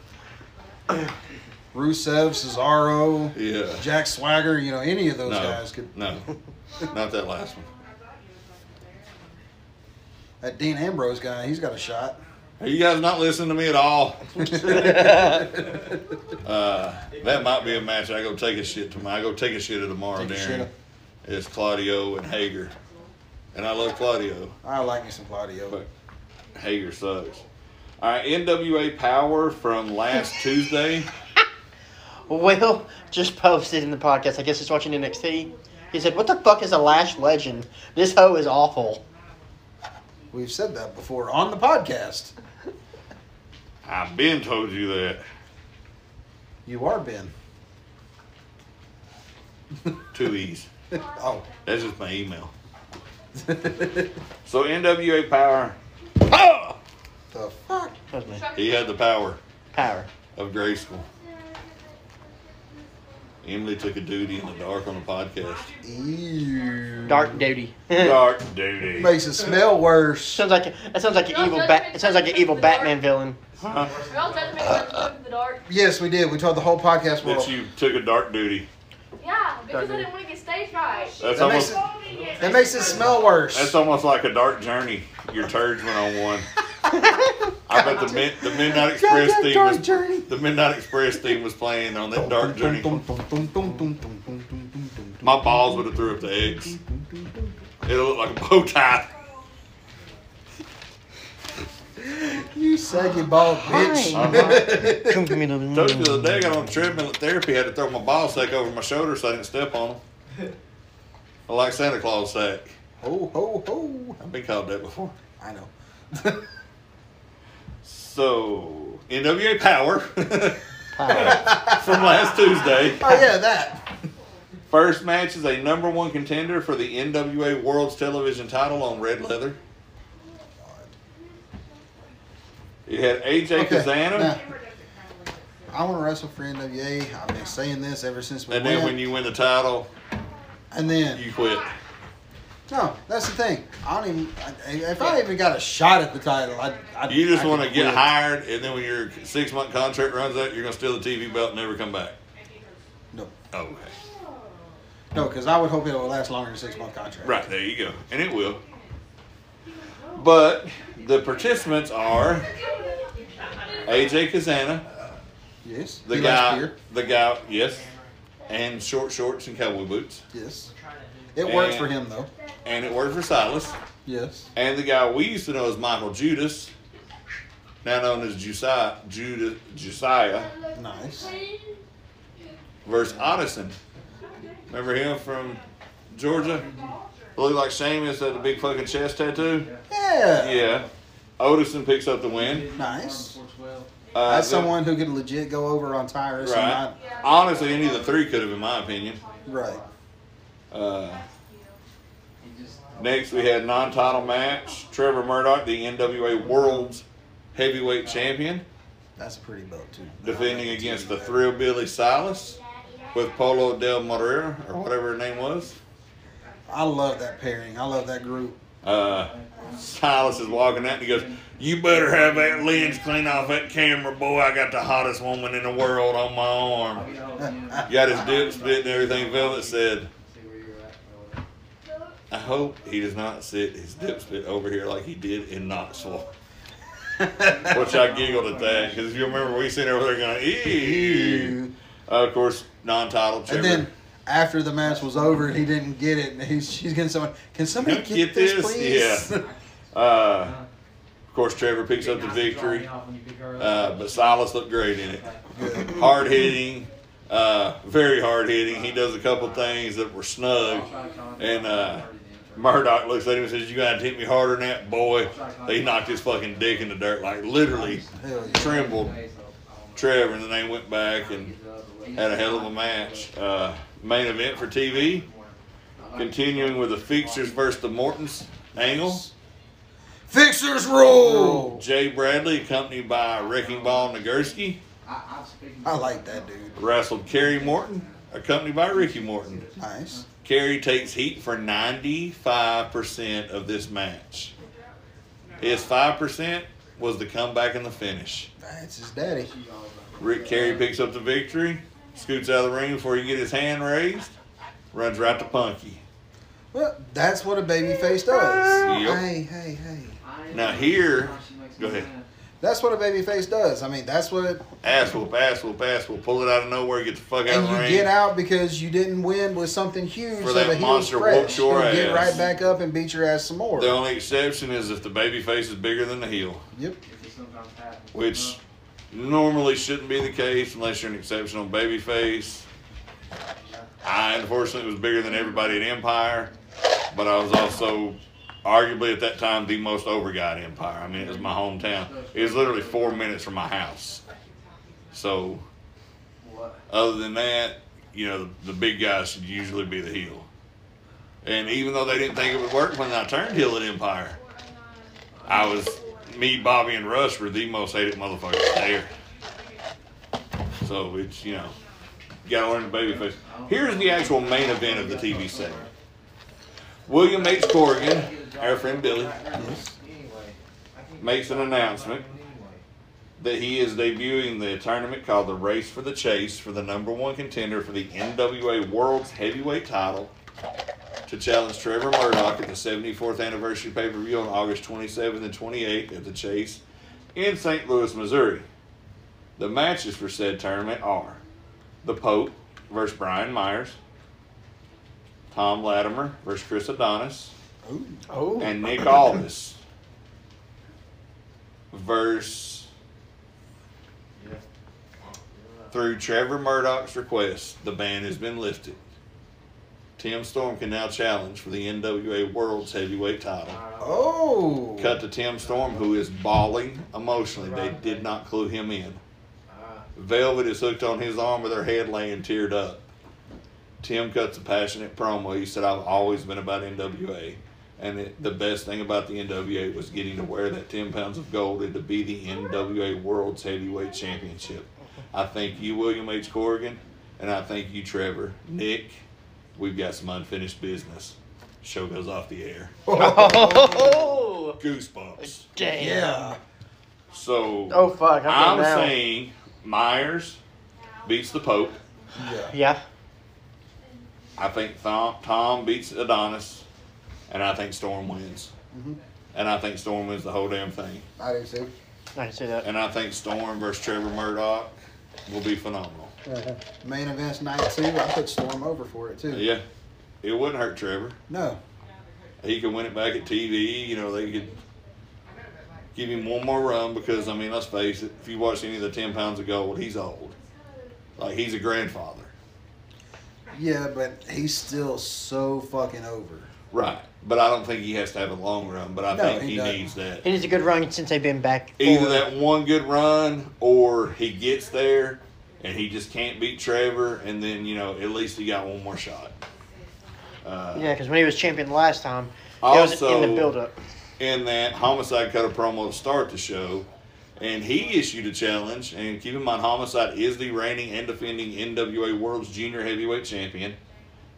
A: Rusev, Cesaro,
B: Yeah.
A: Jack Swagger, you know, any of those
B: no,
A: guys could.
B: no, not that last one.
A: That Dean Ambrose guy, he's got a shot.
B: Are you guys not listening to me at all? uh, that might be a match I go take a shit tomorrow. I go take a shit at tomorrow,
A: Take a
B: Darren.
A: shit.
B: It's Claudio and Hager. And I love Claudio,
A: I like me some Claudio.
B: but Hager sucks. All right, NWA Power from last Tuesday.
E: Will just posted in the podcast. I guess he's watching NXT. He said, "What the fuck is a Lash Legend? This hoe is awful."
A: We've said that before on the podcast.
B: I've been told you that.
A: You are Ben.
B: Two E's.
A: Oh.
B: That's just my email. So NWA Power,
A: the fuck?
E: That was me.
B: he had the power.
E: Power.
B: of grade school. Emily took a duty in the dark on the podcast.
A: Ew.
E: Dark duty.
B: Dark duty.
A: Makes it smell worse.
E: sounds like that sounds like an evil bat. It sounds like an evil Batman villain.
F: We all judge me in the dark.
A: Yes, we did. We told the whole podcast
B: That
A: world.
B: you took a dark duty.
F: Yeah, because I didn't want to get stage fright.
B: That's
A: That makes
B: almost
A: it, that makes it smell worse.
B: that's almost like a dark journey. Your turds went on one. I bet the mid, the Midnight Express
A: Dark, dark,
B: theme
A: dark
B: was,
A: journey.
B: the Midnight Express theme was playing on that dark journey.
A: My
B: My balls would have threw up the eggs. It'll look like a bow tie.
A: You saggy bald bitch.
E: Uh-huh. Come give me the.
B: Told you the other day I got on the treadmill at therapy. I had to throw my ball sack over my shoulder so I didn't step on them. I like Santa Claus sack.
A: Ho, ho, ho.
B: I've been called that before.
A: I know.
B: So NWA Power from last Tuesday.
A: Oh, yeah, that.
B: First match is a number one contender for the NWA World's Television Title on red leather. It had AJ
A: Okay,
B: Kazana,
A: now- I want to wrestle for NWA. I've been saying this ever since we
B: and
A: went.
B: then when you win the title,
A: and then
B: you quit.
A: no, that's the thing. I don't even. I, if I even got a shot at the title, I. I
B: You just
A: I
B: want to
A: could
B: get
A: quit.
B: hired, and then when your six month contract runs out, you're gonna steal the TV belt and never come back.
A: No,
B: Okay,
A: no, because I would hope it will last longer than a six month contract.
B: right there you go, and it will. But the participants are AJ Kazana,
A: Yes.
B: the
A: He likes
B: guy,
A: beer.
B: the guy, yes, and short shorts and cowboy boots,
A: Yes. It works
B: And-
A: for him though.
B: and it worked for Silas.
A: Yes.
B: And the guy we used to know as Michael Judas, now known as Josiah, Judas, Josiah
A: Nice.
B: versus Odison. Remember him from Georgia? Looked like Seamus had a big fucking chest tattoo.
A: Yeah.
B: Yeah. Odison picks up the win.
A: Nice.
B: Uh,
A: That's
B: the-
A: someone who could legit go over on Tyrus and
B: Right.
A: not.
B: Honestly, any of the three could have, in my opinion.
A: Right.
B: Uh, next, we had non-title match: Trevor Murdoch, the NWA World's Heavyweight Champion,
A: That's a pretty belt too.
B: defending against the Thrill Billy Silas with Polo Del Morera or whatever her name was.
A: I love that pairing. I love that group.
B: Uh, Silas is walking out and he goes, "You better have that lens clean off that camera, boy. I got the hottest woman in the world on my arm." Got his dip spit and everything. Velvet said, "I hope he does not sit his dip spit over here like he did in Knoxville." Which I giggled at that because if you remember, we sitting over there going, "Ew." Uh, of course, non-title.
A: And then after the match was over, he didn't get it, and he's she's getting someone. Can somebody
B: Get
A: get, this,
B: this?
A: please?
B: Yeah. Uh, of course, Trevor picks up the victory, uh, but Silas looked great in it. Hard hitting, uh, very hard hitting. He does a couple things that were snug, and uh, Murdoch looks at him and says, "You gotta hit me harder than that, boy." They knocked his fucking dick in the dirt, like literally
A: Hell yeah.
B: trembled Trevor, and then they went back and had a hell of a match. Uh, main event for TV, continuing with the Fixers versus the Mortons angle.
A: Fixers rule.
B: Jay Bradley, accompanied by Wrecking Ball Nagurski,
A: I like that dude.
B: wrestled Kerry Morton, accompanied by Ricky Morton.
A: Nice.
B: Kerry takes heat for 95% of this match. His 5% was the comeback and the finish.
A: That's his daddy.
B: Rick Carey picks up the victory, scoots out of the ring before he can get his hand raised, runs right to Punky.
A: Well, that's what a baby face does.
B: Yep.
A: Hey, hey, hey.
B: Now here, go ahead.
A: That's what a baby face does. I mean, that's what.
B: Ass whoop, ass whoop, ass whoop. Pull it out of nowhere, get the fuck out
A: And
B: of the
A: you
B: ring.
A: get out because you didn't win with something huge,
B: For
A: so
B: that
A: the heel's
B: monster
A: fresh.
B: whooped your
A: He'll get
B: ass.
A: right back up and beat your ass some more.
B: The only exception is if the baby face is bigger than the heel.
A: Yep.
B: which normally shouldn't be the case unless you're an exceptional babyface. I unfortunately was bigger than everybody at Empire, but I was also arguably at that time the most over guy at Empire. I mean, it was my hometown. It was literally four minutes from my house. So, other than that, you know, the big guys should usually be the heel. And even though they didn't think it would work when I turned heel at Empire, I was me, Bobby, and Russ were the most hated motherfuckers there. So it's you know, you gotta learn the babyface. Here's the actual main event of the TV segment. William H. Corrigan, our friend Billy, makes an announcement that he is debuting the tournament called the Race for the Chase for the number one contender for the NWA World's Heavyweight title to challenge Trevor Murdoch at the 74th anniversary pay per view on August 27th and 28th at the Chase in St. Louis, Missouri. The matches for said tournament are The Pope versus Brian Myers, Tom Latimer versus
A: Oh.
B: Chris Adonis,
A: Ooh.
E: Oh.
B: and Nick Aldis verse through Trevor Murdoch's request, the ban has been lifted. Tim Storm can now challenge for the NWA World's Heavyweight title.
I: Oh.
B: Cut to Tim Storm, who is bawling emotionally. They did not clue him in. Velvet is hooked on his arm with her head laying teared up. Tim cuts a passionate promo. He said, I've always been about NWA. And it, the best thing about the NWA was getting to wear that 10 pounds of gold and to be the NWA World's Heavyweight Championship. I thank you, William H. Corrigan, and I thank you, Trevor. Nick, we've got some unfinished business. Show goes off the air.
E: Oh,
B: Goosebumps.
E: damn.
I: Yeah.
B: So
E: Oh, fuck. I'm,
B: I'm
E: getting down.
B: saying Myers beats the Pope.
E: Yeah.
B: I think Thom, Tom beats Adonis, and I think Storm wins.
I: Mm-hmm.
B: And I think Storm wins the whole damn thing.
I: I do too.
E: I can see that.
B: And I think Storm versus Trevor Murdoch will be phenomenal.
I: Main events night two. I put Storm over for it too.
B: Yeah, it wouldn't hurt Trevor.
I: No.
B: He could win it back at TV. You know, they could give him one more run because, I mean, let's face it, if you watch any of the 10 pounds of gold, he's old. Like, he's a grandfather.
I: Yeah, but he's still so fucking over.
B: Right. But I don't think he has to have a long run, but I
I: No,
B: think
I: he
B: he
I: doesn't.
B: needs that.
E: It is a good run since they've been back.
B: either
E: forward.
B: that one good run or he gets there and he just can't beat Trevor, and then you know at least he got one more shot. Uh,
E: Yeah, because when he was champion last time, it was in
B: Also-
E: the build up.
B: In that homicide cut a promo to start the show, and he issued a challenge. And keep in mind, homicide is the reigning and defending NWA World's Junior Heavyweight Champion,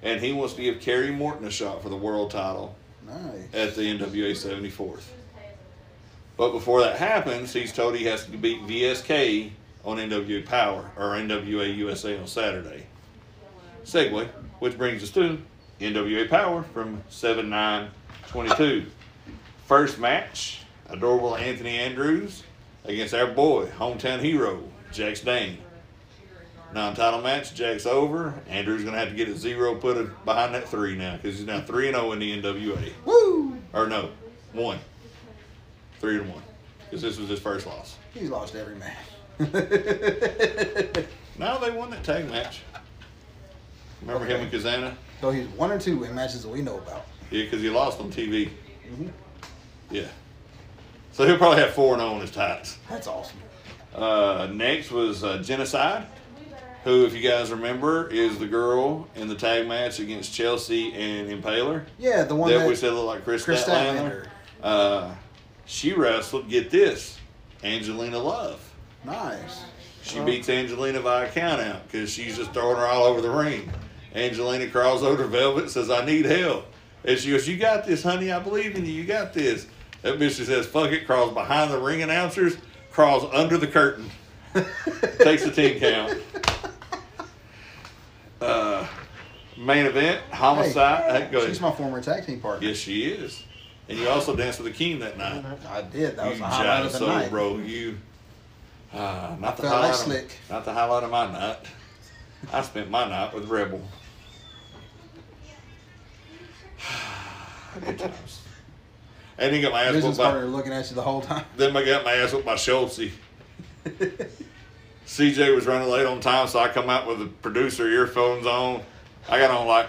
B: and he wants to give Kerry Morton a shot for the world title
I: Nice.
B: at the NWA 74th. But before that happens, he's told he has to beat VSK on NWA Power or NWA USA on Saturday. Segue, which brings us to NWA Power from 7 9 22. First match adorable Anthony Andrews against our boy, hometown hero, Jax Dane. Non title match, Jack's over. Andrew's going to have to get a zero put behind that three now because he's now 3 and 0 in the NWA.
I: Woo!
B: Or no, one. Three and one. Because this was his first loss.
I: He's lost every match.
B: No, they won that tag match. Remember him and Kazana?
I: so he's one or two in matches that we know about.
B: Yeah, because he lost on TV.
I: Mm-hmm.
B: Yeah. So he'll probably have four and oh on his ties.
I: That's awesome.
B: Uh, next was uh, Genocide, who, if you guys remember, is the girl in the tag match against Chelsea and Impaler.
I: Yeah, the one
B: that,
I: that,
B: we said looked like Chris,
I: Chris
B: Statlander.
I: Statlander.
B: Uh, she wrestled, get this, Angelina Love.
I: Nice.
B: She beats Angelina by a count out because she's just throwing her all over the ring. Angelina crawls over to Velvet and says, I need help. And she goes, You got this, honey. I believe in you. You got this. That bitch just says, Fuck it. Crawls behind the ring announcers, crawls under the curtain, takes a 10 count. Uh, main event, homicide. uh, go ahead.
I: She's my former tag team partner.
B: yes, she is. And you also danced with the king that night.
I: I did. That was
B: you
I: my highlight of
B: jive
I: the
B: soul,
I: night.
B: bro. You uh, not the
I: Felt like
B: highlight.
I: slick.
B: Of, not the highlight of my night. I spent my night with Rebel. Good times. And then got my ass
I: Business
B: whooped by
I: partner looking at you the whole time.
B: then I got my ass whooped by Schultzy. CJ was running late on time, so I come out with the producer earphones on. I got on like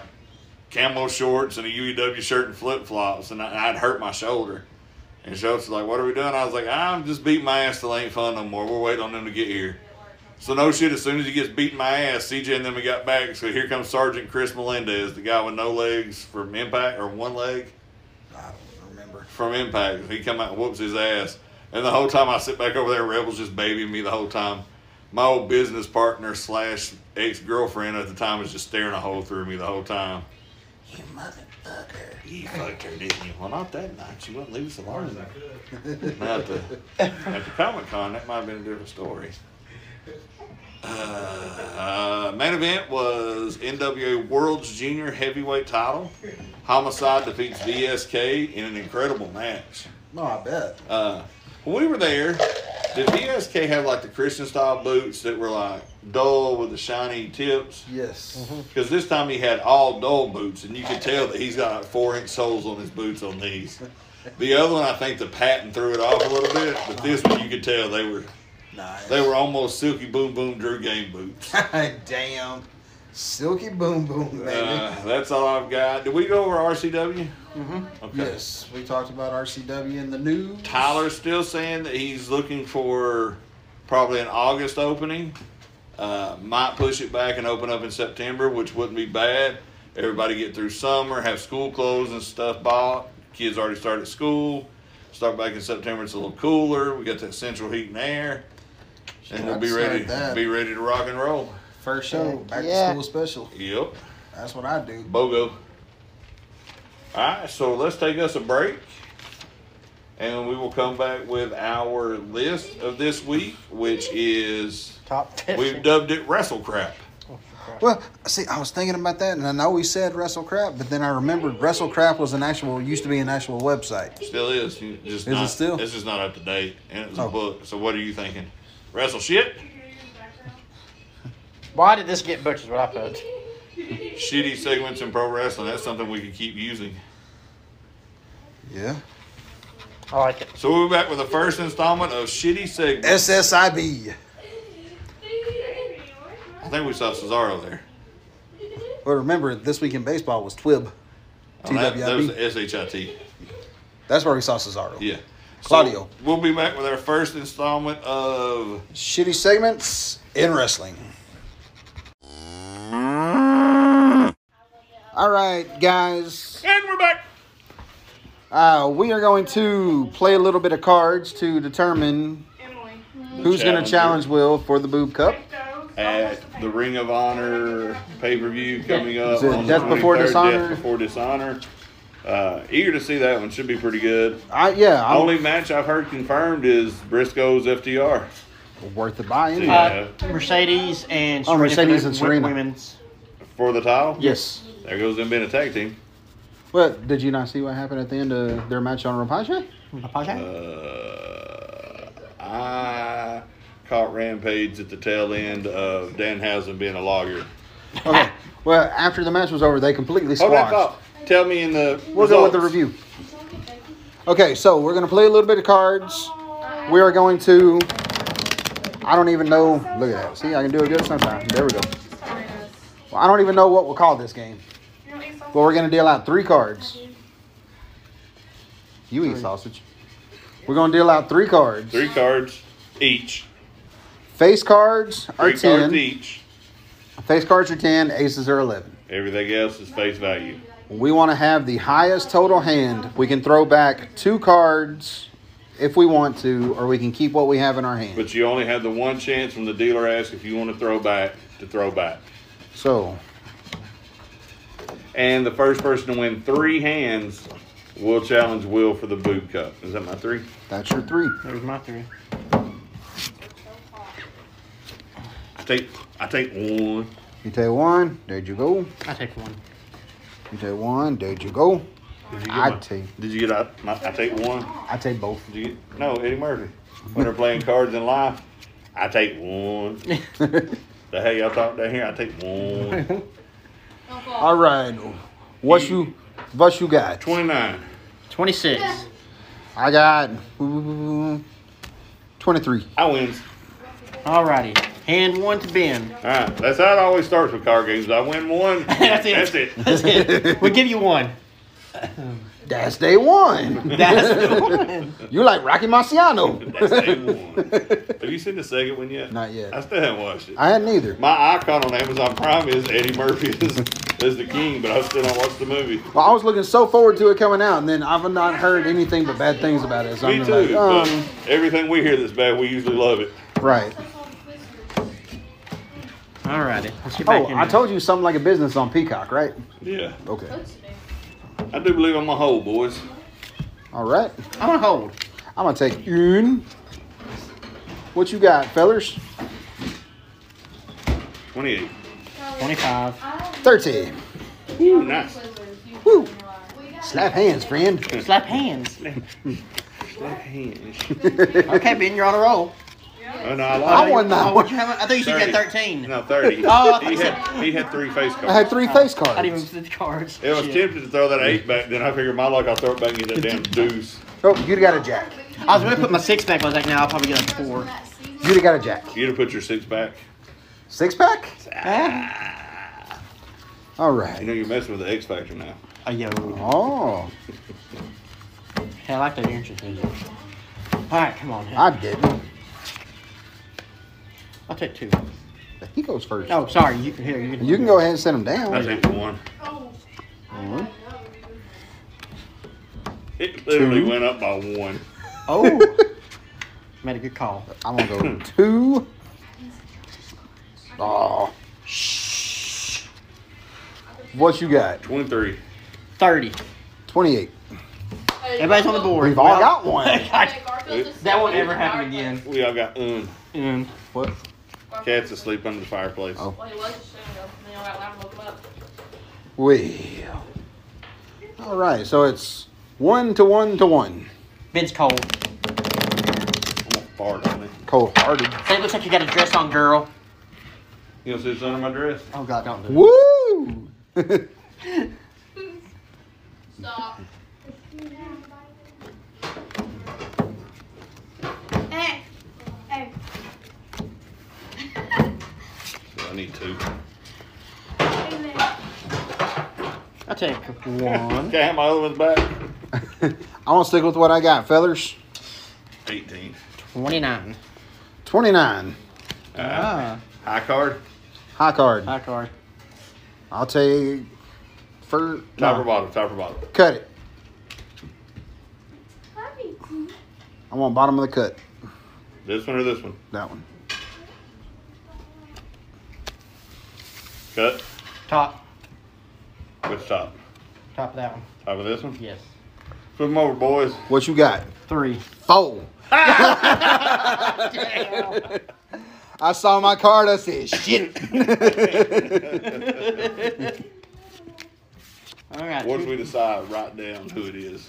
B: camo shorts and a UEW shirt and flip flops, and I, I'd hurt my shoulder. And Schultz was like, "What are we doing?" I was like, "I'm just beating my ass till it ain't fun no more. We're waiting on them to get here." So no shit. As soon as he gets beating my ass, CJ and then we got back. So here comes Sergeant Chris Melendez, the guy with no legs from Impact or one leg
I: I don't remember.
B: from Impact. He come out and whoops his ass. And the whole time I sit back over there, Rebel's just babying me the whole time. My old business partner slash ex girlfriend at the time was just staring a hole through me the whole time.
I: You motherfucker.
B: You fucked her, didn't you? Well, not that night. She wouldn't leave us alone. Not at the, at the Comic Con, that might have been a different story. Uh, main event was NWA World's Junior Heavyweight Title. Homicide defeats VSK in an incredible match.
I: No, I bet.
B: Uh, when we were there, did VSK have like the Christian style boots that were like dull with the shiny tips?
I: Yes.
E: Mm-hmm.
B: Because this time he had all dull boots, and you could tell that he's got like four inch soles on his boots on these. The other one, I think the patent threw it off a little bit, but this one you could tell they were
A: Nice.
B: they were almost silky boom boom Drew game boots.
A: Damn. Silky Boom Boom, baby.
B: Uh, that's all I've got. Did we go over RCW? Mm-hmm. Okay.
A: yes, we talked about RCW in the news.
B: Tyler's still saying that he's looking for probably an August opening. Uh, might push it back and open up in September, which wouldn't be bad. Everybody get through summer, have school clothes and stuff bought. Kids already started school. Start back in September. It's a little cooler. We got that central heat and air, and we'll
A: I'd
B: be
A: start
B: ready.
A: that.
B: Be ready to rock and roll.
A: First show, back
E: Yeah.
A: to school special.
B: Yep,
A: That's what I do.
B: bogo. All right, so let's take us a break, and we will come back with our list of this week, which is
E: Top 10.
B: we've dubbed it Wrestle Crap.
A: Well, see, I was thinking about that, and I know we said Wrestle Crap, but then I remembered Wrestle Crap was an actual, used to be an actual website.
B: Still is. you Just
A: it
B: not,
A: still?
B: It's just not up to date, and it's
A: Oh.
B: a book. So what are you thinking? Wrestle shit,
E: Why did this get butchered? What I put?
B: shitty segments in pro wrestling. That's something we could keep using.
A: Yeah.
E: I like it.
B: So we're back with the first installment of shitty segments.
A: SSIB.
B: I think we saw Cesaro there.
A: Well, remember, this week in baseball was TWIB.
B: Oh, that, that was
A: TWIB.
B: the SHIT.
A: That's where we saw Cesaro.
B: Yeah. So
A: Claudio.
B: we'll be back with our first installment of
A: Shitty segments in wrestling. All right, guys.
B: And we're back.
A: Uh, we are going to play a little bit of cards to determine
D: Emily.
A: who's going to
B: Challenger.
A: challenge Will for the Boob Cup.
B: at the Ring of Honor pay per view coming up.
A: Is it
B: on the
A: Death Before
B: 23rd,
A: Dishonor?
B: Death Before Dishonor. Uh, eager to see that one. Should be pretty good.
A: I Uh, yeah, I'm
B: Only match I've heard confirmed is Briscoe's FTR.
A: worth the buy anyway.
B: Yeah.
E: Mercedes and
A: Oh, Mercedes
E: Fle-
A: and Serena.
E: Women's.
B: For the title?
A: Yes.
B: There goes them being a tag team.
A: Well, did you not see what happened at the end of their match on Rampage?
E: Okay.
B: Uh, I caught Rampage at the tail end of Danhausen being a logger.
A: Okay. well, after the match was over, they completely
B: Hold that
A: squashed.
B: thought. Tell me in the
A: We'll go with the
B: results.
A: review. Okay, so we're gonna play a little bit of cards. We are going to. I don't even know. Look at that. See, I can do it good sometimes. There we go. Well, I don't even know what we'll call this game, but we're gonna deal out three cards. You eat sausage. We're gonna deal out three cards.
B: Three cards each.
A: Face cards are
B: Three cards
A: ten.
B: each.
A: Face cards are ten. Aces are eleven.
B: Everything else is face value.
A: We want to have the highest total hand. We can throw back two cards if we want to, or we can keep what we have in our hand.
B: But you only have the one chance from the dealer ask if you want to throw back to throw back.
A: So,
B: And the first person to win three hands will challenge Will for the boob cup. Is that my three?
A: that's your three.
E: There's my three.
B: I take I take one.
A: You take one, there you go.
E: I take one.
A: You take one, there you go.
B: Did you get
A: I
B: my-
A: take-
B: Did you get I, my, I take one?
A: I take both.
B: Did you get, no, Eddie Murphy. When they're playing cards in life, I take one. the hell y'all talk down here? I take one.
A: All right. What you, what you got?
B: Twenty nine.
E: 26.
A: I got mm, twenty-three.
B: I wins.
E: Alrighty. Hand one to Ben.
B: All right, that's how it always starts with card games. I win one.
E: That's it.
B: That's it.
E: That's it. we give you one.
A: That's day one.
E: That's the one.
A: You like Rocky
B: That's
A: Marciano?
B: day one. Have you seen the second one yet?
A: Not yet.
B: I still haven't watched it.
A: I hadn't either.
B: My icon on Amazon Prime is Eddie Murphy is, is the king, but I still don't watch the movie.
A: Well, I was looking so forward to it coming out, and then I've not heard anything but bad things about it. So
B: Me
A: I'm
B: too.
A: like,
B: but
A: um,
B: everything we hear that's bad, we usually love it.
A: right.
E: Alrighty. Let's get back
A: Oh,
E: in
A: I
E: there.
A: told you something like a business on Peacock, right?
B: Yeah,
A: Okay.
B: I do believe I'm a hoe, boys.
A: All right.
E: I'm on hold.
A: I'm gonna take Yoon. What you got, fellers?
B: Twenty-eight.
E: 25.
A: Thirty.
B: Ooh, nice.
A: Woo. Slap hands, friend.
E: Slap hands.
B: Slap hands.
E: Okay, Ben, you're on a roll.
B: Oh, no, I lied.
A: I won that
E: Oh, what you
A: one.
E: have? I thought you said you
B: 30.
E: had 13.
B: No, 30.
E: Oh, I thought
B: he,
E: you
B: had, he had three face cards.
A: I had three face
E: I didn't even
A: cards.
E: see the cards.
B: It was
E: Shit.
B: tempted to throw that eight back. Then I figured my luck, I'll throw it back and get that damn deuce.
A: Oh, you'd got a jack.
E: I was going to put my six back, but I was like, now I'll probably get a four.
A: You'd have got a jack.
B: You'd have put your six back.
A: Six pack?
E: Ah.
A: All
B: You
A: right.
B: know you're messing with the X factor now.
E: Oh, yo.
A: Oh,
E: Hey, I like that entrance music. Alright, come on.
A: I didn't.
E: I'll take two.
A: He goes first.
E: Oh, sorry. You can hear. You
A: You can go ahead and send him
B: I
A: down.
B: think the one.
A: Mhm.
B: It literally
A: Two.
B: went up by one.
E: Oh. Made a good call.
A: I'm gonna go two. Oh. What you got?
B: 23.
E: 30.
A: Twenty-eight.
E: Everybody's on the board.
A: We've all
E: Well,
A: got one.
E: God,
F: Garfield just-
E: that won't ever happen again.
B: We all got un.
E: Mm.
A: What?
B: Cat's asleep under the fireplace.
A: Oh.
F: Well, he was just showing up, and then I got loud and woke him up.
A: Well. All right. So it's one to one to one.
E: Ben's cold.
B: I'm gonna fart on it.
A: Cold-hearted.
E: Say it looks like you got a dress on, girl.
B: You know, see it's under my dress.
E: Oh, God, don't do
A: Woo!
E: it.
F: Stop.
H: Hey. Hey.
B: So I need two.
H: Wait a minute.
E: I'll take one.
B: Okay, I have my other one's back.
A: I'm gonna stick with what I got, fellas.
B: 18.
E: 29.
A: Twenty-nine.
B: Uh,
A: Ah.
B: high card?
A: High card.
E: Ah, High card.
A: I'll take first.
B: Top or bottom? Top or bottom?
A: Cut it.
H: Happy cool.
A: I want bottom of the cut.
B: This one or this one?
A: That one.
B: Cut.
E: Top.
B: Which top?
E: Top of that one.
B: Top of this one?
E: Yes.
B: Flip 'em over, boys.
A: What you got?
E: Three.
A: Four. I saw my card. I said, "Shit."
E: All right.
B: Once we decide, write down who it is.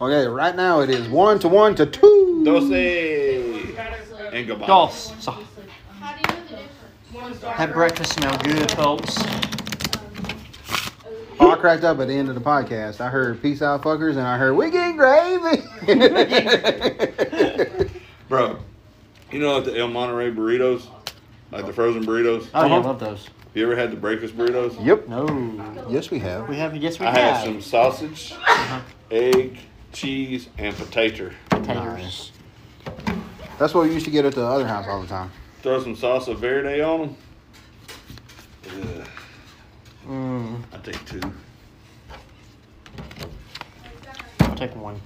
A: okay, right now it is one to one to two.
B: Dose and goodbye.
E: Dos. So,
F: How do you know the difference? One is dark.
E: that breakfast smell good, folks.
A: Oh, I cracked up at the end of the podcast. I heard "peace out, fuckers," and I heard "we get gravy."
B: Bro, you know at the El Monterey burritos? Like the frozen burritos?
E: Oh, yeah, I
A: Uh-huh.
E: love those.
B: You ever had the breakfast burritos?
A: yep.
E: No.
A: Yes, we have.
E: We have, yes, we
B: I had
E: have.
B: some sausage,
E: Uh-huh.
B: egg, cheese, and potato.
E: taters.
A: That's what we used to get at the other house all the time.
B: Throw some salsa verde on them.
E: Mm,
B: I take two.
E: I'll take one.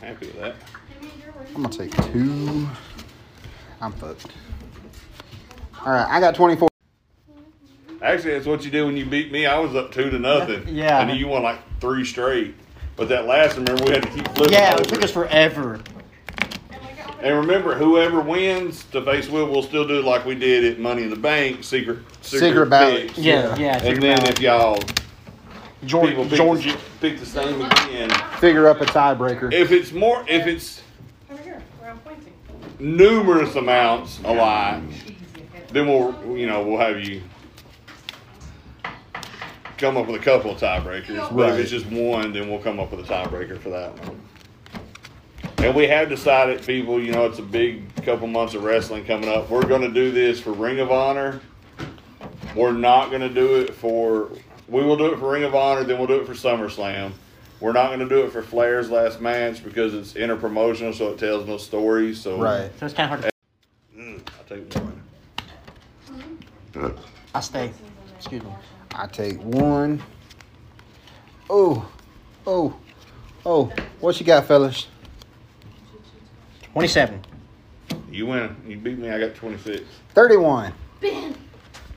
B: Happy with that.
A: I'm gonna take two. I'm fucked. All right, I got 24.
B: Actually, that's what you do when you beat me. I was up two to nothing.
E: Yeah.
B: And then you won like three straight. But that last, one, remember, we had to keep flipping
E: Yeah,
B: over.
E: it took us forever.
B: And remember, whoever wins the face will, we'll still do like we did at Money in the Bank, secret secret,
A: Secret ballot.
B: picks.
E: Yeah,
A: Yeah.
E: yeah. it took
B: And then
E: about-
B: if y'all people
E: Georgia,
B: pick,
E: Georgia.
B: The, pick the same again,
A: Figure up a tiebreaker.
B: if it's more, if it's
D: Over here, where I'm pointing.
B: numerous amounts alike, then we'll you know we'll have you come up with a couple of tiebreakers. But if it's just one, then we'll come up with a tiebreaker for that one. And we have decided, people, you know, it's a big couple months of wrestling coming up. We're going to do this for Ring of Honor. We're not going to do it for. We will do it for Ring of Honor, then we'll do it for SummerSlam. We're not going to do it for Flair's last match because it's interpromotional, so it tells no stories. So
A: Right.
E: So it's kind of hard to.
B: Mm, I'll take one.
E: I stay. Excuse me.
A: I take one. Oh, oh, oh. What you got, fellas?
E: 27.
B: You win. You beat me. I got 26.
A: 31.
H: Ben,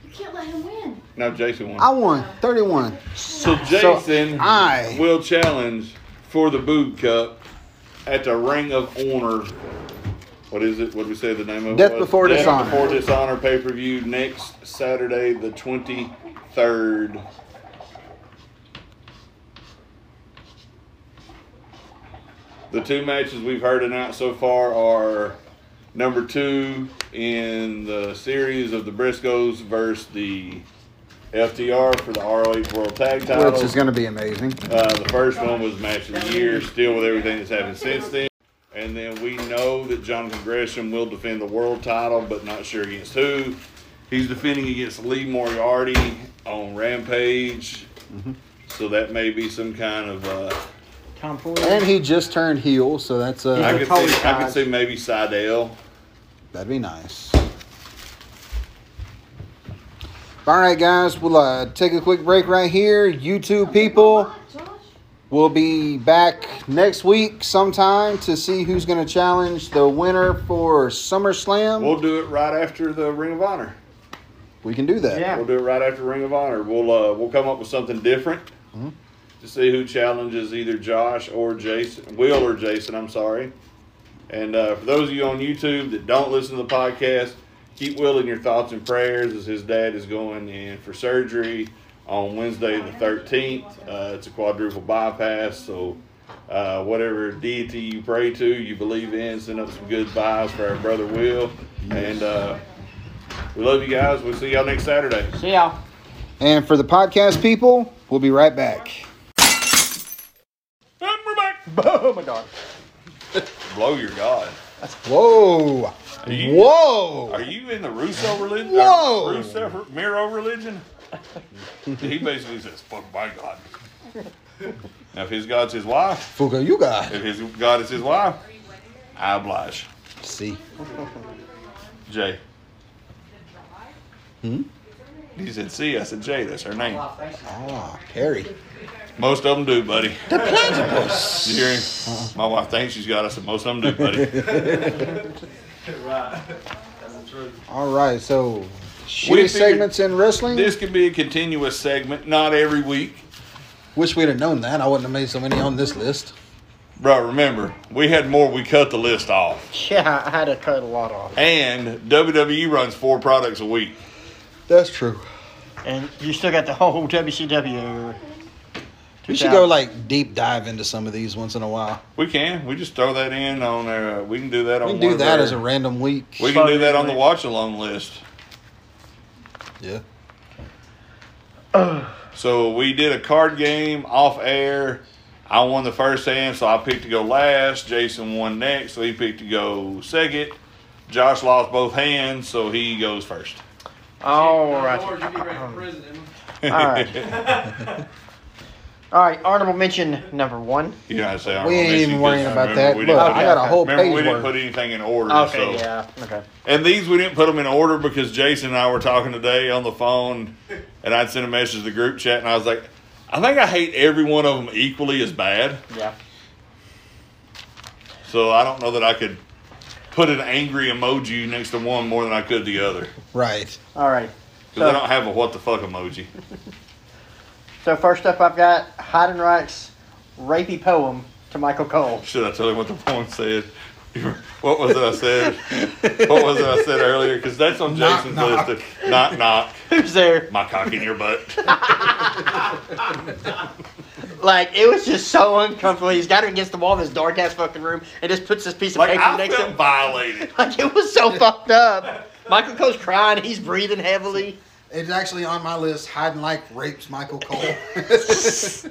H: you can't let him win.
B: No, Jason won.
A: I won. 31.
B: so Jason
A: I-
B: will challenge for the boob cup at the Ring of Honor. What is it? What did we say the name of it?
A: Death
B: was?
A: Before
B: Death
A: Dishonor.
B: Before Dishonor pay per view next Saturday, the 23rd. The two matches we've heard announced so far are number two in the series of the Briscoes versus the FTR for the ROH World Tag Title.
A: Which is going to be amazing.
B: Uh, the first one was match of the year, still with everything that's happened since then. And then we know that Jonathan Gresham will defend the world title, but not sure against who. He's defending against Lee Moriarty on Rampage.
A: Mm-hmm.
B: So that may be some kind of. Uh,
E: Tom Ford.
A: And he just turned heel, so that's
B: I
A: uh,
B: could
E: probably
B: see, I could
E: side.
B: see maybe Seidel.
A: that'd be nice. All right, guys, we'll uh, take a quick break right here. You two people, we'll be back next week sometime to see who's going to challenge the winner for SummerSlam.
B: We'll do it right after the Ring of Honor.
A: we can do that.
E: Yeah.
B: We'll do it right after Ring of Honor. We'll uh, we'll come up with something different to see who challenges either Josh or Jason, Will or Jason. I'm sorry. And uh, for those of you on YouTube that don't listen to the podcast, keep Will in your thoughts and prayers as his dad is going in for surgery on Wednesday the 13th. Uh, it's a quadruple bypass, so uh, whatever deity you pray to, you believe in, send up some good vibes for our brother Will. And uh, we love you guys. We'll see y'all next Saturday.
E: See y'all.
A: And for the podcast people, we'll be right back.
E: Boom, a dart.
B: Blow your God.
A: Whoa.
B: Are you,
A: Whoa.
B: Are you in the Russo religion? Uh,
A: Whoa.
B: Russo Miro religion? he basically says, "Fuck my God." Now, if his God's his wife,
A: Fuka, you got.
B: if his God is his wife, I oblige.
A: See.
B: Jay. Hmm. He said, "See," I said, "Jay." That's her name.
A: Ah, Perry.
B: Most of them do, buddy. The platypus. Uh-uh. You hear him? My wife thinks she's got. I said, "Most of them do, buddy."
G: Right. That's the truth.
A: All right, so
B: figured-
A: shitty segments in wrestling.
B: this could be a continuous segment, not every week.
A: Wish we'd have known that. I wouldn't have made so many on this list.
B: Bro, remember, we had more. We cut the list off.
E: Yeah, I had to cut a lot off.
B: And WWE runs four products a week.
A: That's true.
E: And you still got the whole WCW.
A: We should go like deep dive into some of these once in a while.
B: We can. We just throw that in on our. We can do that on.
A: We can
B: one
A: do
B: of
A: that
B: our-
A: as a random week.
B: We can do that on the watch along list.
A: Yeah.
B: So we did a card game off air. I won the first hand, so I picked to go last. Jason won next, so he picked to go second. Josh lost both hands, so he goes first.
E: All
G: Lord, you be ready for
E: Oh, right.
G: prison. Emma.
E: All right. All right. Honorable mention number one.
B: You know how to say
A: We ain't even worrying about that.
B: We
A: Look,
B: didn't, put,
A: I got a
E: Okay.
A: whole
B: remember, we
A: page
B: didn't
A: worth.
B: put anything in order. so.
E: Okay. Yeah. Okay.
B: And these we didn't put them in order because Jason and I were talking today on the phone, and I'd sent a message to the group chat, and I was like, I think I hate every one of them equally as bad.
E: Yeah.
B: So I don't know that I could put an angry emoji next to one more than I could the other
A: right.
E: All right.
B: because I
E: So-
B: don't have a what the fuck emoji.
E: So first up, I've got Heidenreich's rapey poem to Michael Cole.
B: Should I tell him what the poem said? What was it I said? What was it I said earlier? Because that's on
A: Knock,
B: Jason's
A: knock.
B: list. Of, knock knock,
E: Who's there?
B: my cock in your butt.
E: Like it was just so uncomfortable. He's got it against the wall in this dark ass fucking room, and just puts this piece of
B: Like
E: paper
B: I
E: next to
B: felt
E: him.
B: violated.
E: Like it was so fucked up. Michael Cole's crying. He's breathing heavily.
A: It's actually on my list. Hiding like rapes Michael Cole. Because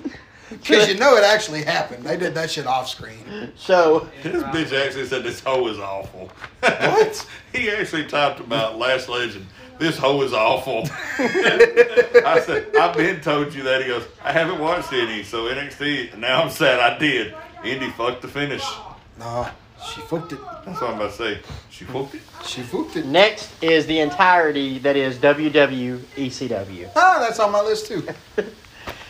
A: you know it actually happened. They did that shit off screen.
E: So
B: This bitch actually said this hoe is awful. What? he actually talked about Last Legend. This hoe is awful. I said, I've been told you that. He goes, I haven't watched any, so NXT. Now I'm sad I did. Indy fucked the finish.
A: No, she fucked it.
B: That's what I'm about to say. She fucked it.
A: She fucked it.
E: next is the entirety that is E WWECW.
A: Oh, that's on my list too.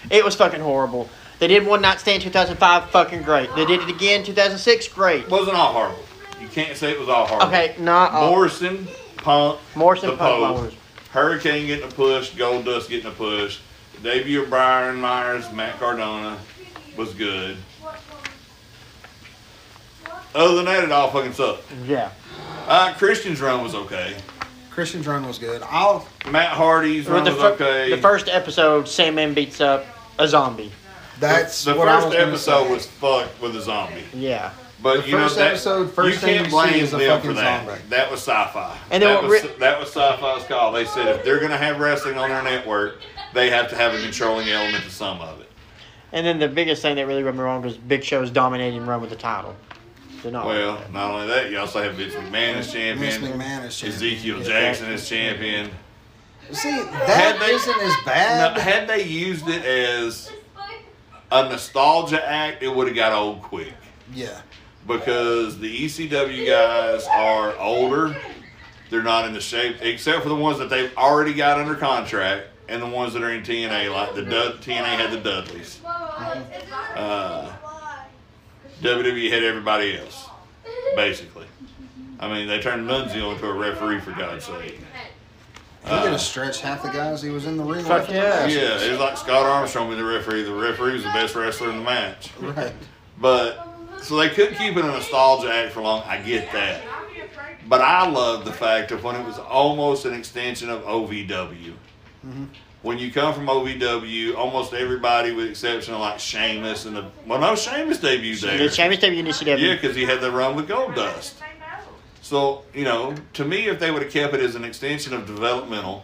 E: It was fucking horrible. They did one night stand 2005, fucking great. They did it again 2006, great.
B: It wasn't all horrible. You can't say it was all horrible.
E: Okay, not all.
B: Morrison, Punk,
E: Morrison
B: the
E: Punk,
B: Pose,
E: Morris.
B: Hurricane getting a push, Gold Dust getting a push, the debut of Brian Myers, Matt Cardona was good. Other than that, it all fucking sucked.
E: Yeah.
B: Uh, Christian's run was okay.
A: Christian's run was good. I'll
B: Matt Hardy's run
E: the,
B: was
E: fir-
B: Oh, okay.
E: the first episode, Sandman beats up a zombie.
I: That's
B: the
I: what I
B: first
I: was gonna
B: episode
I: say.
B: was fucked with a zombie.
E: Yeah.
B: But
I: The
B: you know
I: first
B: that
I: episode, first
B: you
I: thing
B: can't
I: you see
B: blame
I: is a
B: them
I: fucking
B: for that.
I: zombie.
B: That was sci-fi.
E: And then
B: that
E: what
B: was
E: re-
B: that was sci-fi's call. They said if they're gonna have wrestling on their network, they have to have a controlling element to some of it.
E: And then the biggest thing that really rubbed me wrong was Big Show's dominating run with the title. Did
I: Oh.
E: not like
B: Well,
E: that.
B: not only that, you also have Vince McMahon as
A: Vince
B: champion,
A: McMahon is champion.
B: Ezekiel Jackson as champion.
A: See, that
B: Had they-
A: not as
B: Now,
A: bad.
B: had they used it as a nostalgia act, it would have got old quick
A: Yeah.
B: because the ECW guys are older. They're not in the shape, except for the ones that they've already got under contract and the ones that are in TNA, like the Dud- TNA had the Dudleys. Uh, WWE E had everybody else, basically. I mean, they turned Nunzio into a referee, for God's sake.
A: He
B: Uh,
A: could have stretched half the guys he was in the ring
E: Fuck
A: with.
E: yeah.
B: Yeah, it was like Scott Armstrong being the referee. The referee was the best wrestler in the match.
A: Right.
B: But so they could keep it a nostalgia act for long. I get that. But I love the fact of when it was almost an extension of OVW. When you come from OVW, almost everybody, with exception of like Sheamus and the well, no, Sheamus debuted there.
E: The championship initiative.
B: Yeah, because he had the run with Gold Dust. So you know, to me, if they would have kept it as an extension of developmental,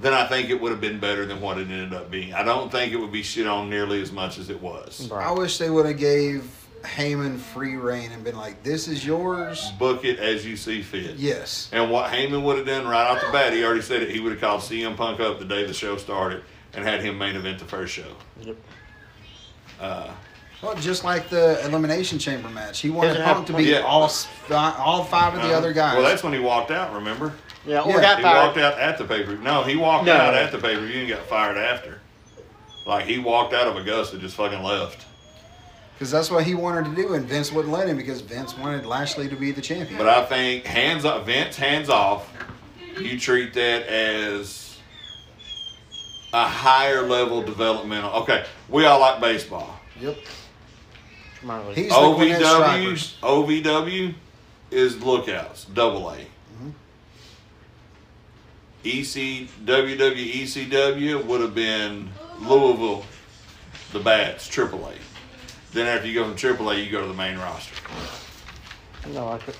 B: then I think it would have been better than what it ended up being. I don't think it would be shit on nearly as much as it was.
A: I wish they would have gave Heyman free reign and been like, "This is yours."
B: Book it as you see fit.
A: Yes.
B: And what Heyman would have done right off the bat, he already said it. He would have called CM Punk up the day the show started and had him main event the first show.
E: Yep.
B: Uh,
A: Well, just like the elimination chamber match, he wanted
E: Doesn't have
A: Punk to be
B: Yeah.
A: all s- all five of the
B: uh,
A: other guys.
B: Well, that's when he walked out. Remember,
E: Yeah, or
A: Yeah,
E: got
B: he
E: fired.
B: walked out at the pay per view. No, he walked
E: No.
B: out at the pay per view and got fired after. Like he walked out of Augusta, just fucking left.
A: because that's what he wanted to do, and Vince wouldn't let him because Vince wanted Lashley to be the champion.
B: But I think hands off, Vince, hands off. You treat that as a higher level developmental. Okay, we all like baseball.
A: yep.
E: Minor league.
A: He's the Gwinnett
B: OVW,
A: Stripers.
B: OVW is lookouts, double A.
A: Mm-hmm.
B: E EC, WW, ECW E would have been Louisville, the Bats, triple A. Then after you go from triple A, you go to the main roster.
E: No, I could.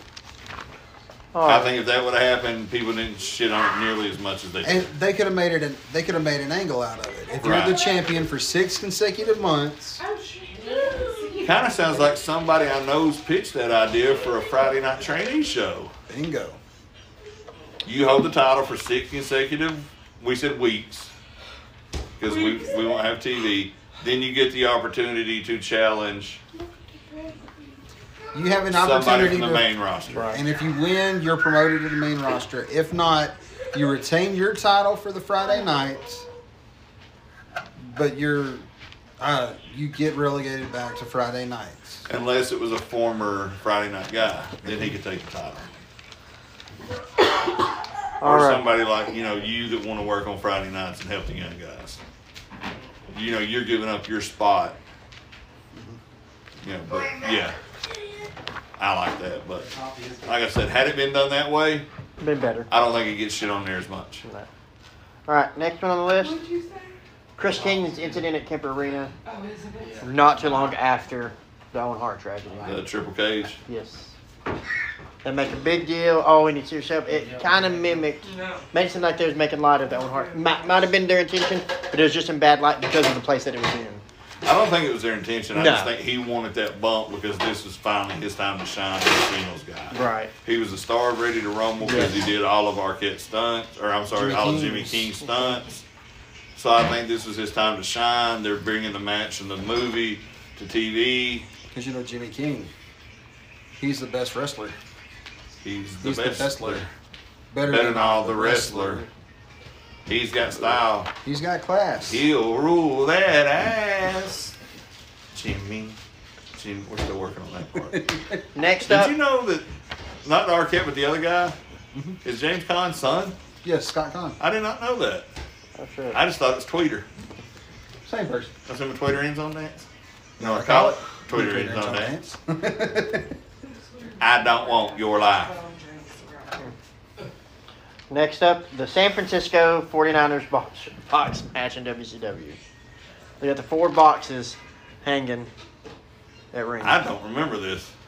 B: I
E: Alright.
B: think if that would have happened, people didn't shit on it nearly as much as they did.
A: And they could have made it. An, they could have made an angle out of it. If
B: Right.
A: you're the champion for six consecutive months,
B: Kind of sounds like somebody I know's pitched that idea for a Friday night training show.
A: bingo.
B: You hold the title for six consecutive, we said weeks, because we, we won't have TV. Then you get the opportunity to challenge
A: You have an
B: somebody
A: opportunity
B: from the
A: to
B: main roster.
A: And if you win, you're promoted to the main roster. If not, you retain your title for the Friday nights, but you're uh, you get relegated back to Friday nights.
B: Unless it was a former Friday night guy, then he could take the title. or
E: Alright.
B: somebody like, you know, you that want to work on Friday nights and help the young guys. You know, you're giving up your spot. You know, but yeah. I like that, but like I said, had it been done that way,
E: Been better.
B: I don't think it gets shit on there as much.
E: No. Alright, next one on the list.
D: What'd you say?
E: Chris King's incident at Kemper Arena
D: Oh, Isabel.
E: not too long after the Owen Hart tragedy.
B: The triple cage.
E: Yes. They make a big deal. Oh, and it's yourself. It kind of mimicked.
D: No.
E: Made it seem like they was making light of the Owen Hart. Might, might have been their intention, but it was just in bad light because of the place that it was in.
B: I don't think it was their intention. I
E: No.
B: just think he wanted that bump because this was finally his time to shine as Cena's guy.
E: Right.
B: He was a star of Ready to Rumble because he did all of Arquette's stunts, or I'm sorry,
A: Jimmy
B: all
A: King's.
B: of Jimmy King's stunts. So I think this was his time to shine. They're bringing the match from the movie to TV.
A: Because you know Jimmy King, he's the best wrestler.
B: He's the
A: He's
B: best
A: the best wrestler. Better,
B: Better than all the wrestler. He's got style.
A: He's got class.
B: He'll rule that ass. Jimmy. Jimmy, we're still working on that part.
E: Next
B: Did
E: up,
B: you know that not Arquette but the other guy is James Conn's son?
A: yes, Scott Conn.
B: I did not know that.
E: Oh, shit.
B: I just thought it was Tweeter.
A: Same person.
B: That's him a Tweeter end zone dance. You know what I call it? Tweeter end zone dance. I don't want your life.
E: Next up, the San Francisco 49ers box, box match in WCW. We got the four boxes hanging at ring.
B: I don't remember this.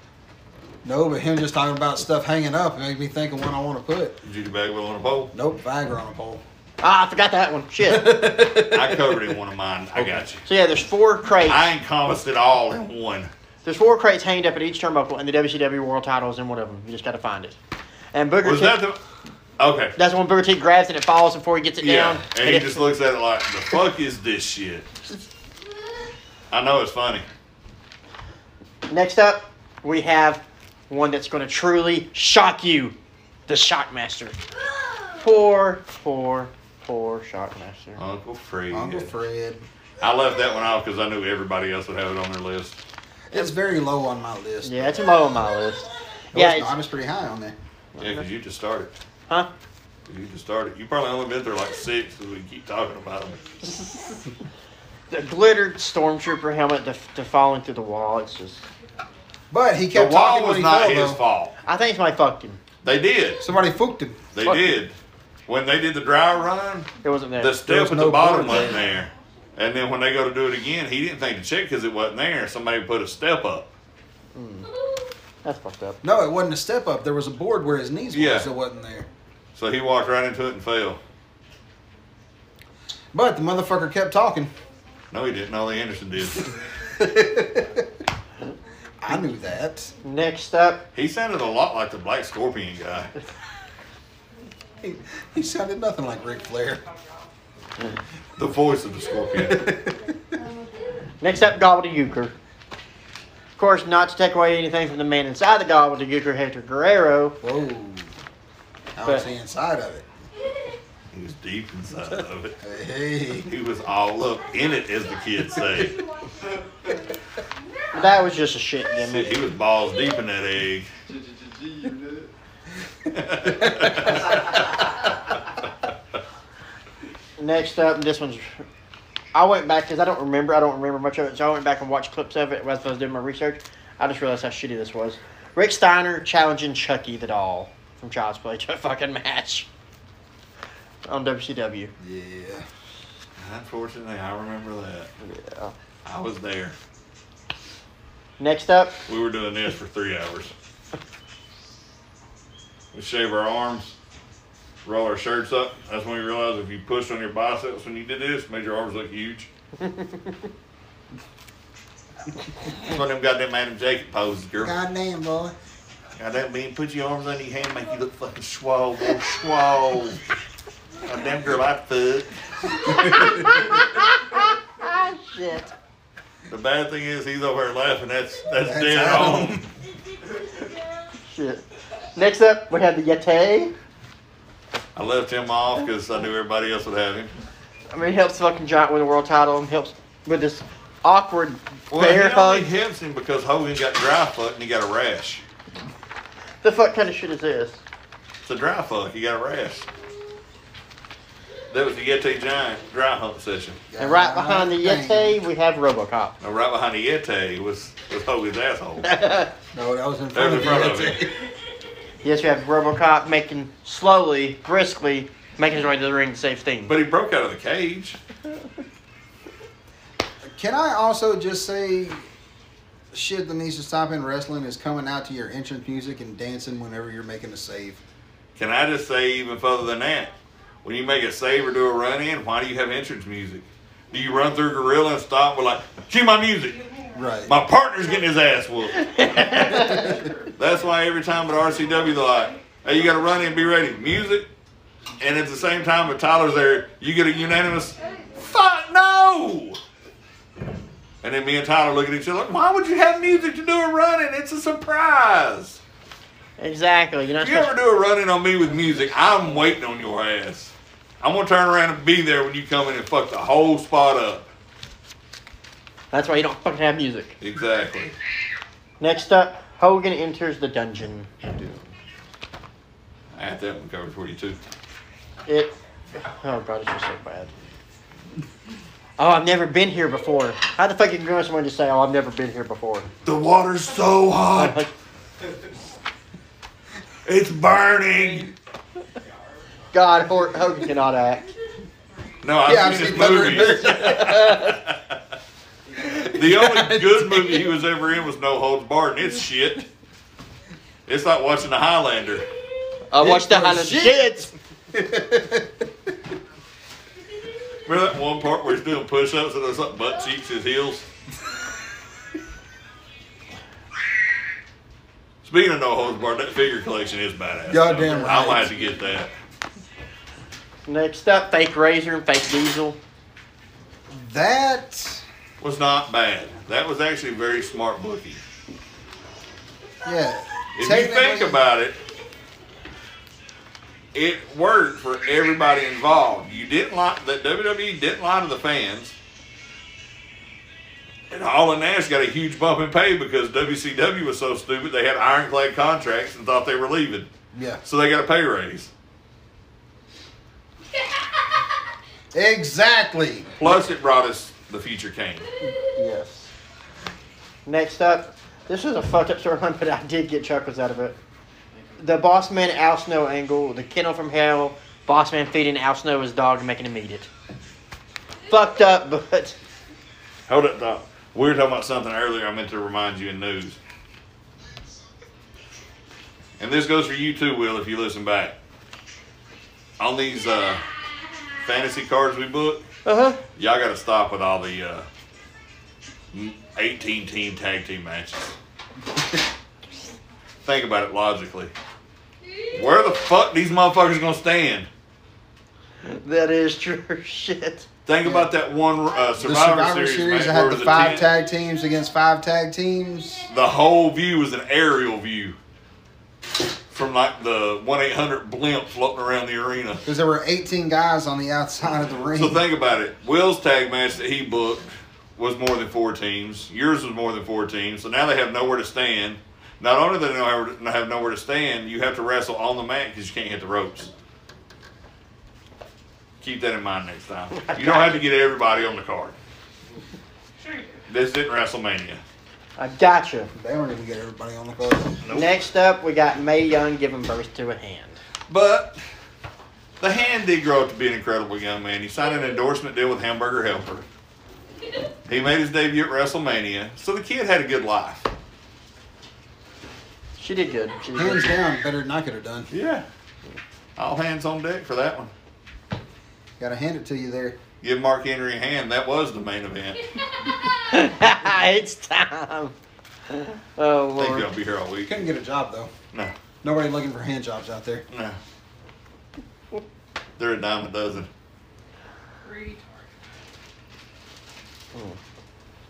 A: No, but him just talking about stuff hanging up made me think of one I want to put.
B: Judy Bagwell on a pole.
A: Nope, Viagra on a pole.
E: ah, I forgot that one. Shit.
B: I covered it in one of mine. I got you.
E: so yeah, there's four crates.
B: I encompassed it all in one.
E: There's four crates hanged up at each turnbuckle, and the WCW World Titles in one of them. You just got to find it. And Booker
B: Was
E: T-
B: that the? Okay.
E: that's when Booker T grabs it and it falls before he gets it
B: Yeah.
E: down.
B: And he
E: it-
B: just looks at it like, the fuck is this shit? I know it's funny.
E: Next up, we have one that's going to truly shock you, the Shockmaster. Poor, poor, poor Shockmaster.
B: Uncle Fred.
A: Uncle Fred.
B: I left that one off because I knew everybody else would have it on their list.
A: It's very low on my list.
E: Yeah, it's low on my list.
A: It
E: Yeah,
A: was-
E: it's,
A: no, I was pretty high on there.
B: Yeah, because you just started.
E: huh?
B: You just started. You probably only been through like six because we keep talking about them.
E: The glittered stormtrooper helmet to, to falling through the wall. It's just,
A: But he
B: The
A: kept
B: wall
A: talking
B: was
A: when he
B: not
A: fell,
B: his
A: though.
B: fault.
E: I think somebody fucked him.
B: They did.
A: Somebody fooked him.
B: They
E: Fuck.
B: did. When they did the dry run,
E: It wasn't there.
B: the step
A: was
B: at
A: no
B: the bottom
A: board
B: wasn't there. And then when they go to do it again, he didn't think to check because it wasn't there. Somebody put a step up.
E: That's fucked up.
A: No, it wasn't a step up. There was a board where his knees
B: Yeah.
A: was that wasn't there.
B: So he walked right into it and fell.
A: But the motherfucker kept talking.
B: No, he didn't. Ollie Anderson did.
A: I knew that.
E: Next up,
B: he sounded a lot like the Black Scorpion guy.
A: He, he sounded nothing like Ric Flair.
B: The voice of the Scorpion.
E: next up, Gobbledygooker. Of course, not to take away anything from the man inside the Gobbledygooker, Hector Guerrero.
A: Whoa. I
E: But-
A: was the inside of it.
B: he was deep inside of it.
A: Hey.
B: He was all up in it, as the kids say.
E: That was just a shit gimmick.
B: Shit, he was balls deep in that egg.
G: you did it.
E: Next up, and this one's. I went back because I don't remember. I don't remember much of it, so I went back and watched clips of it as I was doing my research. I just realized how shitty this was. Rick Steiner challenging Chucky the doll from Child's Play to a fucking match on WCW.
A: Yeah.
B: Unfortunately, I remember that.
E: Yeah.
B: I was there.
E: Next up,
B: We were doing this for three hours. We shave our arms, roll our shirts up. That's when we realized if you pushed on your biceps when you did this, made your arms look huge. It's One of them goddamn Adam Jacob poses, girl.
A: Goddamn, boy.
B: Goddamn man, put your arms under your hand, make you look fucking swole, boy, swole. Goddamn girl, I fuck.
E: shit.
B: The bad thing is he's over there laughing. That's that's,
A: That's
B: dead
A: Adam.
B: on.
E: Shit. Next up, we have the Yeti.
B: I left him off because I knew everybody else would have him.
E: I mean, he helps fucking Giant win the world title and helps with this awkward
B: Well, he
E: bear hug.
B: only hits him because Hogan got dry fucked and he got a rash.
E: The fuck kind of shit is this?
B: It's a dry fuck. He got a rash. That was the Yeti Giant dry hump session.
E: And right behind the Yeti, we have Robocop.
B: Now, right behind the Yeti was, was Hogan's asshole.
A: No, that was in
B: That
A: front
B: was in front
A: of
B: of
A: the
B: him.
A: Yeti.
E: Yes, we have RoboCop making slowly, briskly, making his way to the ring to save Sting.
B: But he broke out of the cage.
A: Can I also just say shit that needs to stop in wrestling is coming out to your entrance music and dancing whenever you're making a save.
B: Can I just say even further than that? When you make a save or do a run in, why do you have entrance music? Do you run through Gorilla and stop? We're like, cue my music.
A: Right.
B: My partner's getting his ass whooped. That's why every time at RCW they're like, hey, you got to run in, be ready. Music. And at the same time, if Tyler's there, you get a unanimous, fuck no! And then me and Tyler look at each other like, why would you have music to do a run in? It's a surprise.
E: Exactly. You're not
B: If you ever
E: supposed
B: do a run in on me with music, I'm waiting on your ass. I'm going to turn around and be there when you come in and fuck the whole spot up.
E: That's why you don't fucking have music.
B: Exactly.
E: Next up, Hogan enters the dungeon.
B: I had that one covered for you, too.
E: It. Oh god, it's just so bad. Oh, I've never been here before. How the fuck can you go someone to say, "Oh, I've never been here before"?
B: The water's so hot. It's burning.
E: God, Hor- Hogan cannot act.
B: No, I've
A: Yeah, I've
B: seen
A: seen
B: this
A: that
B: movie.
A: movie.
B: The only good movie he was ever in was No Holds Barred, and it's shit. It's like watching a Highlander.
J: I watched the Highland Shits.
B: Remember that one part where he's doing push ups and there's like butt cheeks his heels? Speaking of No Holds Barred, that figure collection is badass.
I: Goddamn
B: I might
I: right.
B: have to get that.
J: Next up, fake razor and fake diesel.
I: That,
B: Was not bad. That was actually very smart bookie.
I: yeah.
B: If you
I: Technically-
B: think about it, it worked for everybody involved. You didn't lie that WWE didn't lie to the fans. And Hall and Nash got a huge bump in pay because WCW was so stupid they had ironclad contracts and thought they were leaving.
I: Yeah.
B: So they got a pay raise.
I: Exactly.
B: Plus it brought us the future Kane.
E: Yes. Next up, this is a fucked up storyline, but I did get chuckles out of it. The boss man Al Snow angle, the kennel from hell, boss man feeding Al Snow his dog and making him eat it. Fucked up, but
B: Hold up thought. We were talking about something earlier I meant to remind you in news. And this goes for you too, Will, if you listen back. On these uh, fantasy cards we book,
E: uh huh.
B: y'all got to stop with all the uh, 18 team tag team matches. Think about it logically. Where the fuck these motherfuckers gonna stand?
E: That is true shit.
B: Think about that one uh,
I: The
B: Survivor,
I: Survivor Series,
B: Series, match
I: that
B: where
I: had
B: it
I: the
B: was a
I: five
B: 10
I: tag teams against five tag teams.
B: the whole view is an aerial view from like the 1 800 blimp floating around the arena.
I: Because there were 18 guys on the outside of the ring.
B: So think about it. Will's tag match that he booked was more than four teams. Yours was more than four teams. So now they have nowhere to stand. Not only do they don't have nowhere to stand, you have to wrestle on the mat because you can't hit the ropes. Keep that in mind next time. You don't have to get everybody on the card.
D: Sure you do.
B: This isn't WrestleMania.
E: I gotcha.
I: they don't even get everybody on the card.
E: Next up, we got May Young giving birth to a hand.
B: But the hand did grow up to be an incredible young man. He signed an endorsement deal with Hamburger Helper. He made his debut at WrestleMania, so the kid had a good life.
E: She did good. She did
I: Hands
E: good.
I: down, better than I could have done.
B: Yeah. All hands on deck for that one.
I: Gotta hand it to you there.
B: Give Mark Henry a hand. That was the main event.
E: it's time. Oh
B: I think
E: lord.
B: I'll be here all week.
I: Couldn't get a job though.
B: No,
I: Nobody looking for hand jobs out there.
B: no. They're a dime a dozen.
D: Retard.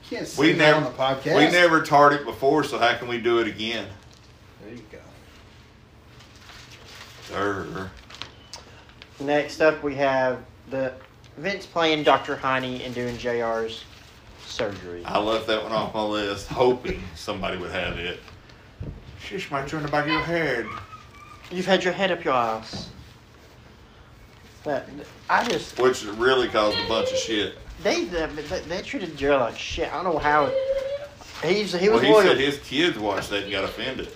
I: Can't see
B: We
I: that
B: never
I: on the podcast.
B: We never tarred it before, so how can we do it again?
I: There you go.
B: Durr.
E: Next up, we have the Vince playing Dr. Heine and doing JR's surgery.
B: I left that one off my list, hoping somebody would have it. She's my turn about your head.
E: You've had your head up your ass. But I just
B: Which really caused a bunch of shit.
E: they they, they treated Jerry like shit. I don't know how. He's he
B: Well,
E: was
B: he
E: loyal.
B: said his kids watched that and got offended.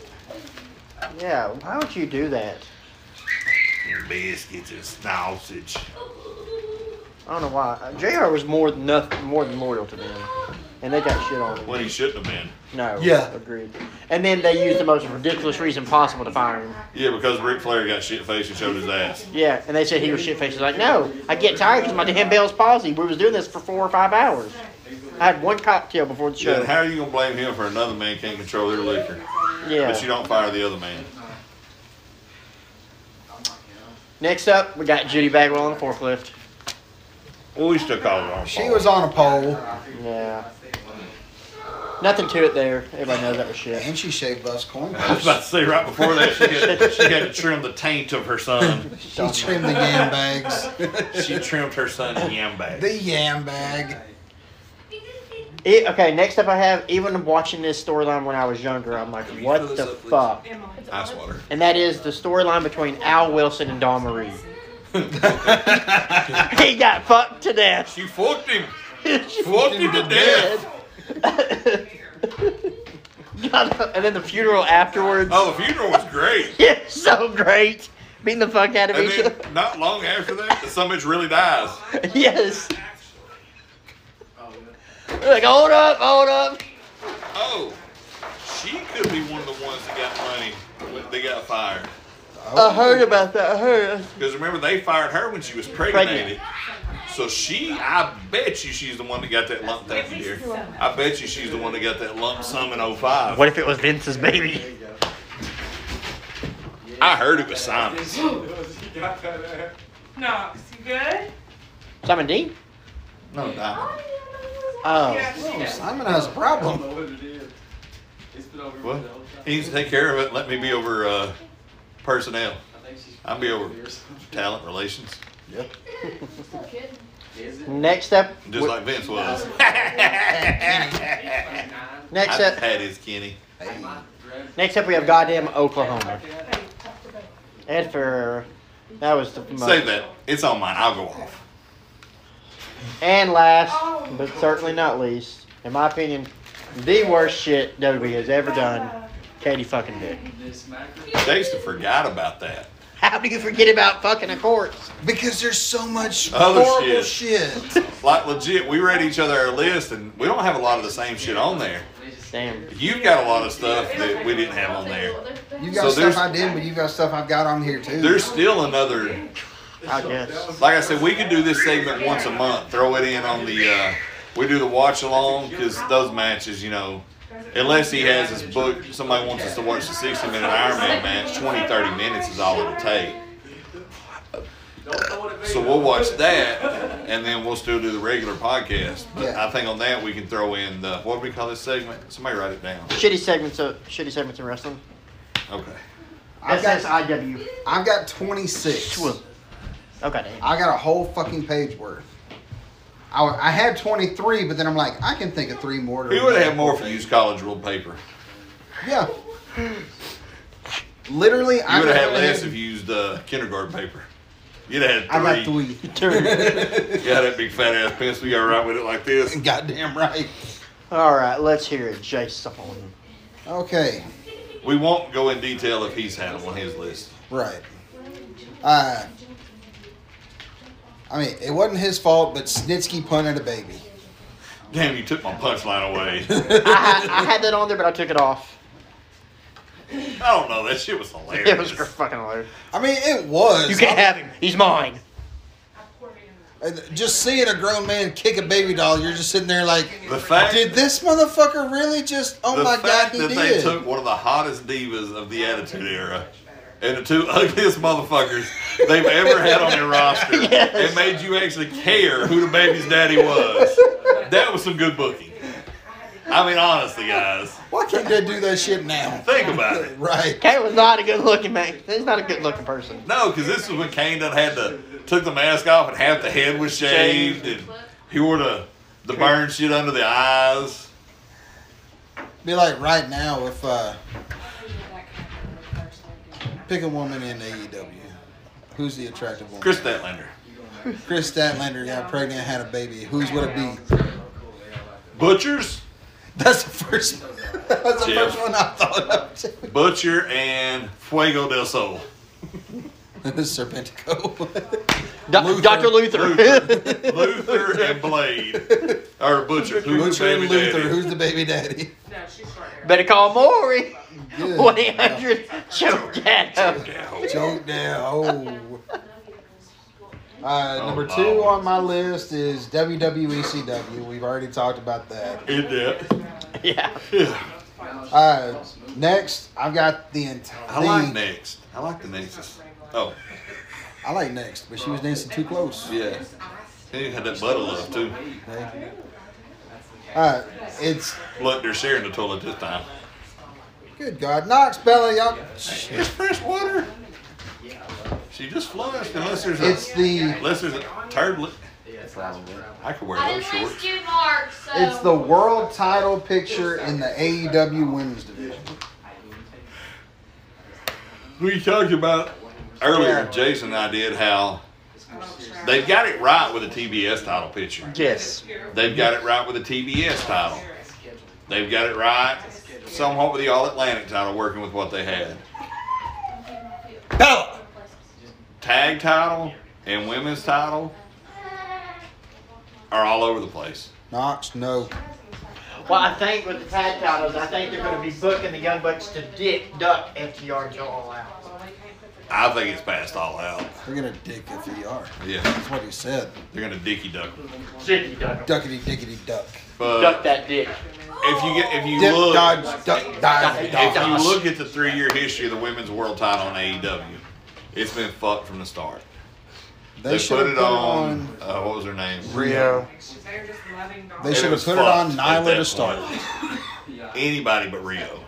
E: yeah, why would you do that?
B: Biscuits and sausage.
E: I don't know why. Uh, Jr. was more than nothing, more than loyal to them, and they got shit on. Him.
B: Well, he shouldn't have been.
E: No.
I: Yeah.
E: Agreed. And then they used the most ridiculous reason possible to fire him.
B: Yeah, because Ric Flair got shit faced and showed his ass.
E: Yeah, and they said he was shit faced. He's like, no, I get tired because my damn Bell's palsy. We was doing this for four or five hours. I had one cocktail before the
B: Yeah,
E: show.
B: and how are you gonna blame him for another man can't control their liquor? But you
E: Yeah.
B: don't fire the other man.
E: Next up, we got Judy Bagwell on the forklift.
B: Well, we still call it on.
I: She was on a pole
E: Yeah. Nothing to it there. Everybody knows that was shit.
I: and she shaved Buff's coin.
B: I was about to say right before that she had, she had to trim the taint of her son.
I: She trimmed the yam bags.
B: She trimmed her son in yam bag.
I: the yam bag.
E: E- okay, next up I have, even watching this storyline when I was younger, I'm like, what the fuck?
D: Am I?
B: Ice water.
E: And that is the storyline between Al Wilson and Dawn Marie. he got fucked to death.
B: She fucked him. Fucked him to death.
E: God, and then the funeral afterwards.
B: Oh, the funeral was great.
E: Yeah, so great. Beating the fuck out of
B: And
E: each
B: then
E: other.
B: not long after that, the summit really dies.
E: Yes.
J: Like, hold up, hold up.
B: Oh, she could be one of the ones that got money when they got fired.
J: I heard about that. I heard.
B: Because remember, they fired her when she was
J: Pregnant.
B: pregnant. So she, I bet you she's the one that got that lump. Thank you, dear. I bet you she's the one that got that lump sum in 05.
J: What if it was Vince's baby?
B: I heard it was Simon's.
D: Knox, you good?
J: Simon D?
B: No, Diamond.
J: Oh.
D: Yes, she does.
A: Simon has a problem.
G: know what it is. It's been over
B: What?
G: the whole time.
B: He needs to take care of it. and Let me be over uh, personnel,
G: I think she's
B: I'll be over.
G: or something.
B: talent relations,
F: Still kidding.
G: Is it?
J: Next up.
B: just like Vince was.
G: Like
B: I
G: nine?
J: Next up.
B: had his Kenny.
G: I might grab-
J: Next up, we have goddamn Oklahoma.
G: Okay.
J: Ed Ferrer. That was the most.
B: Say that. It's on mine. I'll go off.
J: And last, but certainly not least, in my opinion, the worst shit WWE has ever done. Katie fucking Dick.
G: Miss Macker.
B: Jason forgot about that.
J: How do you forget about fucking a corpse?
A: Because there's so much
B: Other
A: horrible shit.
B: Like legit, we read each other our list, and we don't have a lot of the same shit on there.
J: Damn.
B: You've got a lot of stuff that we didn't have on there.
A: You
B: So
A: got
B: there's-
A: stuff I did, but you got stuff I've got on here too.
B: There's still another.
J: I guess.
B: Like I said, we could do this segment once a month. Throw it in on the. Uh, we do the watch along because those matches, you know, unless he has his book, somebody wants us to watch the 60 minute Iron Man match, 20, 30 minutes is all it'll take.
G: Don't throw it at me.
B: So we'll watch that, and then we'll still do the regular podcast. But
A: Yeah.
B: I think on that we can throw in the what do we call this segment? Somebody write it down.
J: Shitty segments of shitty segments in wrestling.
B: Okay.
A: I've got
J: SSIW.
A: I've got 26.
J: Swim. Okay. Damn.
A: I got a whole fucking page worth. I, I had 23, but then I'm like, I can think of three more. to
B: Who would have more if you used college ruled paper?
A: Yeah. Literally,
B: You
A: I
B: would have had
A: literally
B: less if you used uh, kindergarten paper. You'd have
A: I got
B: had three.
A: three.
B: You had that big fat ass pencil. You all right with it like this?
A: Goddamn right.
J: All right, let's hear it, Jason.
A: Okay.
B: We won't go in detail if he's had them on his list.
A: Right. Uh, I mean, it wasn't his fault, but Snitsky punted a baby.
B: Damn, you took my punchline away.
J: I, had- I had that on there, but I took it off.
B: I don't know. That shit was hilarious.
J: It was gr- fucking hilarious.
A: I mean, it was.
J: You can't have him. He's mine.
A: And Just seeing a grown man kick a baby doll, you're just sitting there like,
B: The fact
A: did this motherfucker really just? Oh
B: the
A: my god,
B: fact
A: he
B: that
A: did.
B: they took one of the hottest divas of the Attitude Era and the two ugliest motherfuckers they've ever had on their roster
J: Yes.
B: and made you actually care who the baby's daddy was. That was some good booking. I mean, honestly, guys,
A: Why can't they do that shit now?
B: think about it.
A: Right.
J: Kane was not a good looking man. He's not a good looking person.
B: No, because this was when Kane done had the took the mask off and half the head was shaved and he wore the the burn shit under the eyes.
A: Be like right now if uh, pick a woman in AEW. Who's the attractive woman?
B: Chris Statlander,
A: Chris Statlander got pregnant, and had a baby. Who's would it be?
B: butchers,
A: That's the first. That's the
B: Jeff.
A: first one I thought of. too.
B: butcher, and Fuego del Sol.
A: Serpentico.
J: Do-
A: Luther.
J: Dr. Luther.
B: Luther and Blade. Or Butcher. Who's
A: Butcher
B: the baby
A: and Luther.
B: daddy?
A: Who's the baby daddy?
D: No, she's short hair.
J: Better call Maury.
A: Good.
J: 1 800 Joe Gatto.
A: Joke down. Oh. Uh,
B: Oh,
A: number
B: wow.
A: two on my list is WWE CW. We've already talked about that.
B: In depth.
J: Yeah.
B: Yeah.
A: Uh, next, I've got the entire.
B: I like Next. I like the Nexus. Oh,
A: I like next, but she was dancing too close.
B: yeah. And you had that butter love, too.
A: Uh, it's
B: Look, they're sharing the toilet this time.
A: good God, Knox Bella, y'all.
B: It's fresh water. She just flushed, unless there's a,
A: It's the
B: unless there's a turd. li- I could wear
F: I
B: those
F: didn't like
B: shorts.
F: skid marks, so.
A: it's the world title picture in the AEW Women's Division.
B: We talked about earlier, Jason and I did, how they've got it right with a TBS title picture.
J: Yes.
B: They've got it right with the TBS title. They've got it right somewhat with the All Atlantic title, working with what they had.
A: Bella.
B: Tag title and women's title are all over the place.
A: Knox, no.
E: Well, I think with the tag titles, I think they're going to be booking the Young Bucks to dick, duck FTR until all out.
B: I think it's past all out.
A: We're gonna dick if you are.
B: Yeah,
A: That's what he said.
B: they're gonna dicky duck.
E: Dicky duck.
A: Duckity dickity duck.
B: But
E: Duck that dick.
B: if you get if you
A: Dip,
B: look
A: dodge, duck, dive,
B: if
A: dodge.
B: you look at the three year history of the women's world title in AEW, it's been fucked from the start. They,
A: should
B: put
A: have
B: it on. Uh, what was her name?
I: Rio.
D: They're just loving dogs.
A: They
B: And
A: should
B: it
A: have
B: was
A: put it on
B: fucked at
A: Nyla
B: that
A: to start.
B: point.
G: Yeah.
B: Anybody but Rio.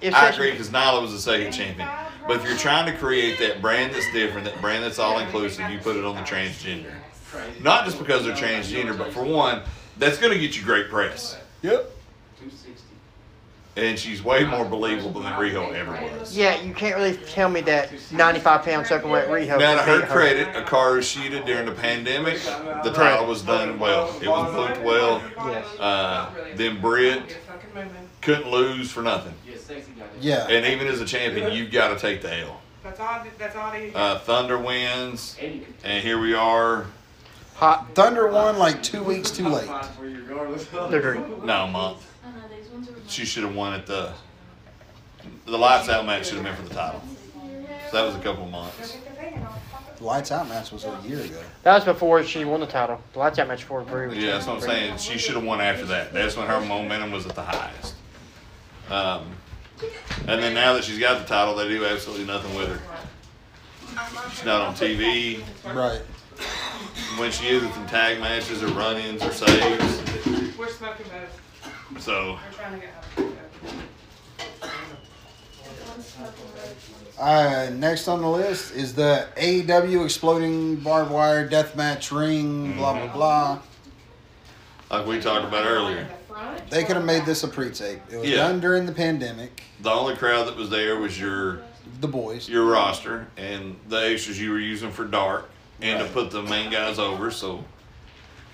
E: If
B: I
E: such-
B: agree because Nyla was the second champion. But if you're trying to create that brand that's different, that brand that's all inclusive, you put it on the transgender.
G: Crazy.
B: Not just because they're transgender, but for one, that's going to get you great press.
A: Yep.
G: 260.
B: And she's way more believable than Rio ever was.
E: Yeah, you can't really tell me that 95 pound circumweight Riho.
B: Now, to
E: can
B: her
E: beat
B: credit, Akaru Shida during the pandemic, the title was done well. It was booked well.
E: Yes.
B: Uh, then Britt couldn't lose for nothing.
G: Yeah, sexy guy.
A: Yeah.
B: And even as a champion, you've got to take the L.
D: That's all. That's all they.
B: Uh, Thunder wins,
G: And you can
B: and here we are.
E: Hot.
A: Thunder won like two weeks too late.
G: find where you're regardless.
E: Degree.
B: No, month.
F: I know these ones are.
B: She should have won at the the lights out match should have been for the title. So that was a couple months.
A: Lights out match was a year ago.
E: That was before she won the title. The lights out match before Brie.
B: Yeah, that's what I'm saying. She should have won after that. That's when her momentum was at the highest. Um, and then now that she's got the title, they do absolutely nothing with her. She's not on TV.
A: Right.
B: When she is, it's in tag matches or run-ins or saves.
D: We're smoking both.
B: So
D: We're trying to get out.
A: Uh, next on the list is the AEW exploding barbed wire deathmatch ring. Blah
B: Mm-hmm.
A: blah blah.
B: like we talked about earlier,
A: They could have made this a pre-tape. It was
B: Yeah.
A: done during the pandemic.
B: the only crowd that was there was your
A: The boys.
B: your roster and the extras you were using for dark and to put the main guys over. So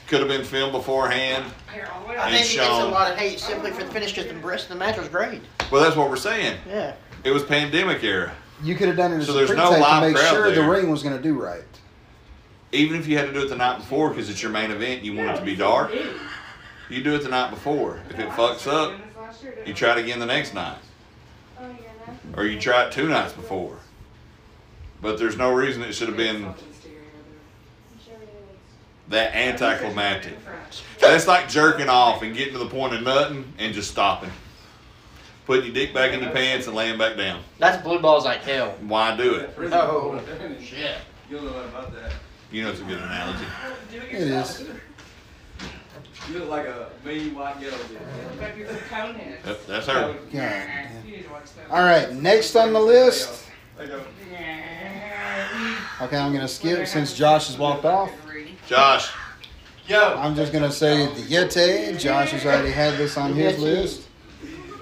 B: could have been filmed beforehand.
D: Here, all the way
E: I
D: up.
E: think he gets a
B: Sean.
E: lot of hate simply for the finish because the rest of the match was great.
B: Well, that's what we're saying.
E: Yeah.
B: It was pandemic era.
A: You could have done it as
B: So
A: a
B: there's no
A: pre-tape to
B: live
A: make
B: crowd
A: sure the
B: there.
A: ring was going to do right.
B: Even if you had to do it the night before because it's your main event, you want it to be dark. You do it the night before. If it fucks up, you try it again the next night,
H: Oh, yeah,
B: or you try it two nights before. But there's no reason it should have been
H: I'm sure it is.
B: that anticlimactic. That's like jerking off and getting to the point of nothing and just stopping. Putting your dick back in your pants and laying back down.
J: That's blue balls like hell.
B: Why do it?
J: Oh, shit.
G: You don't know nothing about that.
B: You know it's a good analogy.
A: It is.
G: You look like a mean white yellow dude.
D: Maybe it's a conehead.
B: That- That's her.
A: God, yeah.
D: You need to watch that.
A: All right. Next on the list.
G: There you go.
A: Okay, I'm going to skip since Josh has walked off.
B: Josh,
G: Yo!
A: I'm just gonna say the Yeti. Josh has already had this on his list.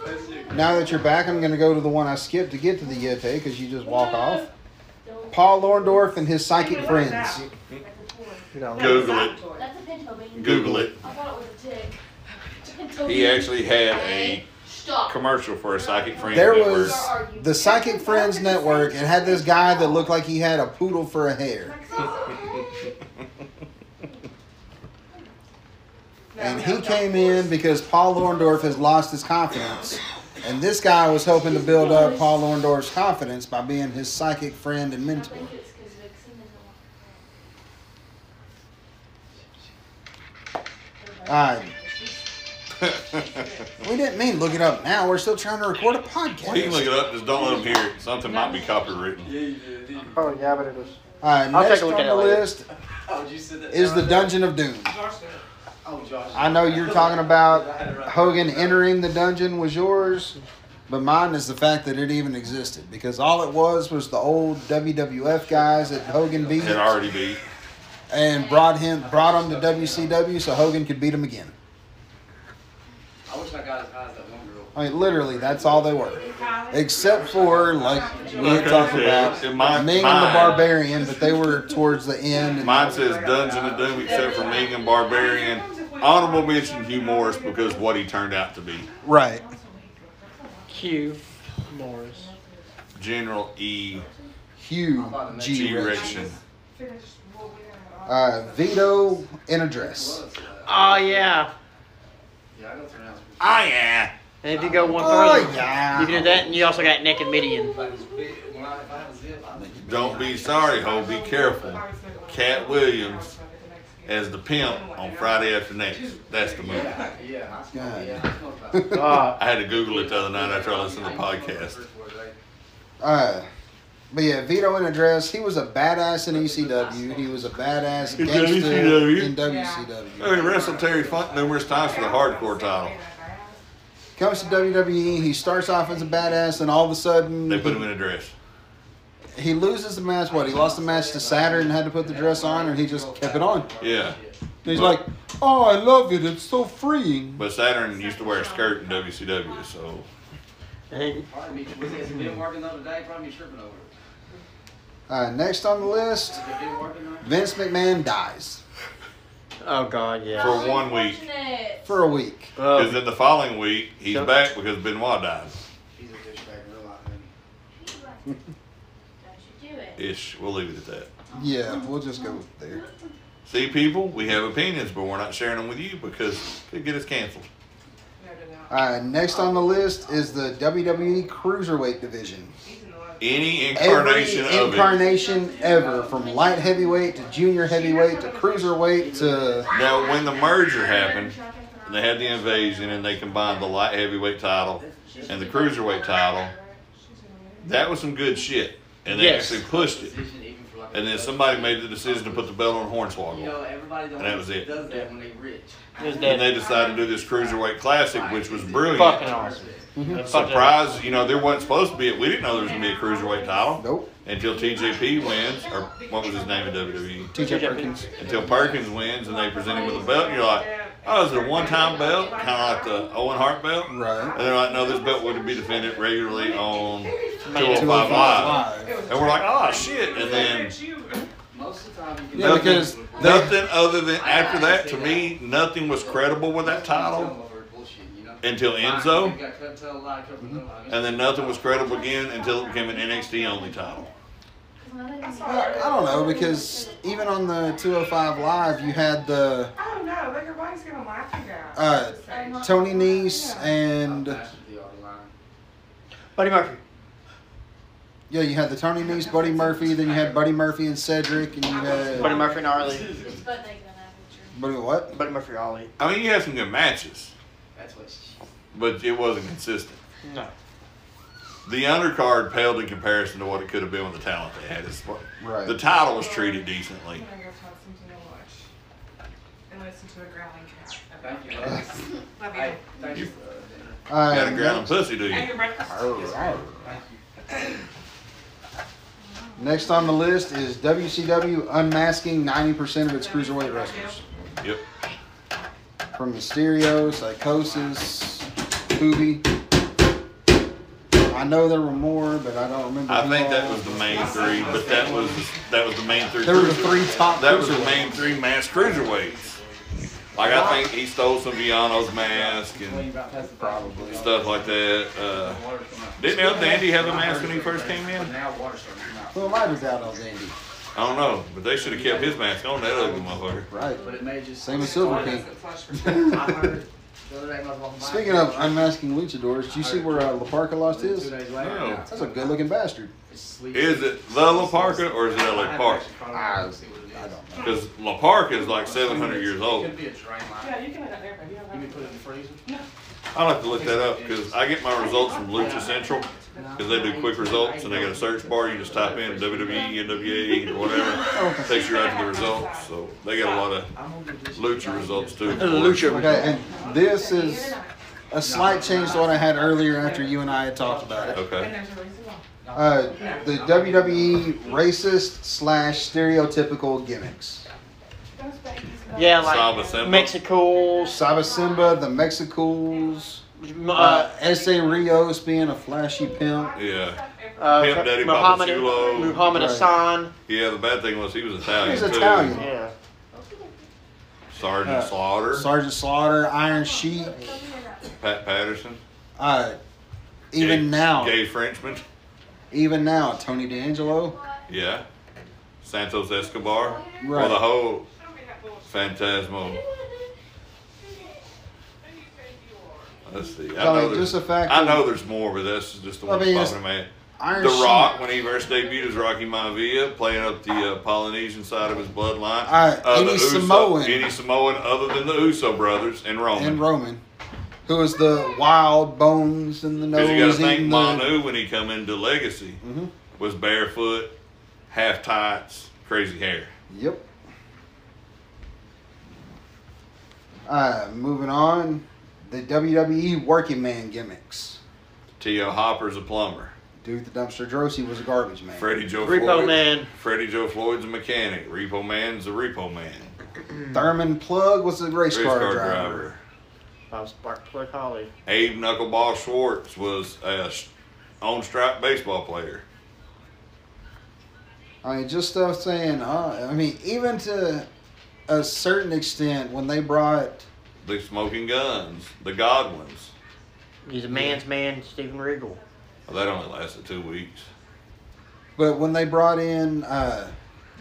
G: That's you.
A: Now that you're back, I'm gonna go to the one I skipped to get to the Yeti because you just walk off. Paul Lorndorff and his psychic friends.
B: Google it.
H: That's a pinto bean.
B: Google it.
H: I thought it was a tick. Pinto
B: He
H: bean.
B: actually had a
F: Stop.
B: commercial for a psychic friend.
A: There
B: network.
A: was the Psychic Friends Network. It had this guy that looked like he had a poodle for a hair, and he came in because Paul Lorndorff has lost his confidence. And this guy was hoping to build up Paul Lorndorff's confidence by being his psychic friend and
H: I
A: mentor.
H: think it's because Vixen is
A: All right, we didn't mean look it up now. We're still trying to record a podcast.
B: He can look it up. Just don't let him hear it. Something might be copywritten.
G: Yeah, you did. didn't you?
E: Oh, yeah, but it was.
A: Alright,
E: I'll
A: next
E: take a look
A: on
E: at it
A: the
E: later.
A: list
G: Oh, you said that.
A: is the
G: down
A: Dungeon of Doom.
G: there? Oh, Josh.
A: I know you're talking
G: I
A: about
G: had it right
A: Hogan
G: there.
A: entering the dungeon was yours, but mine is the fact that it even existed because all it was was the old WWF guys that Hogan beat
B: It already be.
A: and brought him brought him to WCW so Hogan could beat him again.
G: I wish I got as high as that one girl.
A: I mean, literally, that's all they were, except for like we talked about
B: It
A: Ming
B: might-
A: and the
B: mine-
A: Barbarian, but they were towards the end. And
B: Mine says Dungeon of Doom, except for Megan Barbarian. Honorable mention Hugh Morris because what he turned out to be.
A: right,
E: Q. Morris.
B: General E.
A: huge
B: G.
A: E. G-rection.
B: Rection.
A: Uh, Vito in a dress.
G: Plus, uh,
A: Ah,
J: Oh yeah.
G: Yeah, I got some announcements.
B: Ah, yeah.
J: And if you go one
I: Oh,
J: further,
I: yeah.
J: you can do that, and you also got naked median.
G: If I was big, when I, if I had a zip, I think you'd
B: Don't be sorry, ho. Be careful. Cat Williams as the pimp on Friday after next. That's the movie.
G: Yeah, yeah, I smell,
A: God.
G: yeah, I smell about it.
J: Uh,
B: I had to Google it the other night after I listened to the podcast.
A: Uh, but yeah, Vito in a dress. He was a badass in ECW. He was a badass
B: In
A: gangster
B: WCW.
A: in WCW.
B: He wrestled Terry Funk numerous times for the hardcore title.
A: Comes to WWE. He starts off as a badass, and all of a sudden
B: They put him in a dress.
A: he loses the match. What? He lost the match to Saturn and had to put the dress on, or he just kept it on.
B: Yeah.
A: And he's like, "Oh, I love it. It's so freeing."
B: But Saturn used to wear a skirt in WCW, so
J: and
G: Probably me, was it if it didn't work another day, probably me tripping over it.
A: Uh, next on the list,
G: If it didn't work another
A: Vince McMahon dies
J: oh god, yeah.
B: for one week.
A: for a week.
B: Because
J: Oh,
B: then the following week, he's back because Benoit died.
G: he's a douchebag in real life, isn't
H: you do it.
B: Ish. We'll leave it at that.
A: Yeah, we'll just go there.
B: See, people, we have opinions, but we're not sharing them with you because it could get us canceled.
A: Uh, next on the list is the WWE Cruiserweight division.
B: Any incarnation
A: Every
B: of it.
A: incarnation ever, from light heavyweight to junior heavyweight to cruiserweight to
B: Now, when the merger happened, and they had the invasion and they combined the light heavyweight title and the cruiserweight title. That was some good shit. And they
J: Yes.
B: actually pushed
G: he?
B: it.
G: Decision even for like a
B: And then
G: judge.
B: somebody made the decision to put the belt on
G: You
B: Hornswoggle.
G: know, everybody don't
B: And that was it.
G: does that when they rich.
J: it was
B: And
J: dead.
B: they decided to do this Cruiserweight Classic, which was
J: Fucking
B: brilliant.
J: awesome.
B: Surprise, you know, there wasn't supposed to be it. We didn't know there was going to be a Cruiserweight title
A: nope.
B: until TJP wins, or what was his name in WWE?
A: TJ Perkins.
B: until Perkins wins and they present him with a belt, and you're like, oh, is it a one-time belt, kind of like the Owen Hart belt?
A: Right.
B: And they're like, no, this belt would be defended regularly on 205
A: 205
B: Live.
A: Live.
B: And we're like, oh shit! And then
G: Most of the time, you can
A: Yeah, because
B: nothing other than after that, to me, nothing was credible with that title until Enzo, and then nothing was credible again until it became an NXT only title.
A: I I don't know because even on the 205 Live, you had the
D: I don't know. Like, everybody's gonna laugh at that.
A: uh, Tony Nese
B: uh,
A: and
J: Buddy Murphy.
A: yeah, you had the Tony Nese, Buddy Murphy. Then you had Buddy Murphy and Cedric, and you
J: Buddy
A: had
J: Murphy and Ollie.
H: It's butt naked on that picture.
A: Buddy what?
J: Buddy Murphy and Ollie.
B: I mean, you had some good matches,
G: That's what she-
B: but it wasn't consistent.
J: No.
B: The undercard paled in comparison to what it could have been with the talent they had. It's what-
A: Right.
B: The title was treated decently.
D: I'm gonna go find something to watch and listen to a growling cat.
G: Thank you. Alex.
D: Love you.
G: Hey, thank you.
A: Uh,
B: Got a ground and pussy, do
D: And
B: you?
D: your breakfast.
G: Thank you.
A: Next on the list is WCW unmasking 90% of its cruiserweight wrestlers.
B: Yep.
A: From Mysterio, Psychosis, Hoovy. I know there were more, but I don't remember.
B: I
A: them
B: think
A: all.
B: that was the main three, but that was that was the main three.
A: There were the three top
B: That was the
A: cruiserweights.
B: main three mass cruiserweights. Like I think he stole some Viano's mask and
G: That's probably.
B: stuff like that. Uh,
G: Water's coming out.
B: didn't El Dandy have a mask when he first came in?
G: Now water's coming out.
A: Who am I without El Dandy?
B: I don't know, but they should have kept his mask on. That ugly motherfucker.
A: Right.
G: But it may just.
A: Same as Silver King.
G: I heard the other day when I was walking by-
A: Speaking of unmasking luchadors, did you see where uh, Laparca lost
G: Two
A: his?
G: days later,
B: No.
G: yeah.
A: That's a good looking bastard.
G: It's sleep.
B: Is it the La Parca or is it LA Park?
A: I-
G: I
A: I don't know.
B: Because La Parca is like 700 years
G: It
B: old.
G: could be a drain
D: Yeah,
G: line.
D: you can let that there, baby. You don't have
G: You can
D: to.
G: put it in the freezer.
B: I'll have to look that up because I get my results from Lucha Central because they do quick results and they got a search bar. You just type in E WWE, NWA, or whatever. Takes you right to the results. So they got a lot of
G: I'm gonna do this.
B: Lucha results too.
A: Okay, and this is a slight change to what I had earlier after you and I had talked about it.
D: And
B: Okay.
D: there's a reason why.
A: Uh, the WWE racist slash stereotypical gimmicks.
D: Those babies love
J: Yeah,
B: Saba
J: like
B: Simba.
J: Mexicals.
A: Saba Simba, the Mexicals,
J: m-
A: uh,
J: Uh,
A: S.A. Rios being a flashy pimp.
B: Yeah.
J: uh,
B: Pimp Daddy Papa
J: Muhammad,
B: Chulo.
J: Muhammad
A: Right.
J: Hassan.
B: Yeah, the bad thing was he was Italian.
A: He's
B: too.
A: Italian. Uh,
J: Yeah.
B: Sergeant Slaughter,
A: Sergeant Slaughter, Iron Sheik,
B: Pat Patterson.
A: uh, even
B: gay-
A: now,
B: Gay Frenchman.
A: even now, Tony D'Angelo.
B: Yeah. Santos Escobar. Or
A: Right.
B: the whole Phantasmo. Let's see. I
A: So, I
B: know
A: mean,
B: there's-
A: just the fact
B: I
A: that-
B: know there's more, but that's just the
A: I
B: one
A: mean,
B: that's
A: it's
B: popping in my head.
A: Iron
B: The
A: Sheik.
B: Rock, when he first debuted as Rocky Maivia, playing up the uh, Polynesian side of his bloodline.
A: Uh, any
B: the Uso-
A: Samoan.
B: any Samoan other than the Uso brothers and Roman.
A: and Roman, who is the wild bones and the nose.
B: Because you got to think
A: and the-
B: Manu when he come into Legacy
A: Mhm.
B: was barefoot, half tights, crazy hair.
A: Yep. Uh, moving on, the WWE working man gimmicks.
B: T.O. Hopper's a plumber.
A: Dude, the dumpster Drosy was a garbage man.
B: Freddie Joe
J: Repo
B: Floyd.
J: Man.
B: Freddie Joe Floyd's a mechanic. Repo Man's a repo man.
A: Thurman Plug was a race,
B: Race
A: car,
B: car
A: driver.
B: driver.
J: I was Spark Plug Holly.
B: Abe Knuckleball Schwartz was a on strike baseball player.
A: I mean, just stuff saying. Uh, I mean, even to a certain extent, when they brought
B: The Smoking Guns, the Godwins.
J: He's a man's man, Steven Regal.
B: Well, that only lasted two weeks.
A: But when they brought in uh,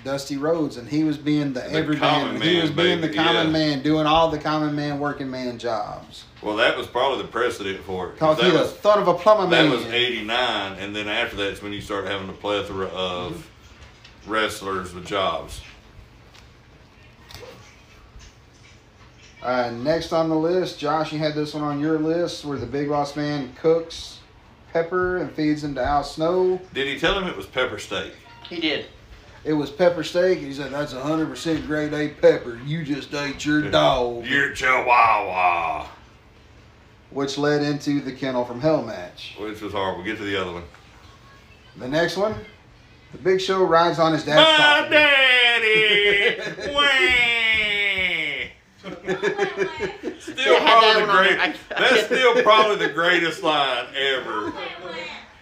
A: Dusty Rhodes and he was being the, everyman,
B: common
A: he
B: man,
A: was being
B: baby,
A: the common
B: yeah.
A: man, doing all the common man working man jobs.
B: Well, that was probably the precedent for it. 'cause
A: Cause he
B: that
A: the
B: was,
A: son of a plumber
B: that
A: man.
B: was 89, and then after that's when you start having a plethora of wrestlers with jobs.
A: uh, next on the list, Josh, you had this one on your list where the big boss man cooks pepper and feeds him to Al Snow.
B: Did he tell him it was pepper steak?
J: He did.
A: It was pepper steak. He said, That's 100% grade A pepper. You just ate your dog.
B: Your chihuahua.
A: Which led into the kennel from hell match.
B: Which was horrible. Get to the other one.
A: The next one, the big show rides on his dad's
B: My
A: coffin.
B: daddy. Wah. Still
J: Yeah, I had
B: probably the
J: that one on
B: great,
J: there. I- I
B: that's
J: can't-
B: still probably the greatest line ever.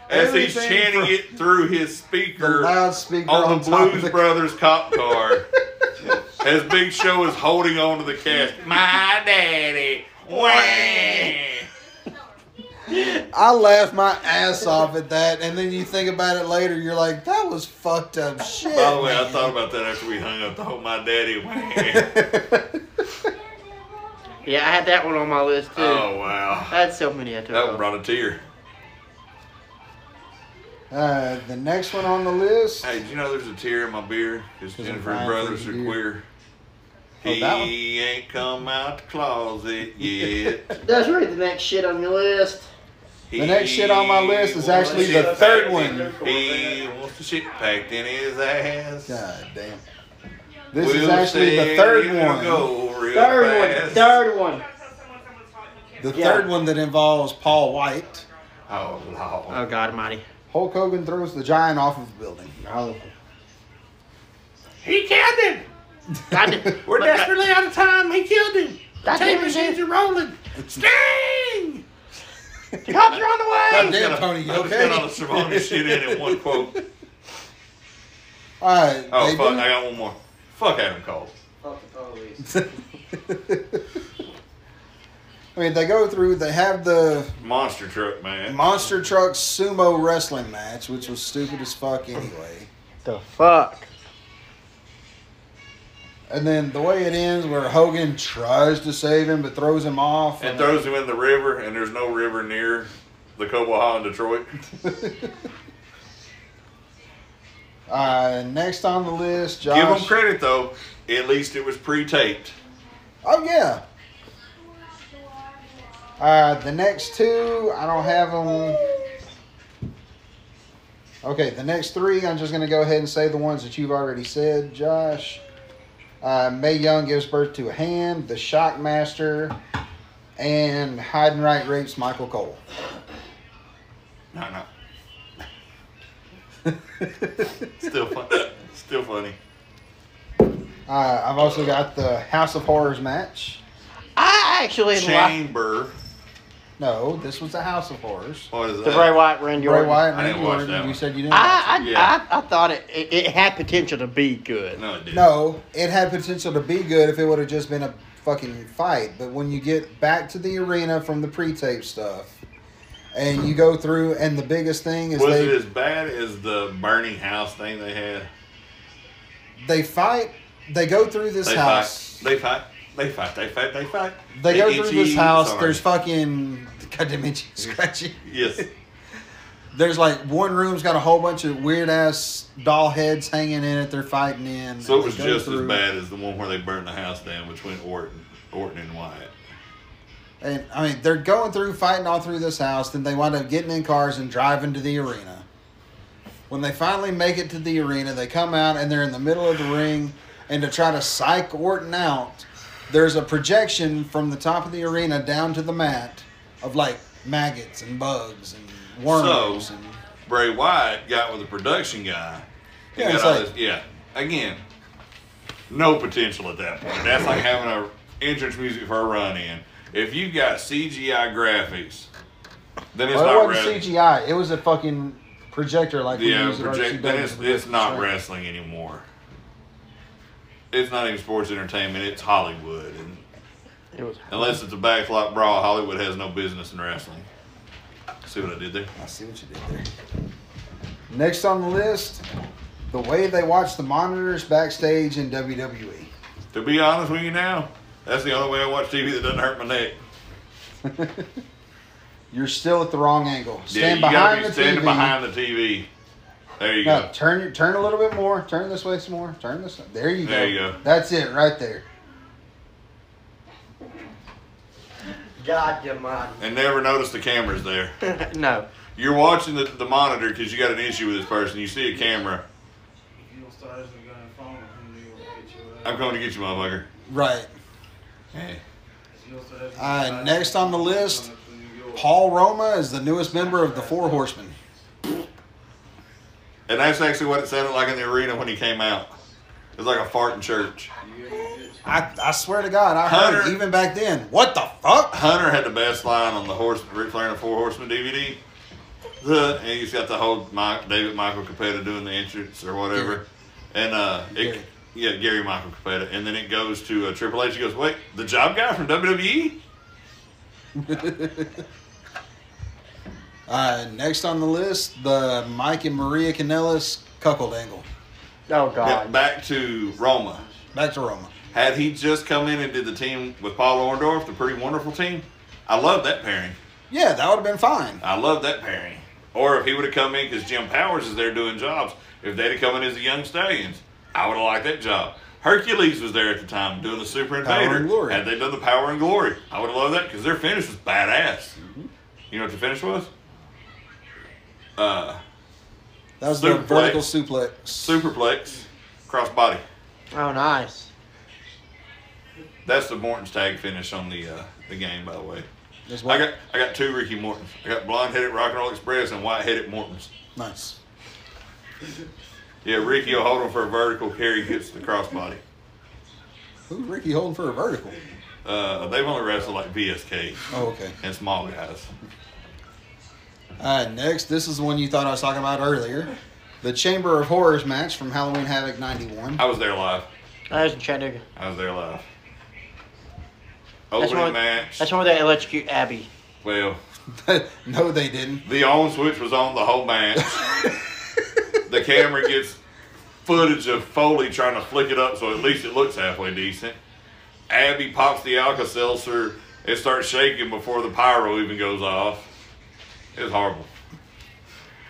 B: As he's
A: Everything
B: chanting
A: from-
B: it through his
A: the
B: speaker
A: loudspeaker on,
B: on the
A: top
B: Blues
A: of the
B: Brothers cop car, as Big Show is holding on to the cast. My daddy, wah.
A: I laughed my ass off at that, and then you think about it later, you're like, that was fucked up shit.
B: By the way, I
A: man."
B: thought about that after we hung up the whole my daddy wah.
J: Yeah, I had that one on my list too.
B: Oh wow,
J: I had so many I took.
B: that one
J: off.
B: brought a tear.
A: uh, the next one on the list,
B: Hey, did you know there's a tear in my beer? Because
A: Because I'm
B: Jennifer
A: crying
B: Brothers
A: for
B: are
A: your
B: queer.
A: Oh,
B: He
A: that one?
B: ain't come out the closet yet.
J: Let's read the next shit on your list.
A: The next shit on my list is actually the third one.
B: He wants the shit packed in his ass.
A: god damn. This is
B: We'll
A: actually the
B: see
A: third
B: it'll
A: one.
B: Go real
J: Third one.
B: fast.
J: Third one.
A: The
J: Yeah.
A: third one that involves Paul White.
B: Oh, Lord.
J: Oh God Almighty.
A: Hulk Hogan throws the giant off of the building.
J: Oh.
B: He killed him.
J: God, damn-
B: We're desperately out of time. He killed him.
J: God damn
B: Tape
J: it,
B: machines
J: man.
B: are rolling. Sting!
J: The cops are on
A: God
J: the way.
A: damn, Tony, you
B: I just got all the
A: okay?
B: Cervoni shit in in one quote.
A: All right.
B: Oh,
A: they
B: fuck.
A: do-
B: I got one more. Fuck Adam Cole.
G: Fuck the police.
A: I mean, they go through. They have the
B: Monster truck, man.
A: monster truck sumo wrestling match, which was stupid as fuck anyway.
J: The fuck.
A: And then the way it ends, where Hogan tries to save him but throws him off,
B: and throws him in the river, and there's no river near the Cobo Hall in Detroit.
A: uh, next on the list, Josh.
B: Give him credit though, at least it was pre-taped.
A: Oh yeah. Uh, the next two, I don't have them. Okay, the next three, I'm just gonna go ahead and say the ones that you've already said, Josh. Uh, May Young gives birth to a hand, the Shockmaster, and Heidenreich rapes Michael Cole.
B: No, no, still fun, still funny.
A: Uh, I've also got the House of Horrors match.
J: I actually like
B: Chamber.
A: No, this was the House of Horrors.
B: What is
J: the Bray
B: that?
J: White Randy
A: Bray
J: Orton.
A: Wyatt,
B: I didn't
A: Randy
B: watch
A: Orton,
B: that
A: you
B: one.
A: said you didn't. watch
J: I I,
B: Yeah.
J: I, I thought it, it it had potential to be good.
B: No, it didn't.
A: No, it had potential to be good if it would have just been a fucking fight. But when you get back to the arena from the pre-tape stuff, and you go through, and the biggest thing is
B: Was
A: they
B: it as bad as the burning house thing they had?
A: they fight, they go through this
B: They
A: house,
B: fight. They fight. They fight. They fight. They fight.
A: they, go
B: get
A: through
B: you.
A: this house.
B: Sorry.
A: There's fucking God damn it, you E scratchy.
B: Yes.
A: There's like one room's got a whole bunch of weird ass doll heads hanging in it. They're fighting in.
B: So it was
A: They go
B: just as
A: through.
B: bad as the one where they burned the house down between Orton, Orton and Wyatt.
A: And I mean, they're going through fighting all through this house. Then they wind up getting in cars and driving to the arena. When they finally make it to the arena, they come out and they're in the middle of the ring. And to try to psych Orton out, there's a projection from the top of the arena down to the mat of like maggots and bugs and worms.
B: So
A: and,
B: Bray Wyatt got with a production guy. He
A: Yeah,
B: got
A: it's
B: all
A: like-
B: this- yeah. Again, no potential at that point. That's like having a entrance music for a run in. If you got CGI graphics, then it's
A: well, it
B: not
A: wasn't
B: wrestling.
A: CGI. It was a fucking projector like we
B: Yeah,
A: use at
B: project, then
A: RCW
B: it's,
A: for
B: it's not
A: shows.
B: wrestling anymore. It's not even sports entertainment. It's Hollywood, and
E: It was
B: unless it's a backlot brawl, Hollywood has no business in wrestling. See what I did there?
A: I see what you did there. Next on the list, the way they watch the monitors backstage in E. WWE.
B: To be honest with you now, that's the only way I watch TV that doesn't hurt my neck.
A: You're still at the wrong angle.
B: yeah,
A: Stand
B: you gotta
A: behind
B: be
A: the
B: standing
A: TV.
B: behind the TV. There you
A: no,
B: go.
A: turn your- turn a little bit more. Turn this way some more. Turn this. Way. There you go.
B: There you go.
A: That's it right there.
K: God, you mind.
B: And never notice the cameras there.
E: no.
B: You're watching the, the monitor because you got an issue with this person. You see a camera.
G: You don't start as a guy on the phone, I'm gonna get you.
B: I'm coming to get you, motherfucker.
A: Right.
B: Hey.
A: Uh, next on the list, Paul Roma is the newest member of the Four Horsemen.
B: And that's actually what it sounded like in the arena when he came out. It was like a fart in church.
A: I, I swear to God, I heard
B: Hunter.
A: even back then. What the fuck?
B: Hunter had the best line on the horse Ric Flair and the Four Horsemen DVD. The, and he's got the whole Mike, David Michael Capetta doing the entrance or whatever. And uh, it,
A: Gary.
B: yeah, Gary Michael Capetta. And then it goes to uh, Triple H. He goes, wait, the job guy from E?" WWE?
A: Uh, next on the list, the Mike and Maria Canellis cuckold angle.
E: Oh
B: Yeah,
E: God.
B: back to Roma.
A: Back to Roma.
B: Had he just come in and did the team with Paul Orndorff, the pretty wonderful team, I love that pairing.
A: Yeah, that would have been fine.
B: I love that pairing. Or if he would have come in because Jim Powers is there doing jobs, if they'd have come in as the Young Stallions, I would have liked that job. Hercules was there at the time doing the Super
A: Power
B: Invader.
A: and Glory.
B: Had they done the Power and Glory, I would have loved that because their finish was badass.
A: Mm-hmm.
B: You know what the finish was? Uh,
A: That was the
B: Suplex.
A: vertical suplex.
B: superplex, crossbody.
E: Oh nice.
B: That's the Morton's tag finish on the uh, the game, by the way.
A: That's
B: I
A: what-
B: got I got two Ricky Mortons. I got blonde headed Rock and Roll Express and white headed Mortons.
A: nice.
B: Yeah, Ricky will hold him for a vertical carry, hits the crossbody.
A: Who's Ricky holding for a vertical?
B: Uh, they've only wrestled like BSK
A: Oh, okay.
B: and small guys.
A: Uh, next, this is the one you thought I was talking about earlier. The Chamber of Horrors match from Halloween Havoc 91.
B: I was there live.
E: That was in Chattanooga.
B: I was there live.
E: That's
B: Opening
E: where-
B: match.
E: That's where they electrocute Abby.
B: well,
A: no, they didn't.
B: the on switch was on the whole match. the camera gets footage of Foley trying to flick it up so at least it looks halfway decent. Abby pops the Alka Seltzer. It starts shaking before the pyro even goes off. It was horrible.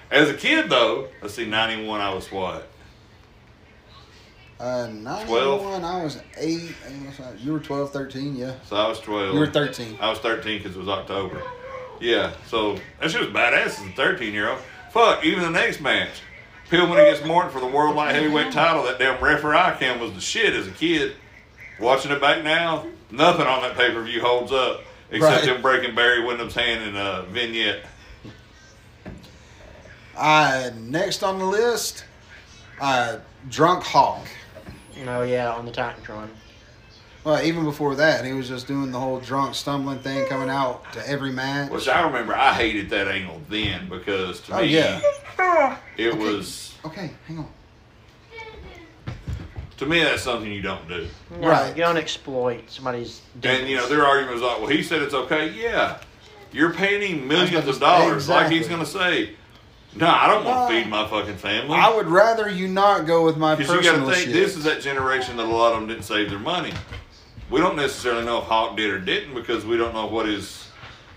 B: As a kid, though, let's see, 91, I was what?
A: Uh, 91,
B: Twelve.
A: I was 8. and what's that? You were 12, 13, yeah.
B: So I was 12.
A: You were 13.
B: I was 13 because it was October. Yeah, so that shit was badass as a 13 year old. Fuck, even the next match. Pillman against Morton for the World Light Heavyweight title. That damn referee cam was the shit as a kid. Watching it back now, nothing on that pay per view holds up except
A: Right.
B: him breaking Barry Windham's hand in a vignette.
A: Uh, next on the list, uh, Drunk Hawk.
E: Oh yeah, on the Titantron.
A: Well, even before that, he was just doing the whole drunk stumbling thing coming out to every match.
B: Which I remember I hated that angle then because to
A: Oh,
B: me,
A: yeah. Okay.
B: it was,
A: Okay, hang on.
B: to me, that's something you don't do.
E: No,
A: Right.
E: You don't exploit somebody's.
B: And you know, their argument was like, well, he said it's okay. Yeah, you're paying him millions of
A: That's what-
B: dollars. Like he's gonna
A: exactly.
B: say, no, I don't want
A: Well,
B: to feed my fucking family.
A: I would rather you not go with my
B: Because you got to
A: personal
B: think
A: shit.
B: this is that generation that a lot of them didn't save their money. We don't necessarily know if Hawk did or didn't because we don't know what his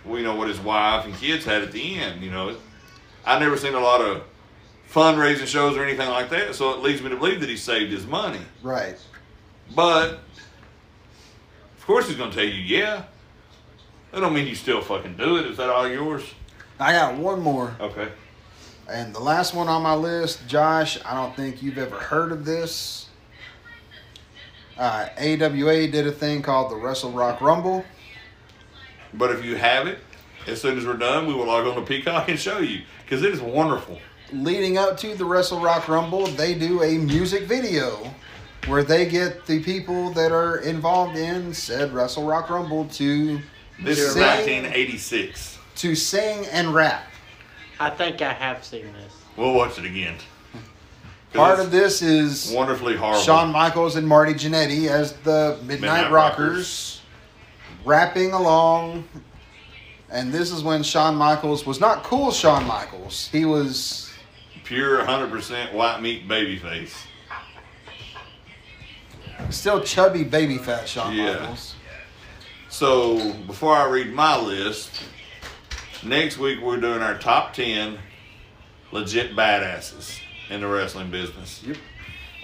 B: you know what his wife and kids had at the end. You know, I never seen a lot of fundraising shows or anything like that, so it leads me to believe that he saved his money.
A: Right.
B: But of course, he's gonna tell you, yeah. That don't mean you still fucking do it. Is that all yours?
A: I got one more.
B: Okay.
A: And the last one on my list, Josh, I don't think you've ever heard of this. Uh, AWA did a thing called the Wrestle Rock Rumble.
B: But if you have it, as soon as we're done, we will log on to Peacock and show you because it is wonderful.
A: Leading up to the Wrestle Rock Rumble, they do a music video where they get the people that are involved in said Wrestle Rock Rumble to
B: This is
A: sing-
B: 1986.
A: to sing and rap.
E: I think I have seen this.
B: We'll watch it again. 'Cause
A: Part
B: it's
A: of this is
B: wonderfully horrible.
A: Shawn Michaels and Marty Jannetty as the Midnight,
B: Midnight
A: Rockers, rapping along. And this is when Shawn Michaels was not cool Shawn Michaels. He was
B: pure 100% white meat baby face.
A: still chubby baby fat Shawn
B: Yeah.
A: Michaels.
B: So before I read my list, next week we're doing our top 10 legit badasses in the wrestling business.
A: Yep.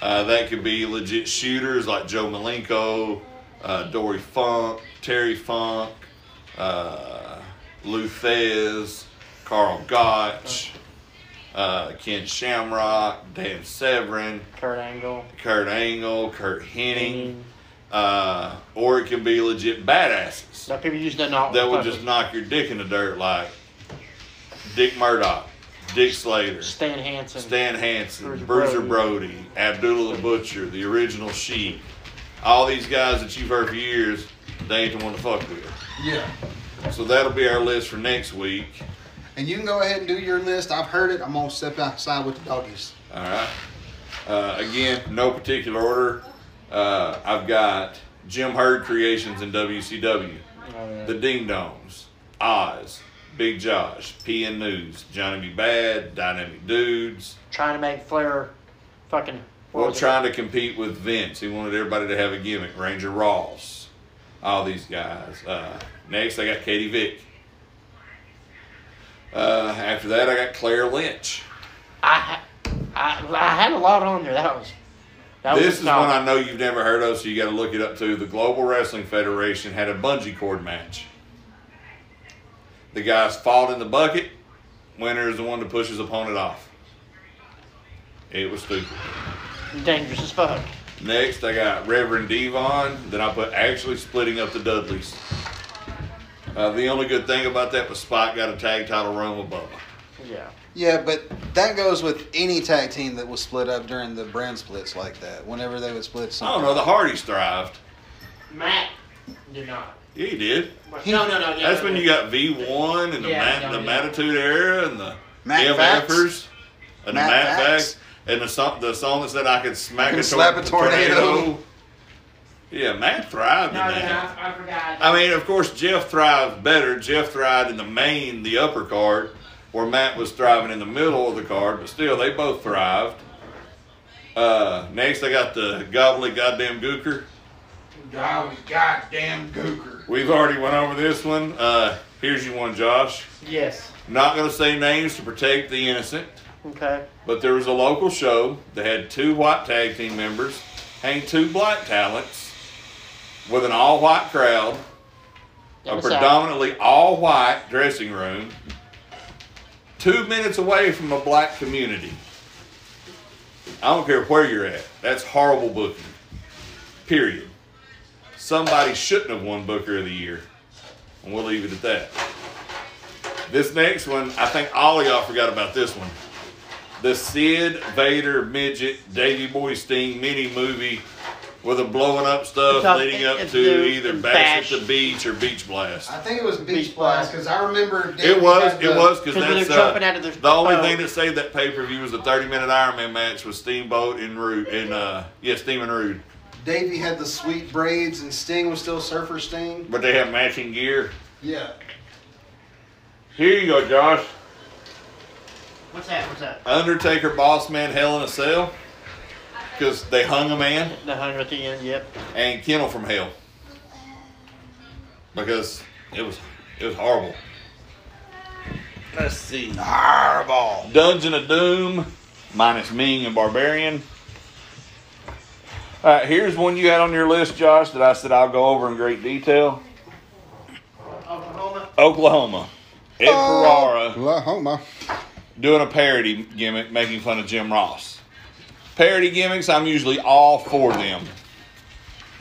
B: Uh, that could be legit shooters like Joe Malenko, uh, Dory Funk, Terry Funk, uh, Lou Thez, Carl Gotch, uh, Ken Shamrock, Dan Severin,
E: Kurt Angle.
B: Kurt Angle, Kurt Henning. Uh, or it could be legit badasses
E: Now people use that not.
B: that would just knock your dick in the dirt like Dick Murdoch, Dick Slater,
E: Stan Hansen.
B: Stan Hansen,
E: Bruiser
B: Bruiser Brody, Abdullah the Butcher, the original Sheik. All these guys that you've heard for years, they ain't the one to fuck with.
A: Yeah.
B: So that'll be our list for next week.
A: And you can go ahead and do your list. I've heard it. I'm going to step outside with the doggies.
B: All right. Uh, again, no particular order. Uh, I've got Jim Herd Creations in WCW, The Ding Dongs, Oz, Big Josh, PN News, Johnny B. Bad, Dynamic Dudes.
E: Trying to make Flair fucking. what
B: Well,
E: was it?
B: trying to compete with Vince. He wanted everybody to have a gimmick. Ranger Ross, all these guys. Uh, next, I got Katie Vick. Uh, after that, I got Claire Lynch.
E: I, ha- I, I had a lot on there. That was. That
B: this
E: was
B: is one I know you've never heard of, so you got to look it up too. The Global Wrestling Federation had a bungee cord match. The guys fought in the bucket. Winner is the one that pushes opponent off. It was stupid.
E: dangerous as fuck.
B: Next, I got Reverend Devon. Then I put actually splitting up the Dudleys. Uh, the only good thing about that was Spike got a tag title run with Bubba.
E: Yeah.
A: Yeah, but that goes with any tag team that was split up during the brand splits like that. Whenever they would split
B: I don't
A: something.
B: know. The Hardys thrived.
E: Matt did not.
B: Yeah, he did.
E: No, no, no. yeah,
B: That's
E: no,
B: when
E: no.
B: you got V1 and the,
E: Yeah,
B: Mat-
E: no,
B: the
E: yeah.
B: Matitude era and the
A: Matt
B: MFers
A: Matt
B: and the Matt
A: Facts.
B: Facts and the song, the song that said I could smack a, tor-
A: Slap a tornado.
B: Yeah, Matt thrived
E: No,
B: in
E: no,
B: that.
E: no, I forgot.
B: I mean, of course, Jeff thrived better. Jeff thrived in the main, the upper card, where Matt was thriving in the middle of the card, but still, they both thrived. Uh, next, I got the gobbly goddamn gooker.
G: Golly goddamn gooker.
B: We've already went over this one. Uh, here's your one, Josh.
E: Yes.
B: Not going to say names to protect the innocent,
E: Okay.
B: but there was a local show that had two white tag team members hang two black talents with an all white crowd.
E: That
B: a
E: was out.
B: predominantly all white dressing room, two minutes away from a black community. I don't care where you're at. That's horrible booking. Period. Somebody shouldn't have won Booker of the Year. And we'll leave it at that. This next one, I think all of y'all forgot about this one. The Sid Vader Midget Davy Boy Sting mini movie with a blowing up stuff
E: It's up-
B: leading up
E: it's
B: to
E: due-
B: either
E: it's
B: Bash at the
E: Bash.
B: Beach or Beach Blast.
A: I think it was Beach,
E: Beach
A: Blast
E: Blast.
A: because I remember.
B: It
A: David
B: was,
A: got
B: it
A: the-
B: was, because
E: Because they're
B: that's uh,
E: jumping out of their-
B: the only
E: oh.
B: thing that saved that pay per view was a thirty minute Iron Man match with Steamboat and Rude and uh yeah Steam and Rude,
A: Davey had the sweet braids and Sting was still Surfer Sting.
B: but they have matching gear.
A: Yeah.
B: Here you go, Josh.
E: What's that? What's that?
B: Undertaker, Boss Man, Hell in a Cell, because they hung a man,
E: The hundred at the end. Yep.
B: and Kennel from Hell, because it was it was horrible. Let's see. Harball. Dungeon of Doom, minus Ming and Barbarian. All right, here's one you had on your list, Josh, that I said I'll go over in great detail. Oklahoma. Oklahoma. Ed Ferrara
I: Oklahoma.
B: doing a parody gimmick, making fun of Jim Ross. Parody gimmicks, I'm usually all for them.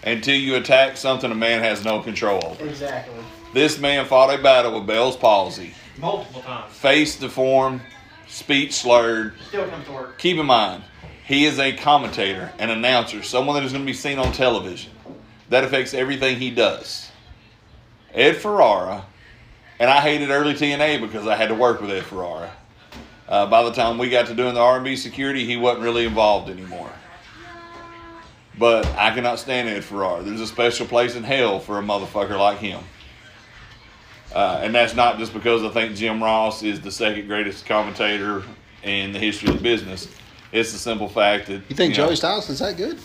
B: Until you attack something a man has no control over.
E: Exactly.
B: This man fought a battle with Bell's palsy,
E: Multiple times.
B: face deformed, speech slurred.
E: Still comes to work.
B: Keep in mind, he is a commentator, an announcer, someone that is going to be seen on television. That affects everything he does. Ed Ferrara, and I hated early TNA because I had to work with Ed Ferrara. Uh, by the time we got to doing the R&B security, he wasn't really involved anymore. But I cannot stand Ed Ferrara. There's a special place in hell for a motherfucker like him. Uh, and that's not just because I think Jim Ross is the second greatest commentator in the history of the business. It's the simple fact that
A: You think
B: know-
A: Joey Styles is that good?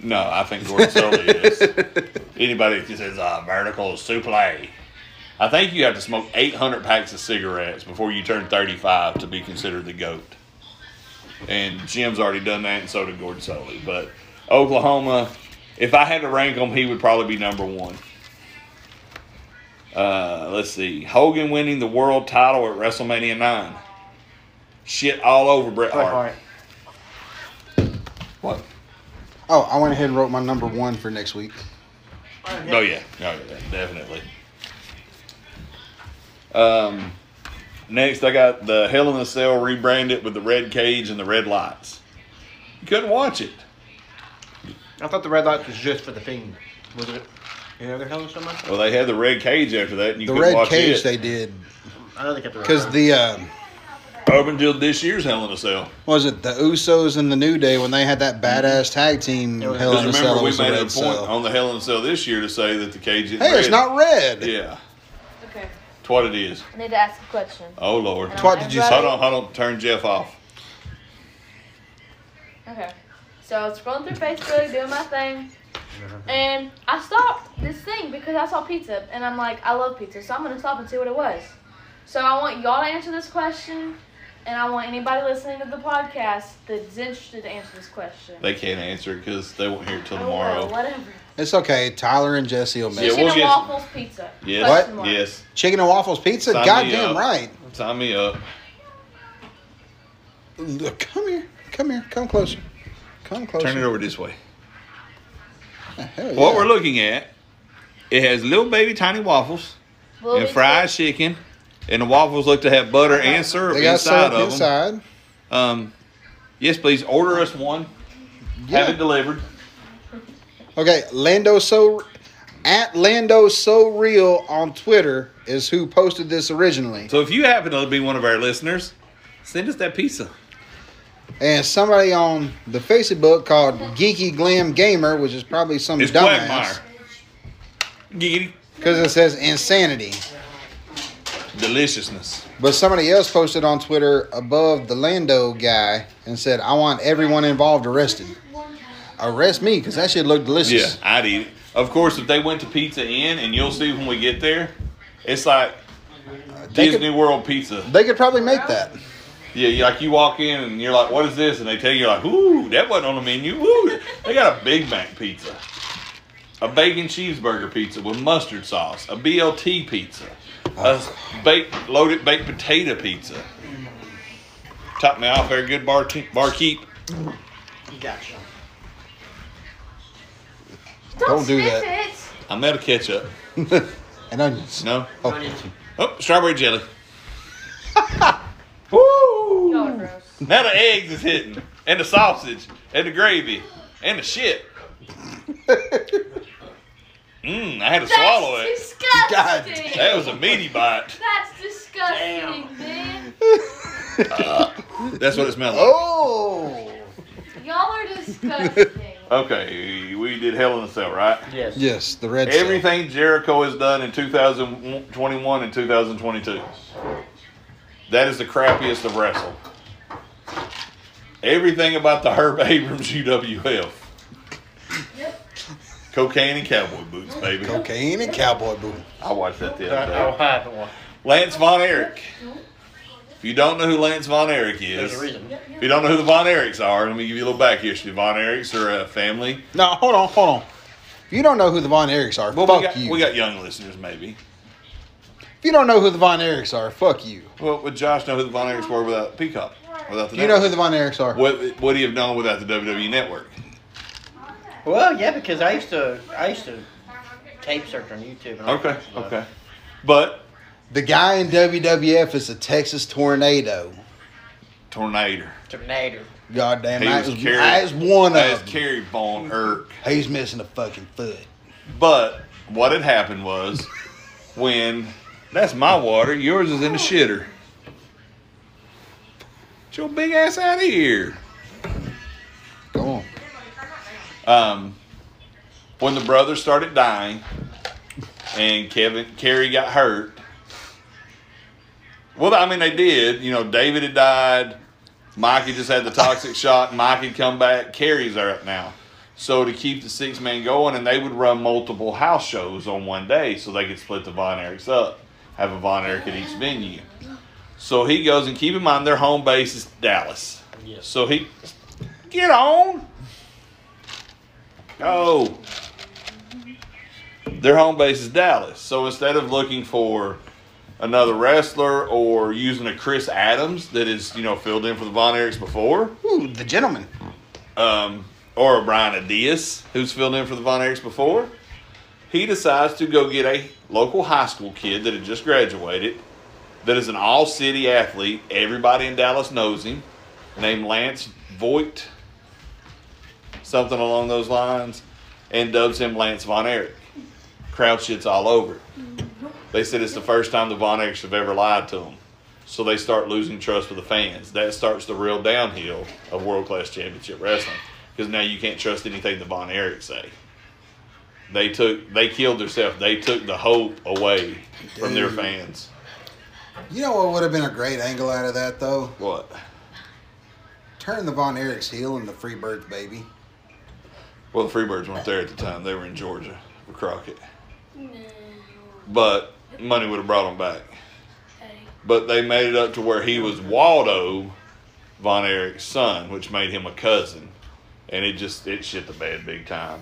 B: No, I think Gordon Sully is. Anybody that says uh, vertical suplex, I think you have to smoke 800 packs of cigarettes before you turn 35 to be considered the goat. And Jim's already done that, and so did Gordon Sully. But Oklahoma, if I had to rank him, he would probably be number one. Uh, let's see. Hogan winning the world title at WrestleMania 9. Shit all over Bret
E: Bret
B: Hart.
E: Hart.
B: What?
A: Oh, I went ahead and wrote my number one for next week.
B: Oh yeah, oh yeah, definitely. Um, next I got the Hell in a Cell rebranded with the red cage and the red lights. You couldn't watch it.
J: I thought the red light was just for the fiend. Was it? Yeah, they're hell so much.
B: Well, they had the red cage after that, and you
A: The
B: couldn't
A: red
B: watch
A: cage
B: it
A: they did
J: I know they kept the red
A: because
J: light.
A: the uh,
B: up until this year's Hell in a Cell.
A: what was it the Usos and the New Day when they had that badass tag team
E: It was-
A: Hell
B: Because
A: in a
B: remember
A: Cell
B: we
A: was the
B: made a
A: red
B: point
A: cell.
B: on the Hell in a Cell this year to say that the cage. Isn't
A: Hey,
B: red.
A: it's not red.
B: Yeah,
F: Okay.
B: it's what it is.
F: I need to ask a question.
B: Oh Lord.
F: And
A: what
F: I'm
A: did you
F: ready.
B: Hold on, hold on. Turn Jeff off.
F: Okay. So I was scrolling through Facebook, doing my thing, and I stopped this thing because I saw pizza, and I'm like, I love pizza, so I'm gonna stop and see what it was. So I want y'all to answer this question, and I want anybody listening to the podcast that's interested to answer this question.
B: They can't answer because they won't hear it till
F: I don't know,
B: tomorrow.
F: whatever.
A: It's okay. Tyler and Jesse will make
B: Yeah,
A: it.
F: Chicken
B: we'll
F: and
B: get-
F: waffles pizza.
B: Yes.
F: Question mark.
B: Yes.
A: chicken and waffles pizza.
B: Sign me
A: Goddamn
B: up.
A: right.
B: Sign me up.
A: Look, come here, come here, come closer, come closer.
B: Turn it over this way.
A: Hell yeah.
B: What we're looking at, it has little baby tiny waffles
F: Little
B: and
F: bit
B: fried chicken, and the waffles look to have butter and syrup
A: They got
B: inside
A: syrup
B: of them.
A: inside.
B: Um, yes, please order us one.
A: Yeah.
B: Have it delivered.
A: Okay, Lando so at Lando so real on Twitter is who posted this originally,
B: So if you happen to be one of our listeners, send us that pizza.
A: and somebody on the Facebook called Geeky Glam Gamer, which is probably some
B: It's
A: dumbass
B: Quagmire. Giggity.
A: because it says insanity.
B: Deliciousness.
A: But somebody else posted on Twitter above the Lando guy and said, "I want everyone involved arrested. Arrest me because that shit looked
B: Yeah,
A: delicious."
B: I'd eat it. Of course, if they went to Pizza Inn, and you'll see when we get there, it's like
A: They
B: Disney
A: could,
B: World pizza.
A: they could probably make that.
B: Yeah, you, like you walk in and you're like, "What is this?" And they tell you like, "Ooh, that wasn't on the menu." Ooh, they got a Big Mac pizza, a bacon cheeseburger pizza with mustard sauce, a BLT pizza, a baked loaded baked potato pizza. Top me off there, good bar barkeep.
E: Gotcha.
A: Don't do
F: sniff
A: that.
F: it.
B: I'm out of ketchup.
A: and onions.
B: No.
A: Oh,
B: Oh, strawberry jelly. Woo!
F: Y'all are gross.
B: Now the eggs is hitting, and the sausage, and the gravy, and the shit. Mmm, I had to swallow it.
F: That's disgusting.
B: That was a meaty bite.
F: That's disgusting, man.
B: That's what it smelled like.
A: oh.
F: Y'all are disgusting.
B: Okay, we did Hell in a Cell, right?
J: Yes.
A: Yes, the red. cell.
B: Everything Jericho has done in 2021 and 2022. That is the crappiest of wrestle. Everything about the Herb Abrams UWF. Cocaine and cowboy boots, baby.
A: Cocaine and cowboy boot.
B: I watched that the
E: I
B: other day.
E: will have one.
B: Lance Von Erich If you don't know who Lance Von Erich
E: There's
B: is,
E: a reason.
B: if you don't know who the Von Erichs are, let me give you a little back history. Von Erichs are a family.
A: No, hold on, hold on. If you don't know who the Von Erichs are,
B: Well,
A: fuck
B: we got,
A: you.
B: we got young listeners, maybe.
A: if you don't know who the Von Erichs are, fuck you.
B: Well, would Josh know who the Von Erichs were without Peacock? Without the
A: Do you know who the Von Erichs are?
B: What would he have known without the WWE Network?
E: Well, yeah, because I used to I used to tape search on YouTube. And all
B: Okay,
E: that stuff.
B: okay. But
A: The guy in WWF is a Texas tornado.
B: Tornado.
E: Tornado.
A: God damn,
B: He
A: that
B: was
A: was,
B: carried-
A: that is one
B: That
A: of
B: is
A: them.
B: Kerry Von Erich.
A: He's missing a fucking foot.
B: But what had happened was when that's my water, yours is in the shitter. Get your big ass out of here.
A: Go on.
B: Um, when the brothers started dying and Kevin Kerry got hurt. Well, I mean they did. You know, David had died. Mikey just had the toxic shot. Mike had come back. Kerry's up now. So to keep the six man going, and they would run multiple house shows on one day, so they could split the Von Erichs up, have a Von Erich at each venue. So he goes, and keep in mind their home base is Dallas.
E: Yes.
B: So he get on. Go. Oh. Their home base is Dallas. So instead of looking for another wrestler or using a Chris Adams that is, you know, filled in for the Von Erichs before,
A: Ooh, the gentleman.
B: um, or a Brian Adias who's filled in for the Von Erichs before, he decides to go get a local high school kid that had just graduated that is an all city athlete. Everybody in Dallas knows him, named Lance Voigt, something along those lines, and dubs him Lance Von Erich. Crowd shits all over. it. They said it's the first time the Von Erichs have ever lied to him. So they start losing trust with the fans. That starts the real downhill of world class championship wrestling because now you can't trust anything the Von Erich say. They took, they killed themselves. They took the hope away from their
A: Dude.
B: fans.
A: You know what would have been a great angle out of that though?
B: What?
A: Turn the Von Erichs heel into Freebirds, baby.
B: Well, the Freebirds weren't there at the time. They were in Georgia for Crockett. But money would have brought them back. But they made it up to where he was Waldo Von Erich's son, which made him a cousin. And it just, it shit the bed big time.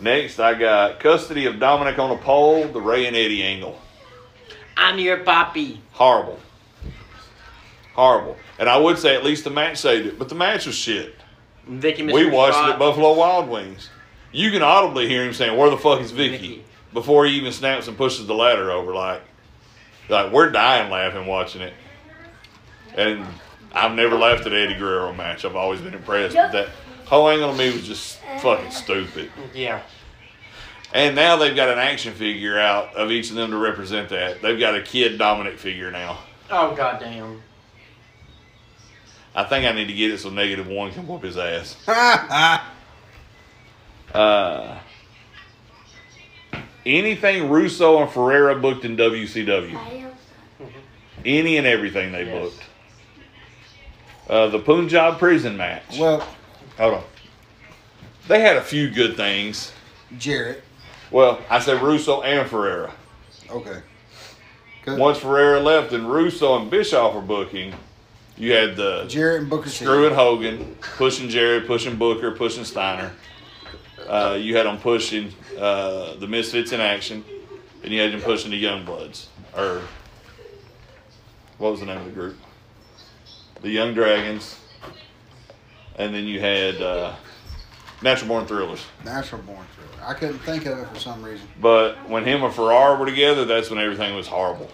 B: Next, I got Custody of Dominic on a Pole, the Ray and Eddie angle.
E: I'm your poppy.
B: Horrible. Horrible. And I would say at least the match saved it, but the match was shit.
E: Vicky
B: We watched it at Buffalo Wild Wings. You can audibly hear him saying, "Where the fuck is Vicky?"
E: Vicky.
B: before he even snaps and pushes the ladder over. Like, like we're dying laughing watching it. And I've never laughed at Eddie Guerrero match. I've always been impressed. But that whole angle to me was just fucking stupid.
E: Yeah.
B: And now they've got an action figure out of each of them to represent that. They've got a kid Dominic figure now.
E: Oh goddamn.
B: I think I need to get it so negative one can whoop his ass.
A: Ha
B: Uh, anything Russo and Ferreira booked in WCW, any and everything they
E: Yes.
B: booked. Uh, the Punjab prison match.
A: Well,
B: Hold on. They had a few good things.
A: Jarrett.
B: Well, I said Russo and Ferreira.
A: Okay. Good.
B: Once Ferreira left and Russo and Bischoff were booking, you had the
A: Jarrett and Booker T.
B: Screwing Hogan, pushing Jerry, pushing Booker, pushing Steiner. Uh, you had them pushing uh, the Misfits in action, and you had them pushing the Youngbloods, or what was the name of the group? The Young Dragons, and then you had uh, Natural Born Thrillers.
A: Natural born thriller. I couldn't think of it for some reason.
B: But when him and Ferrara were together, that's when everything was horrible.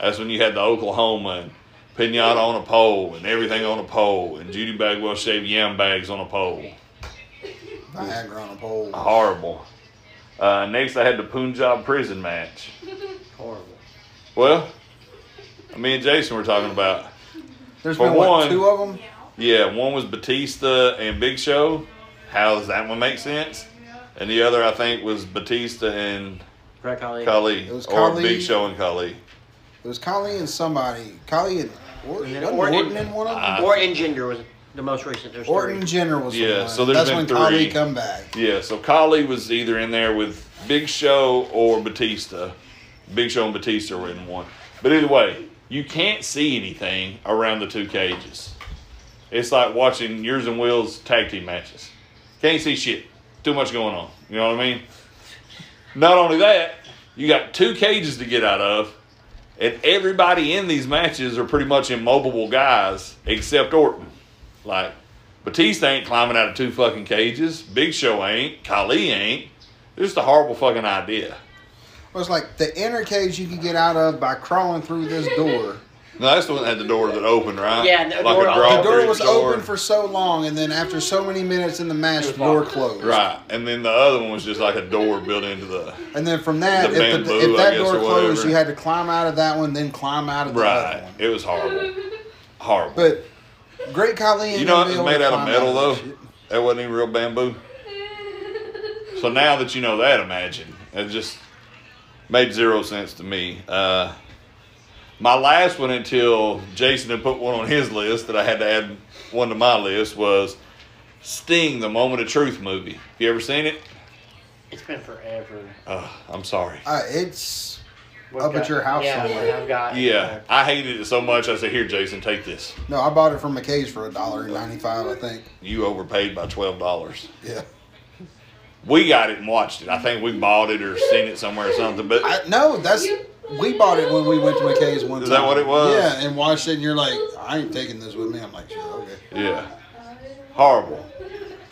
B: That's when you had the Oklahoma and Pinata on a pole and everything on a pole and Judy Bagwell shaved yam bags on a pole.
A: Viagra on a pole.
B: Horrible. Uh, next, I had the Punjab prison match.
E: Horrible.
B: Well, me and Jason were talking about.
A: There's
B: For
A: been what,
B: one-
A: two of them?
B: Yeah, one was Batista and Big Show. How does that one make sense? And the other, I think, was Batista and
E: Right, Kali.
B: Kali,
A: It was
B: or
A: Khali.
B: Big Show and Kali.
A: It was Colleen and somebody. Colleen and Orton.
E: And then
A: wasn't
E: Orton.
A: Orton in one of them?
B: Uh,
E: Or Engender was the most recent. There's
A: Orton
E: three.
A: Jenner was the
B: Yeah,
A: one.
B: so there's
A: That's
B: been
A: when Kali
B: three.
A: come back.
B: Yeah, so Kali was either in there with Big Show or Batista. Big Show and Batista were in one. But either way, you can't see anything around the two cages. It's like watching yours and Will's tag team matches. Can't see shit. Too much going on. You know what I mean? Not only that, you got two cages to get out of, and everybody in these matches are pretty much immobile guys except Orton. Like, Batista ain't climbing out of two fucking cages. Big Show ain't. Kali ain't. It's just a horrible fucking idea.
A: Well, it's like the inner cage you can get out of by crawling through this door.
B: No, that's the one that had the door that opened, right?
A: Yeah,
B: the
A: the
B: like door, a
A: the door
B: drawbridge
A: was open for so long, and then after so many minutes in the match, the door closed.
B: Right, and then the other one was just like a door built into the
A: And then from that,
B: The
A: if, the,
B: bamboo,
A: if
B: I
A: that
B: guess,
A: door
B: or
A: closed,
B: whatever.
A: you had to climb out of that one, then climb out of the other
B: right. It was horrible, horrible.
A: But Great Khali,
B: you know, it was made out of metal though. That wasn't even real bamboo. So now that you know that, imagine it just made zero sense to me. Uh, my last one until Jason had put one on his list that I had to add one to my list was Sting, the Moment of Truth movie. Have you ever seen it?
J: It's been forever.
B: Uh, I'm sorry.
A: Uh, it's
J: We've
A: up
J: got-
A: at your house
J: yeah,
A: somewhere.
J: I've got
B: Yeah, I hated it so much. I said, "Here, Jason, take this.
A: No, I bought it from McKay's for a dollar and ninety five, I think.
B: You overpaid by twelve dollars."
A: Yeah.
B: We got it and watched it. I think we bought it or seen it somewhere or something. But
A: I, no, that's we bought it when we went to McKay's one
B: Is
A: time.
B: that what it was?
A: Yeah, and watched it, and you're like, I ain't taking this with me. I'm like, shit, okay.
B: yeah, horrible.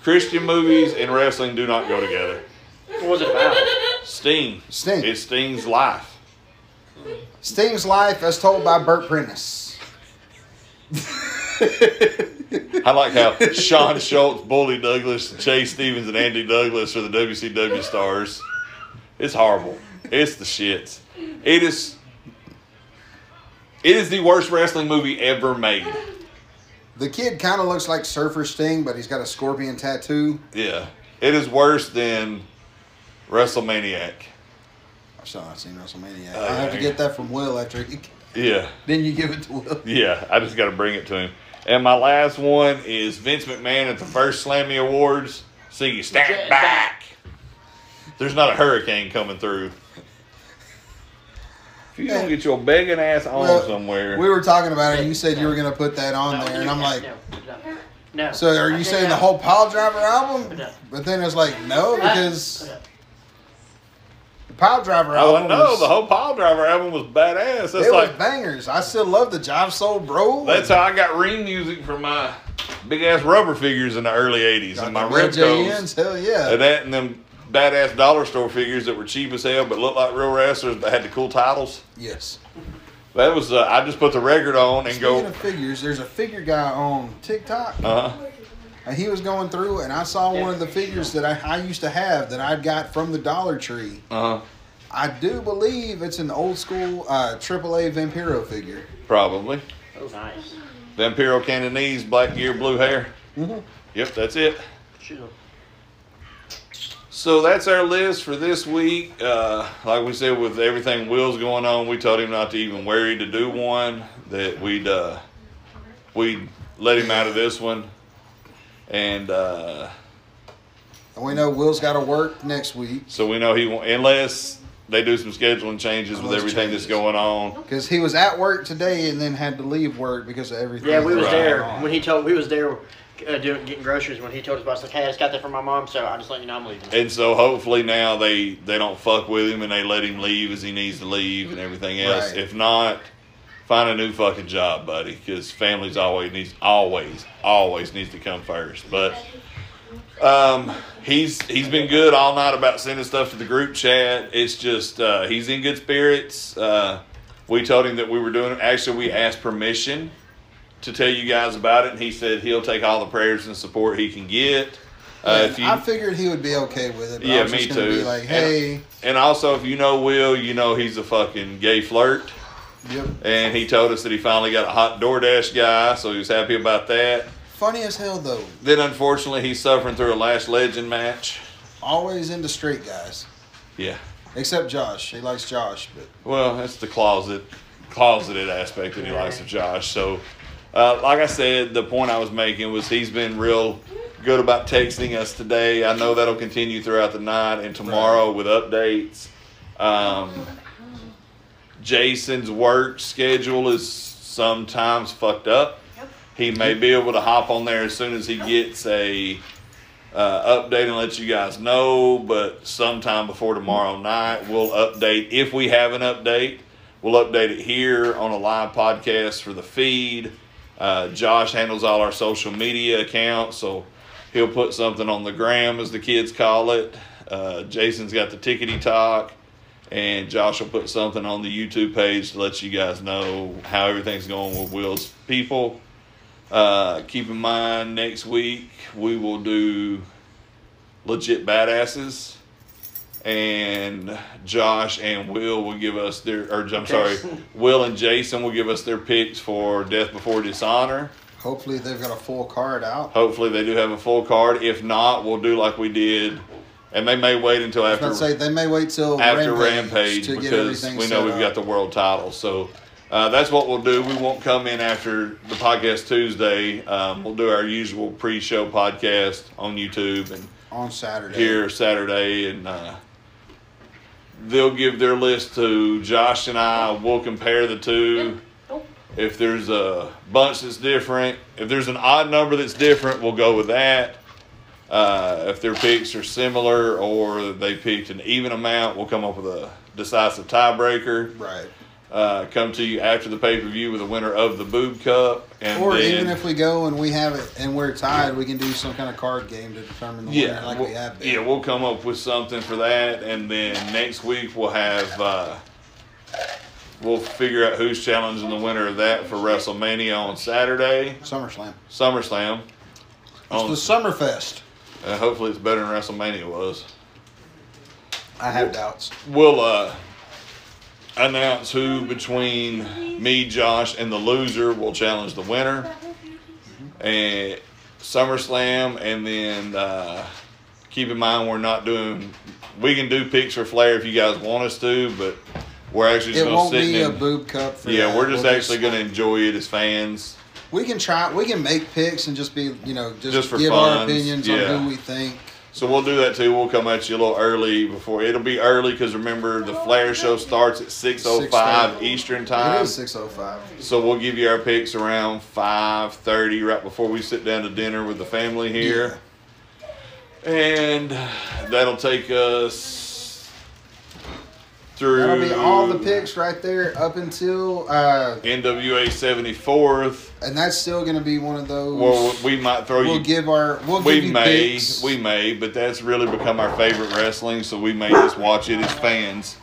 B: Christian movies and wrestling do not go together.
J: What was it about?
B: Sting.
A: Sting.
B: It's Sting's life.
A: Sting's life as told by Burt Prentice.
B: I like how Sean Schultz, Bully Douglas, Jay Stevens, and Andy Douglas are the WCW stars. It's horrible. It's the shits. It is. It is the worst wrestling movie ever made.
A: The kid kind of looks like Surfer Sting, but he's got a scorpion tattoo.
B: Yeah, it is worse than WrestleManiac.
A: I've still not seen WrestleMania.
B: Uh,
A: I have to
B: yeah.
A: get that from Will after he.
B: Yeah.
A: Then you give it to Will.
B: Yeah, I just got to bring it to him. And my last one is Vince McMahon at the first Slammy Awards. See you stand back. There's not a hurricane coming through. If you don't get your begging ass on
A: Well,
B: somewhere,
A: We were talking about it. and You said you were going to put that on there, and I'm like,
J: No.
A: so are you saying the whole Pile Driver album?
J: No.
A: But then it's like, no, because the Pile Driver
B: Oh, I
A: album.
B: went, no,
A: was-
B: the whole Pile Driver album was badass. That's
A: They
B: like
A: were bangers. I still love the Jive Soul Bro.
B: that's how I got ring music for my big ass rubber figures in the early '80s and my Repcos.
A: JNs, Hell yeah.
B: And that and them badass dollar store figures that were cheap as hell but looked like real wrestlers but had the cool titles.
A: Yes.
B: That was uh, I just put the record on and
A: Speaking
B: go.
A: of figures, there's a figure guy on TikTok.
B: Uh huh.
A: And he was going through, and I saw one of the figures that I, I used to have that I got from the Dollar Tree.
B: Uh huh.
A: I do believe it's an old school uh, AAA Vampiro figure.
B: Probably.
J: Oh, nice.
B: Vampiro Cantonese, black gear, blue hair.
A: Mhm.
B: Yep, that's it.
J: Shoot 'em.
B: So that's our list for this week. Uh, like we said, with everything Will's going on, we told him not to even worry to do one. That we'd uh, we'd let him out of this one. And uh,
A: And we know Will's got to work next week
B: so we know he won't, unless they do some scheduling changes with
A: Unless
B: everything
A: changes.
B: that's going on.
A: because he was at work today and then had to leave work because of everything.
J: Yeah, we was
A: that's
J: there
A: going on.
J: when he told we was there uh, doing getting groceries when he told us about. I was like, hey, I just got that from my mom, so I just let you know I'm leaving.
B: And so hopefully now they they don't fuck with him and they let him leave as he needs to leave and everything else.
A: Right.
B: If not, find a new fucking job, buddy, because family's always needs always always needs to come first. But um, he's he's been good all night about sending stuff to the group chat. It's just uh, he's in good spirits. Uh, we told him that we were doing it. Actually, we asked permission to tell you guys about it, and he said he'll take all the prayers and support he can get. Uh, if you,
A: I figured he would be okay with it. But I
B: Yeah,
A: was just
B: me
A: gonna Be
B: too.
A: like,
B: And-
A: hey,
B: and also, if you know Will, you know he's a fucking gay flirt.
A: yep.
B: And he told us that he finally got a hot DoorDash guy, so he was happy about that.
A: Funny as hell though.
B: Then, unfortunately, he's suffering through a Last Legend match.
A: Always into straight guys,
B: Yeah.
A: except Josh. He likes Josh, but
B: Well, that's the closet, closeted aspect that he likes of Josh. So, uh, like I said, the point I was making was he's been real good about texting us today. I know that'll continue throughout the night and tomorrow with updates. Um, Jason's work schedule is sometimes fucked up. He may be able to hop on there as soon as he gets a uh, update and let you guys know. But sometime before tomorrow night, we'll update if we have an update. We'll update it here on a live podcast for the feed. Uh, Josh handles all our social media accounts, so he'll put something on the gram, as the kids call it. Uh, Jason's got the tickety talk, and Josh will put something on the YouTube page to let you guys know how everything's going with Will's people. Uh, keep in mind, next week we will do legit badasses, and Josh and Will will give us their, or I'm sorry,
A: Jason.
B: Will and Jason will give us their picks for Death Before Dishonor.
A: Hopefully, they've got a full card out.
B: Hopefully, they do have a full card. If not, we'll do like we did, and they may wait until
A: I was about
B: after
A: to say they may wait till
B: after
A: Rampage,
B: Rampage,
A: to get
B: because
A: everything
B: we
A: set
B: know we've
A: up.
B: got the world title. So uh, that's what we'll do. We won't come in after the podcast Tuesday. Um, we'll do our usual pre-show podcast on YouTube and
A: on Saturday.
B: here Saturday, and uh, they'll give their list to Josh and I. We'll compare the two.
F: Oh.
B: If there's a bunch that's different, if there's an odd number that's different, we'll go with that. Uh, if their picks are similar or they picked an even amount, we'll come up with a decisive tiebreaker.
A: Right.
B: Uh, come to you after the pay per view with the winner of the Boob Cup, and
A: Or
B: then,
A: even if we go and we have it and we're tied, we can do some kind of card game to determine the winner, like
B: we'll,
A: we have.
B: Yeah, we'll come up with something for that, and then next week we'll have uh, we'll figure out who's challenging the winner of that for WrestleMania on Saturday,
A: SummerSlam.
B: SummerSlam.
A: It's the Summerfest.
B: Uh, hopefully, it's better than WrestleMania was.
A: I have doubts.
B: We'll uh, announce who between me, Josh, and the loser will challenge the winner at SummerSlam, and then uh, keep in mind we're not doing. We can do picks for Flair if you guys want us to, but we're actually just
A: It
B: going
A: won't
B: to sit
A: be a
B: in.
A: boob cup. For
B: yeah,
A: that.
B: we're just
A: We'll
B: actually going to enjoy it as fans.
A: We can try. We can make picks and just be, you know, just,
B: Just for
A: give our
B: fun,
A: opinions
B: yeah.
A: on who we think.
B: So we'll do that too. We'll come at you a little early before it'll be early because remember the Flair show starts at six oh five
A: 6:30.
B: Eastern
A: It
B: time.
A: is six oh five.
B: So we'll give you our picks around five thirty, right before we sit down to dinner with the family here, and that'll take us through
A: That'll be all the picks right there up until, uh,
B: NWA seventy fourth.
A: and that's still going to be one of those.
B: Well, we might throw
A: we'll
B: you.
A: give our. We'll
B: we
A: give you
B: may,
A: picks.
B: we may, but that's really become our favorite wrestling, so we may just watch it as fans.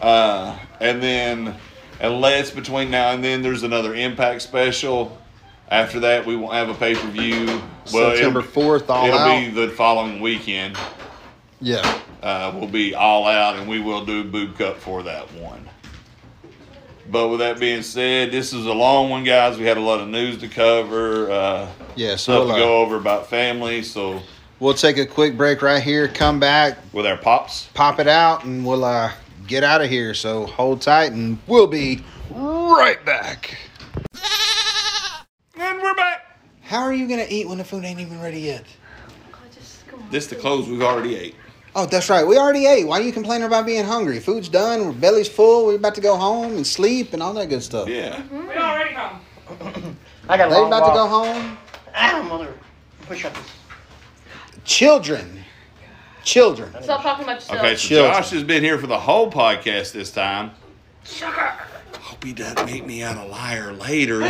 B: Uh, and then, unless between now and then there's another Impact special, after that we won't have a pay per view. Well,
A: September
B: it'll,
A: fourth, all
B: it'll
A: out.
B: be the following weekend.
A: yeah.
B: Uh, we'll be all out, and we will do boob cup for that one. But with that being said, this is a long one, guys. We had a lot of news to cover. Uh,
A: Yeah, so we'll,
B: stuff to
A: uh,
B: go over about family. So
A: We'll take a quick break right here. Come back
B: with our pops.
A: Pop it out, and we'll uh, get out of here. So hold tight, and we'll be right back.
B: And we're back.
A: How are you gonna eat when the food ain't even ready yet?
B: This the clothes we've already ate.
A: Oh, that's right. We already ate. Why are you complaining about being hungry? Food's done. Our belly's full. We're about to go home and sleep and all that good stuff.
B: Yeah.
D: We already home.
E: I got a
A: They
E: long
A: about to go
E: walk.
A: home.
E: Ah, mother. Push up.
A: Children, children.
F: Stop talking about yourself.
B: Okay, so
A: Children.
B: Josh has been here for the whole podcast this time.
F: Sugar.
B: Hope he doesn't make me out a liar later.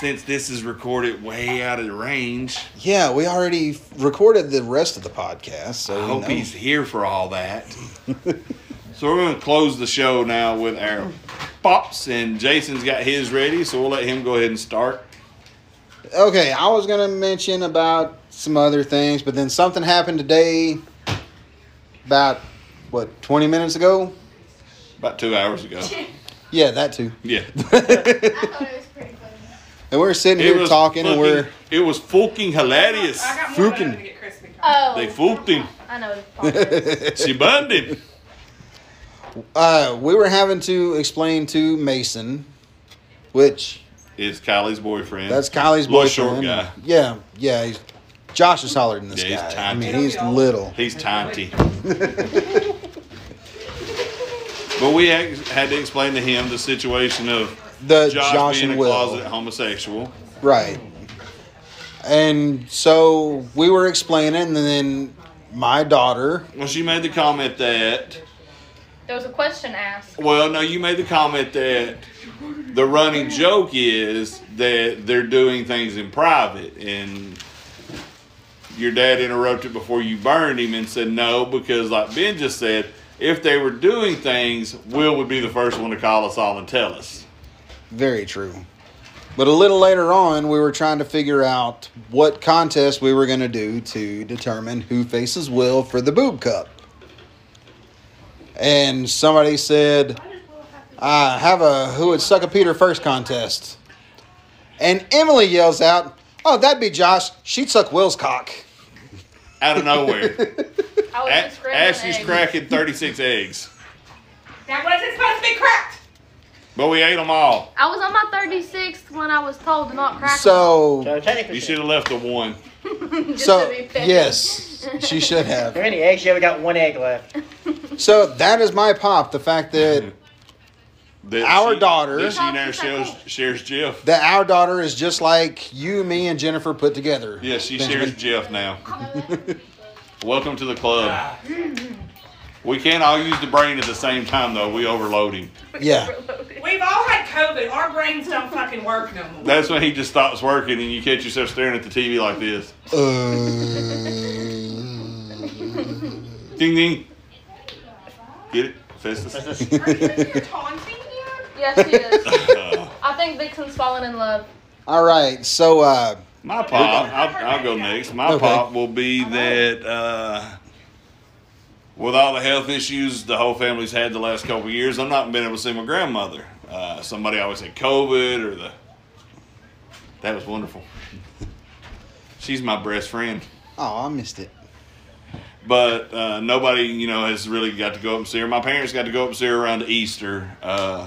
B: Since this is recorded way out of the range,
A: Yeah, we already f- recorded the rest of the podcast, so
B: I
A: we
B: hope
A: know.
B: he's here for all that. so we're going to close the show now with our pops, and Jason's got his ready, so we'll let him go ahead and start.
A: Okay, I was gonna mention about some other things, but then something happened today. About what twenty minutes ago?
B: About two hours ago.
A: Yeah, that too.
B: Yeah.
A: And we're sitting here talking, and we're
B: fucking- it was fucking hilarious.
D: I got more
A: Fucking.
D: to get crispy.
F: Oh.
B: They fooled him.
F: I know.
B: She burned him.
A: uh, we were having to explain to Mason, which
B: Is Kylie's boyfriend.
A: that's Kylie's
B: Little
A: boyfriend.
B: short guy.
A: Yeah, yeah. He's, Josh is taller than this
B: Yeah, he's
A: guy. I
B: tiny.
A: mean, he's little.
B: He's tiny. But we ex- had to explain to him the situation of
A: The
B: Josh,
A: Josh
B: being
A: and
B: a
A: Will.
B: closet homosexual.
A: Right. And so we were explaining, and then my daughter.
B: Well, she made the comment that.
F: There was a question asked.
B: Well, no, you made the comment that the running joke is that they're doing things in private, and your dad interrupted before you burned him and said no because, like Ben just said, if they were doing things, Will would be the first one to call us all and tell us.
A: Very true. But a little later on, we were trying to figure out what contest we were going to do to determine who faces Will for the boob cup. And somebody said, uh, have a who would suck a Peter first contest. And Emily yells out, Oh, that'd be Josh. She'd suck Will's cock.
B: Out of nowhere.
F: I was
B: A-
F: just screaming.
B: Ashley's cracking 36 eggs,
D: That wasn't supposed to be cracked.
B: but we ate them all.
F: I was on my 36th when I was told to not crack.
A: So,
J: So technically,
B: You should have left the one.
F: Just
A: so
F: to be fair.
A: yes, she should have.
J: there any eggs? You only got one egg left.
A: So that is my pop. The fact that
B: That
A: Our daughter-
B: That she now shares, shares Jeff.
A: that our daughter is just like you, me, and Jennifer put together.
B: Yeah, she
A: Benjamin.
B: shares Jeff now. Welcome to the club. We can't all use the brain at the same time, though. We overload him.
A: Yeah,
D: We've all had COVID. Our brains don't fucking work no more.
B: That's when he just stops working and you catch yourself staring at the TV like this.
A: Uh.
B: Ding ding. Get it? Festus?
J: That's
D: You're taunting you?
F: Yes, she is.
B: Uh,
F: I think Vixen's fallen in love.
A: All right. So, uh,
B: my pop, I'll, I'll go next. My
A: Okay.
B: pop will be that uh, with all the health issues the whole family's had the last couple of years, I'm not been able to see my grandmother. Uh, somebody always had COVID or the. That was wonderful. She's my best friend.
A: oh, I missed it.
B: but uh, nobody you know has really got to go up and see her. My parents got to go up and see her around Easter uh,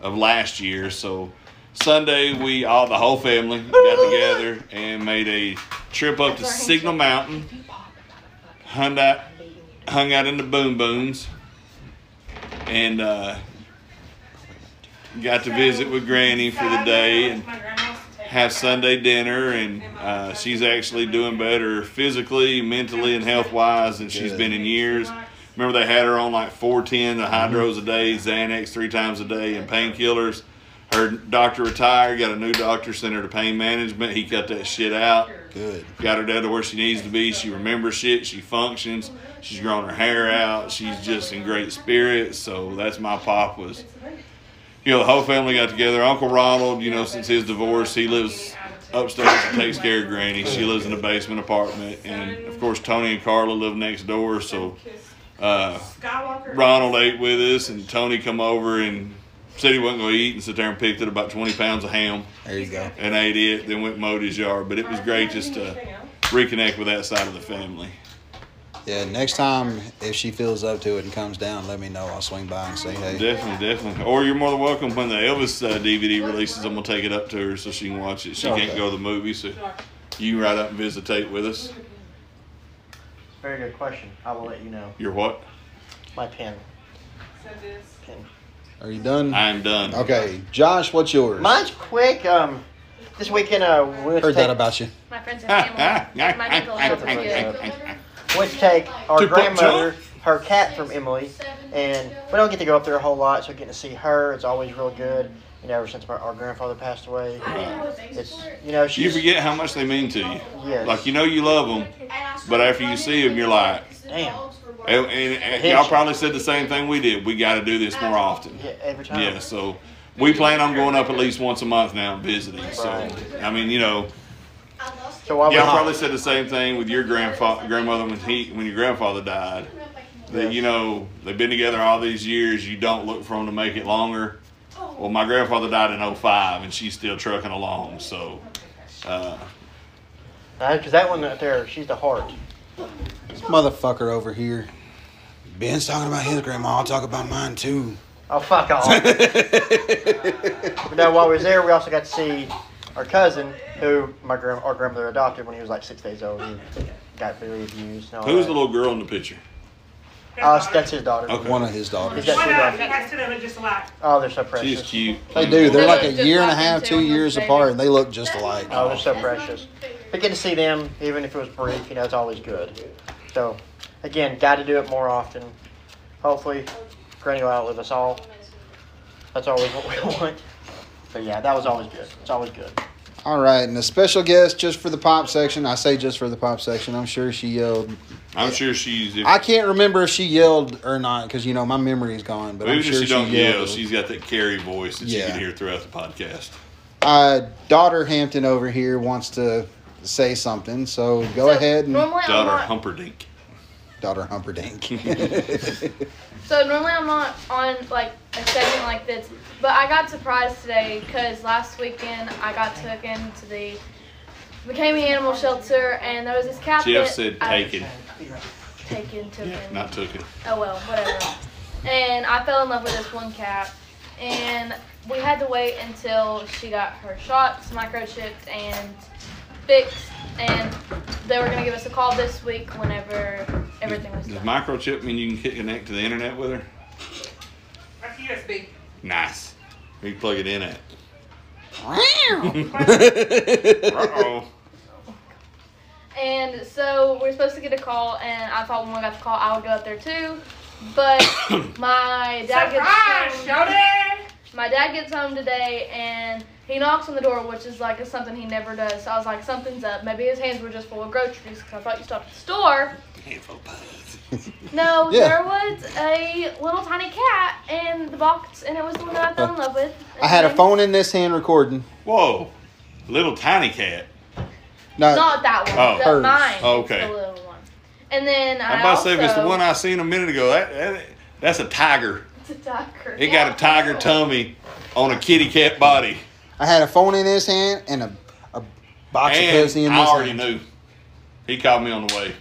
B: of last year, so Sunday we all the whole family got together and made a trip up to Signal Mountain. Hung out, hung out in the boom booms, and uh, got to visit with Granny for the day and have Sunday dinner, and uh, she's actually doing better physically, mentally, and health wise than she's been in years. Remember, they had her on like 410 the hydros a day, Xanax three times a day, and painkillers. Her doctor retired, got a new doctor, sent her to pain management. He cut that shit out
A: Good.
B: got her down to where she needs to be. She remembers shit. She functions. She's grown her hair out. She's just in great spirits. So that's my pop was. You know, the whole family got together. Uncle Ronald, you know, since his divorce, he lives upstairs and takes care of Granny. She lives in a basement apartment, and of course, Tony and Carla live next door. So uh,
D: Skywalker.
B: Ronald ate with us, and Tony come over and said he wasn't going to eat, and sit there and picked at about twenty pounds of ham
A: There you go.
B: and ate it. Then went and mowed his yard, but it was great just uh, to reconnect with that side of the family.
A: Yeah. Next time, if she feels up to it and comes down, let me know. I'll swing by and say hey.
B: Definitely, definitely. Or you're more than welcome when the Elvis uh, DVD releases. I'm gonna take it up to her so she can watch it. She can't
A: Okay.
B: go to the movie, so you can ride up and visitate with us.
J: a very good question. I will let you know.
B: You're what?
J: My pen.
E: Oh,
A: Are you done?
B: I am done.
A: Okay, Josh, what's yours?
J: Mine's quick. Um, this weekend uh, we went to
A: Heard that
J: take-
A: about you.
F: My friends and family. My ankle hurts good.
J: went to take our
B: To put
J: grandmother,
B: John-
J: her cat from Emily, and we don't get to go up there a whole lot, so getting to see her, it's always real good. You know, ever since our, our grandfather passed away, it's you know
B: You
J: she's
B: forget how much they mean to you.
J: Yes.
B: Like you know you love them, but after you see them, you're like,
J: damn.
B: and, and, and y'all probably said the same thing we did. We got to do this more often.
J: Yeah, every
A: Oh.
J: time.
B: Yeah, so we plan on going up at least once a month now and visiting. So I mean, you know,
J: So while
B: y'all
J: we
B: probably said the same thing with your grandfather, grandmother when he, when your grandfather died. That you know they've been together all these years. You don't look for them to make it longer. Well, my grandfather died in 05 and she's still trucking along. So uh,
J: because that one up there, she's the heart.
A: This motherfucker over here. Ben's talking about his grandma. I'll talk about mine too.
J: Oh fuck off. but now while we was there, we also got to see our cousin, who my grand our grandmother adopted when he was like six days old. He got very abused. And all
B: who's
J: that.
B: the little girl in the picture?
E: Oh, it's- that's his daughter.
B: Okay.
A: One of his daughters.
E: He's got two daughters.
L: He has two that look just alike.
E: Oh, they're so
B: She's
E: precious.
B: cute.
A: They do. They're
F: They
A: like a
F: look just
A: year and a
F: like them
A: half,
F: too,
A: two
F: and those
A: years
F: babies.
A: apart, and they look just alike.
E: Oh, they're so precious. But good to see them, even if it was brief. You know, it's always good. So, again, got to do it more often. Hopefully, Granny will outlive us all. That's always what we want. But yeah, that was always good. It's always good.
A: All right, and a special guest just for the pop section. I say just for the pop section. I'm sure she yelled.
B: I'm sure she's. If,
A: I can't remember if she yelled or not because you know my memory is gone. But
B: even
A: I'm
B: if
A: sure
B: she don't
A: yelled.
B: yell, she's got that carry voice that you
A: Yeah.
B: can hear throughout the podcast.
A: Uh, daughter Hampton over here wants to say something, so go
F: So,
A: ahead and
F: Normally I'm
B: Daughter
F: not.
B: Humperdinck.
A: daughter Humperdinck.
F: So normally I'm not on like a segment like this, but I got surprised today because last weekend I got taken to the McCamey Animal Shelter and there was this cat.
B: Jeff
F: that
B: said
F: I-
B: taken,
F: Taken, taken.
B: not took it.
F: Oh well, whatever. And I fell in love with this one cat, and we had to wait until she got her shots, microchipped, and fixed. And they were gonna give us a call this week whenever everything was
B: Does
F: done.
B: microchip mean you can connect to the internet with her?
L: That's USB.
B: Nice. Where you plug it in at? Uh
A: Wow.
B: oh.
F: And so we're supposed to get a call, and I thought when we got the call, I would go up there too. But my dad
L: Surprise,
F: gets home,
L: Sheldon!
F: my dad gets home today, and he knocks on the door, which is like something he never does. So I was like, something's up. Maybe his hands were just full of groceries because I thought you stopped at the store.
B: Handful of buds.
F: No,
A: Yeah.
F: there was a little tiny cat in the box, and it was the one that I fell in love with.
A: I had a phone in this hand recording.
B: Whoa. Little tiny cat.
A: No,
F: Not that one.
B: Oh.
F: the,
A: Hers.
F: mine.
B: Oh, okay.
F: The little one. And then I
B: I'm about to say if it's the
F: also-
B: one I seen a minute ago, that, that that's a tiger.
F: It's a tiger.
B: It got a tiger tummy on a kitty cat body.
A: I had a phone in this hand and a, a box of
B: And
A: pussy in
B: I
A: this
B: already
A: hand.
B: knew. He called me on the way.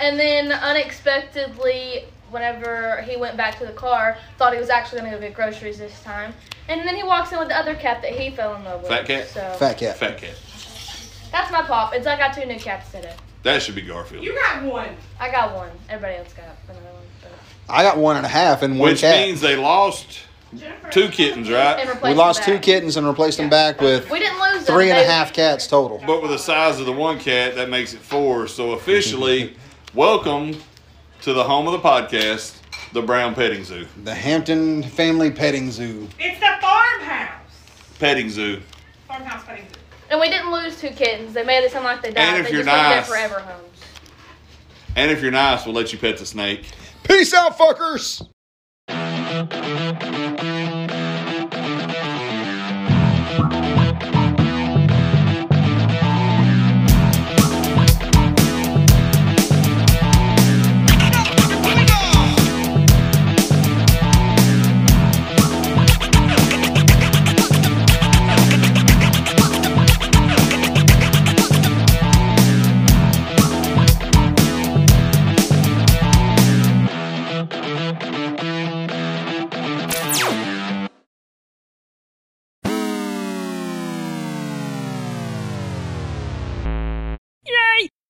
F: And then unexpectedly, whenever he went back to the car, thought he was actually going to go get groceries this time. And then he walks in with the other cat that he fell in love with.
B: Fat cat?
F: So
A: Fat cat.
B: Fat cat.
F: that's my pop. It's I got two new cats today.
B: That should be Garfield.
L: You got one.
F: I got one. Everybody else got another one. but-
A: I got one and a half and one
B: Which
A: cat.
B: means they lost two kittens,
F: And
B: right?
F: replaced
A: we
F: them
A: lost two
F: back.
A: kittens and replaced them back with
F: We didn't lose them.
A: three and a
F: They-
A: half cats total.
B: But with the size of the one cat, that makes it four. So officially, welcome to the home of the podcast, the Brown Petting Zoo.
A: The Hampton Family Petting Zoo.
L: It's the farmhouse.
B: Petting Zoo.
L: Farmhouse petting zoo.
F: And we didn't lose two kittens. They made it sound like they died.
B: if
F: they
B: you're
F: just went
B: nice-
F: their forever homes.
B: And if you're nice, we'll let you pet the snake.
A: Peace out, fuckers!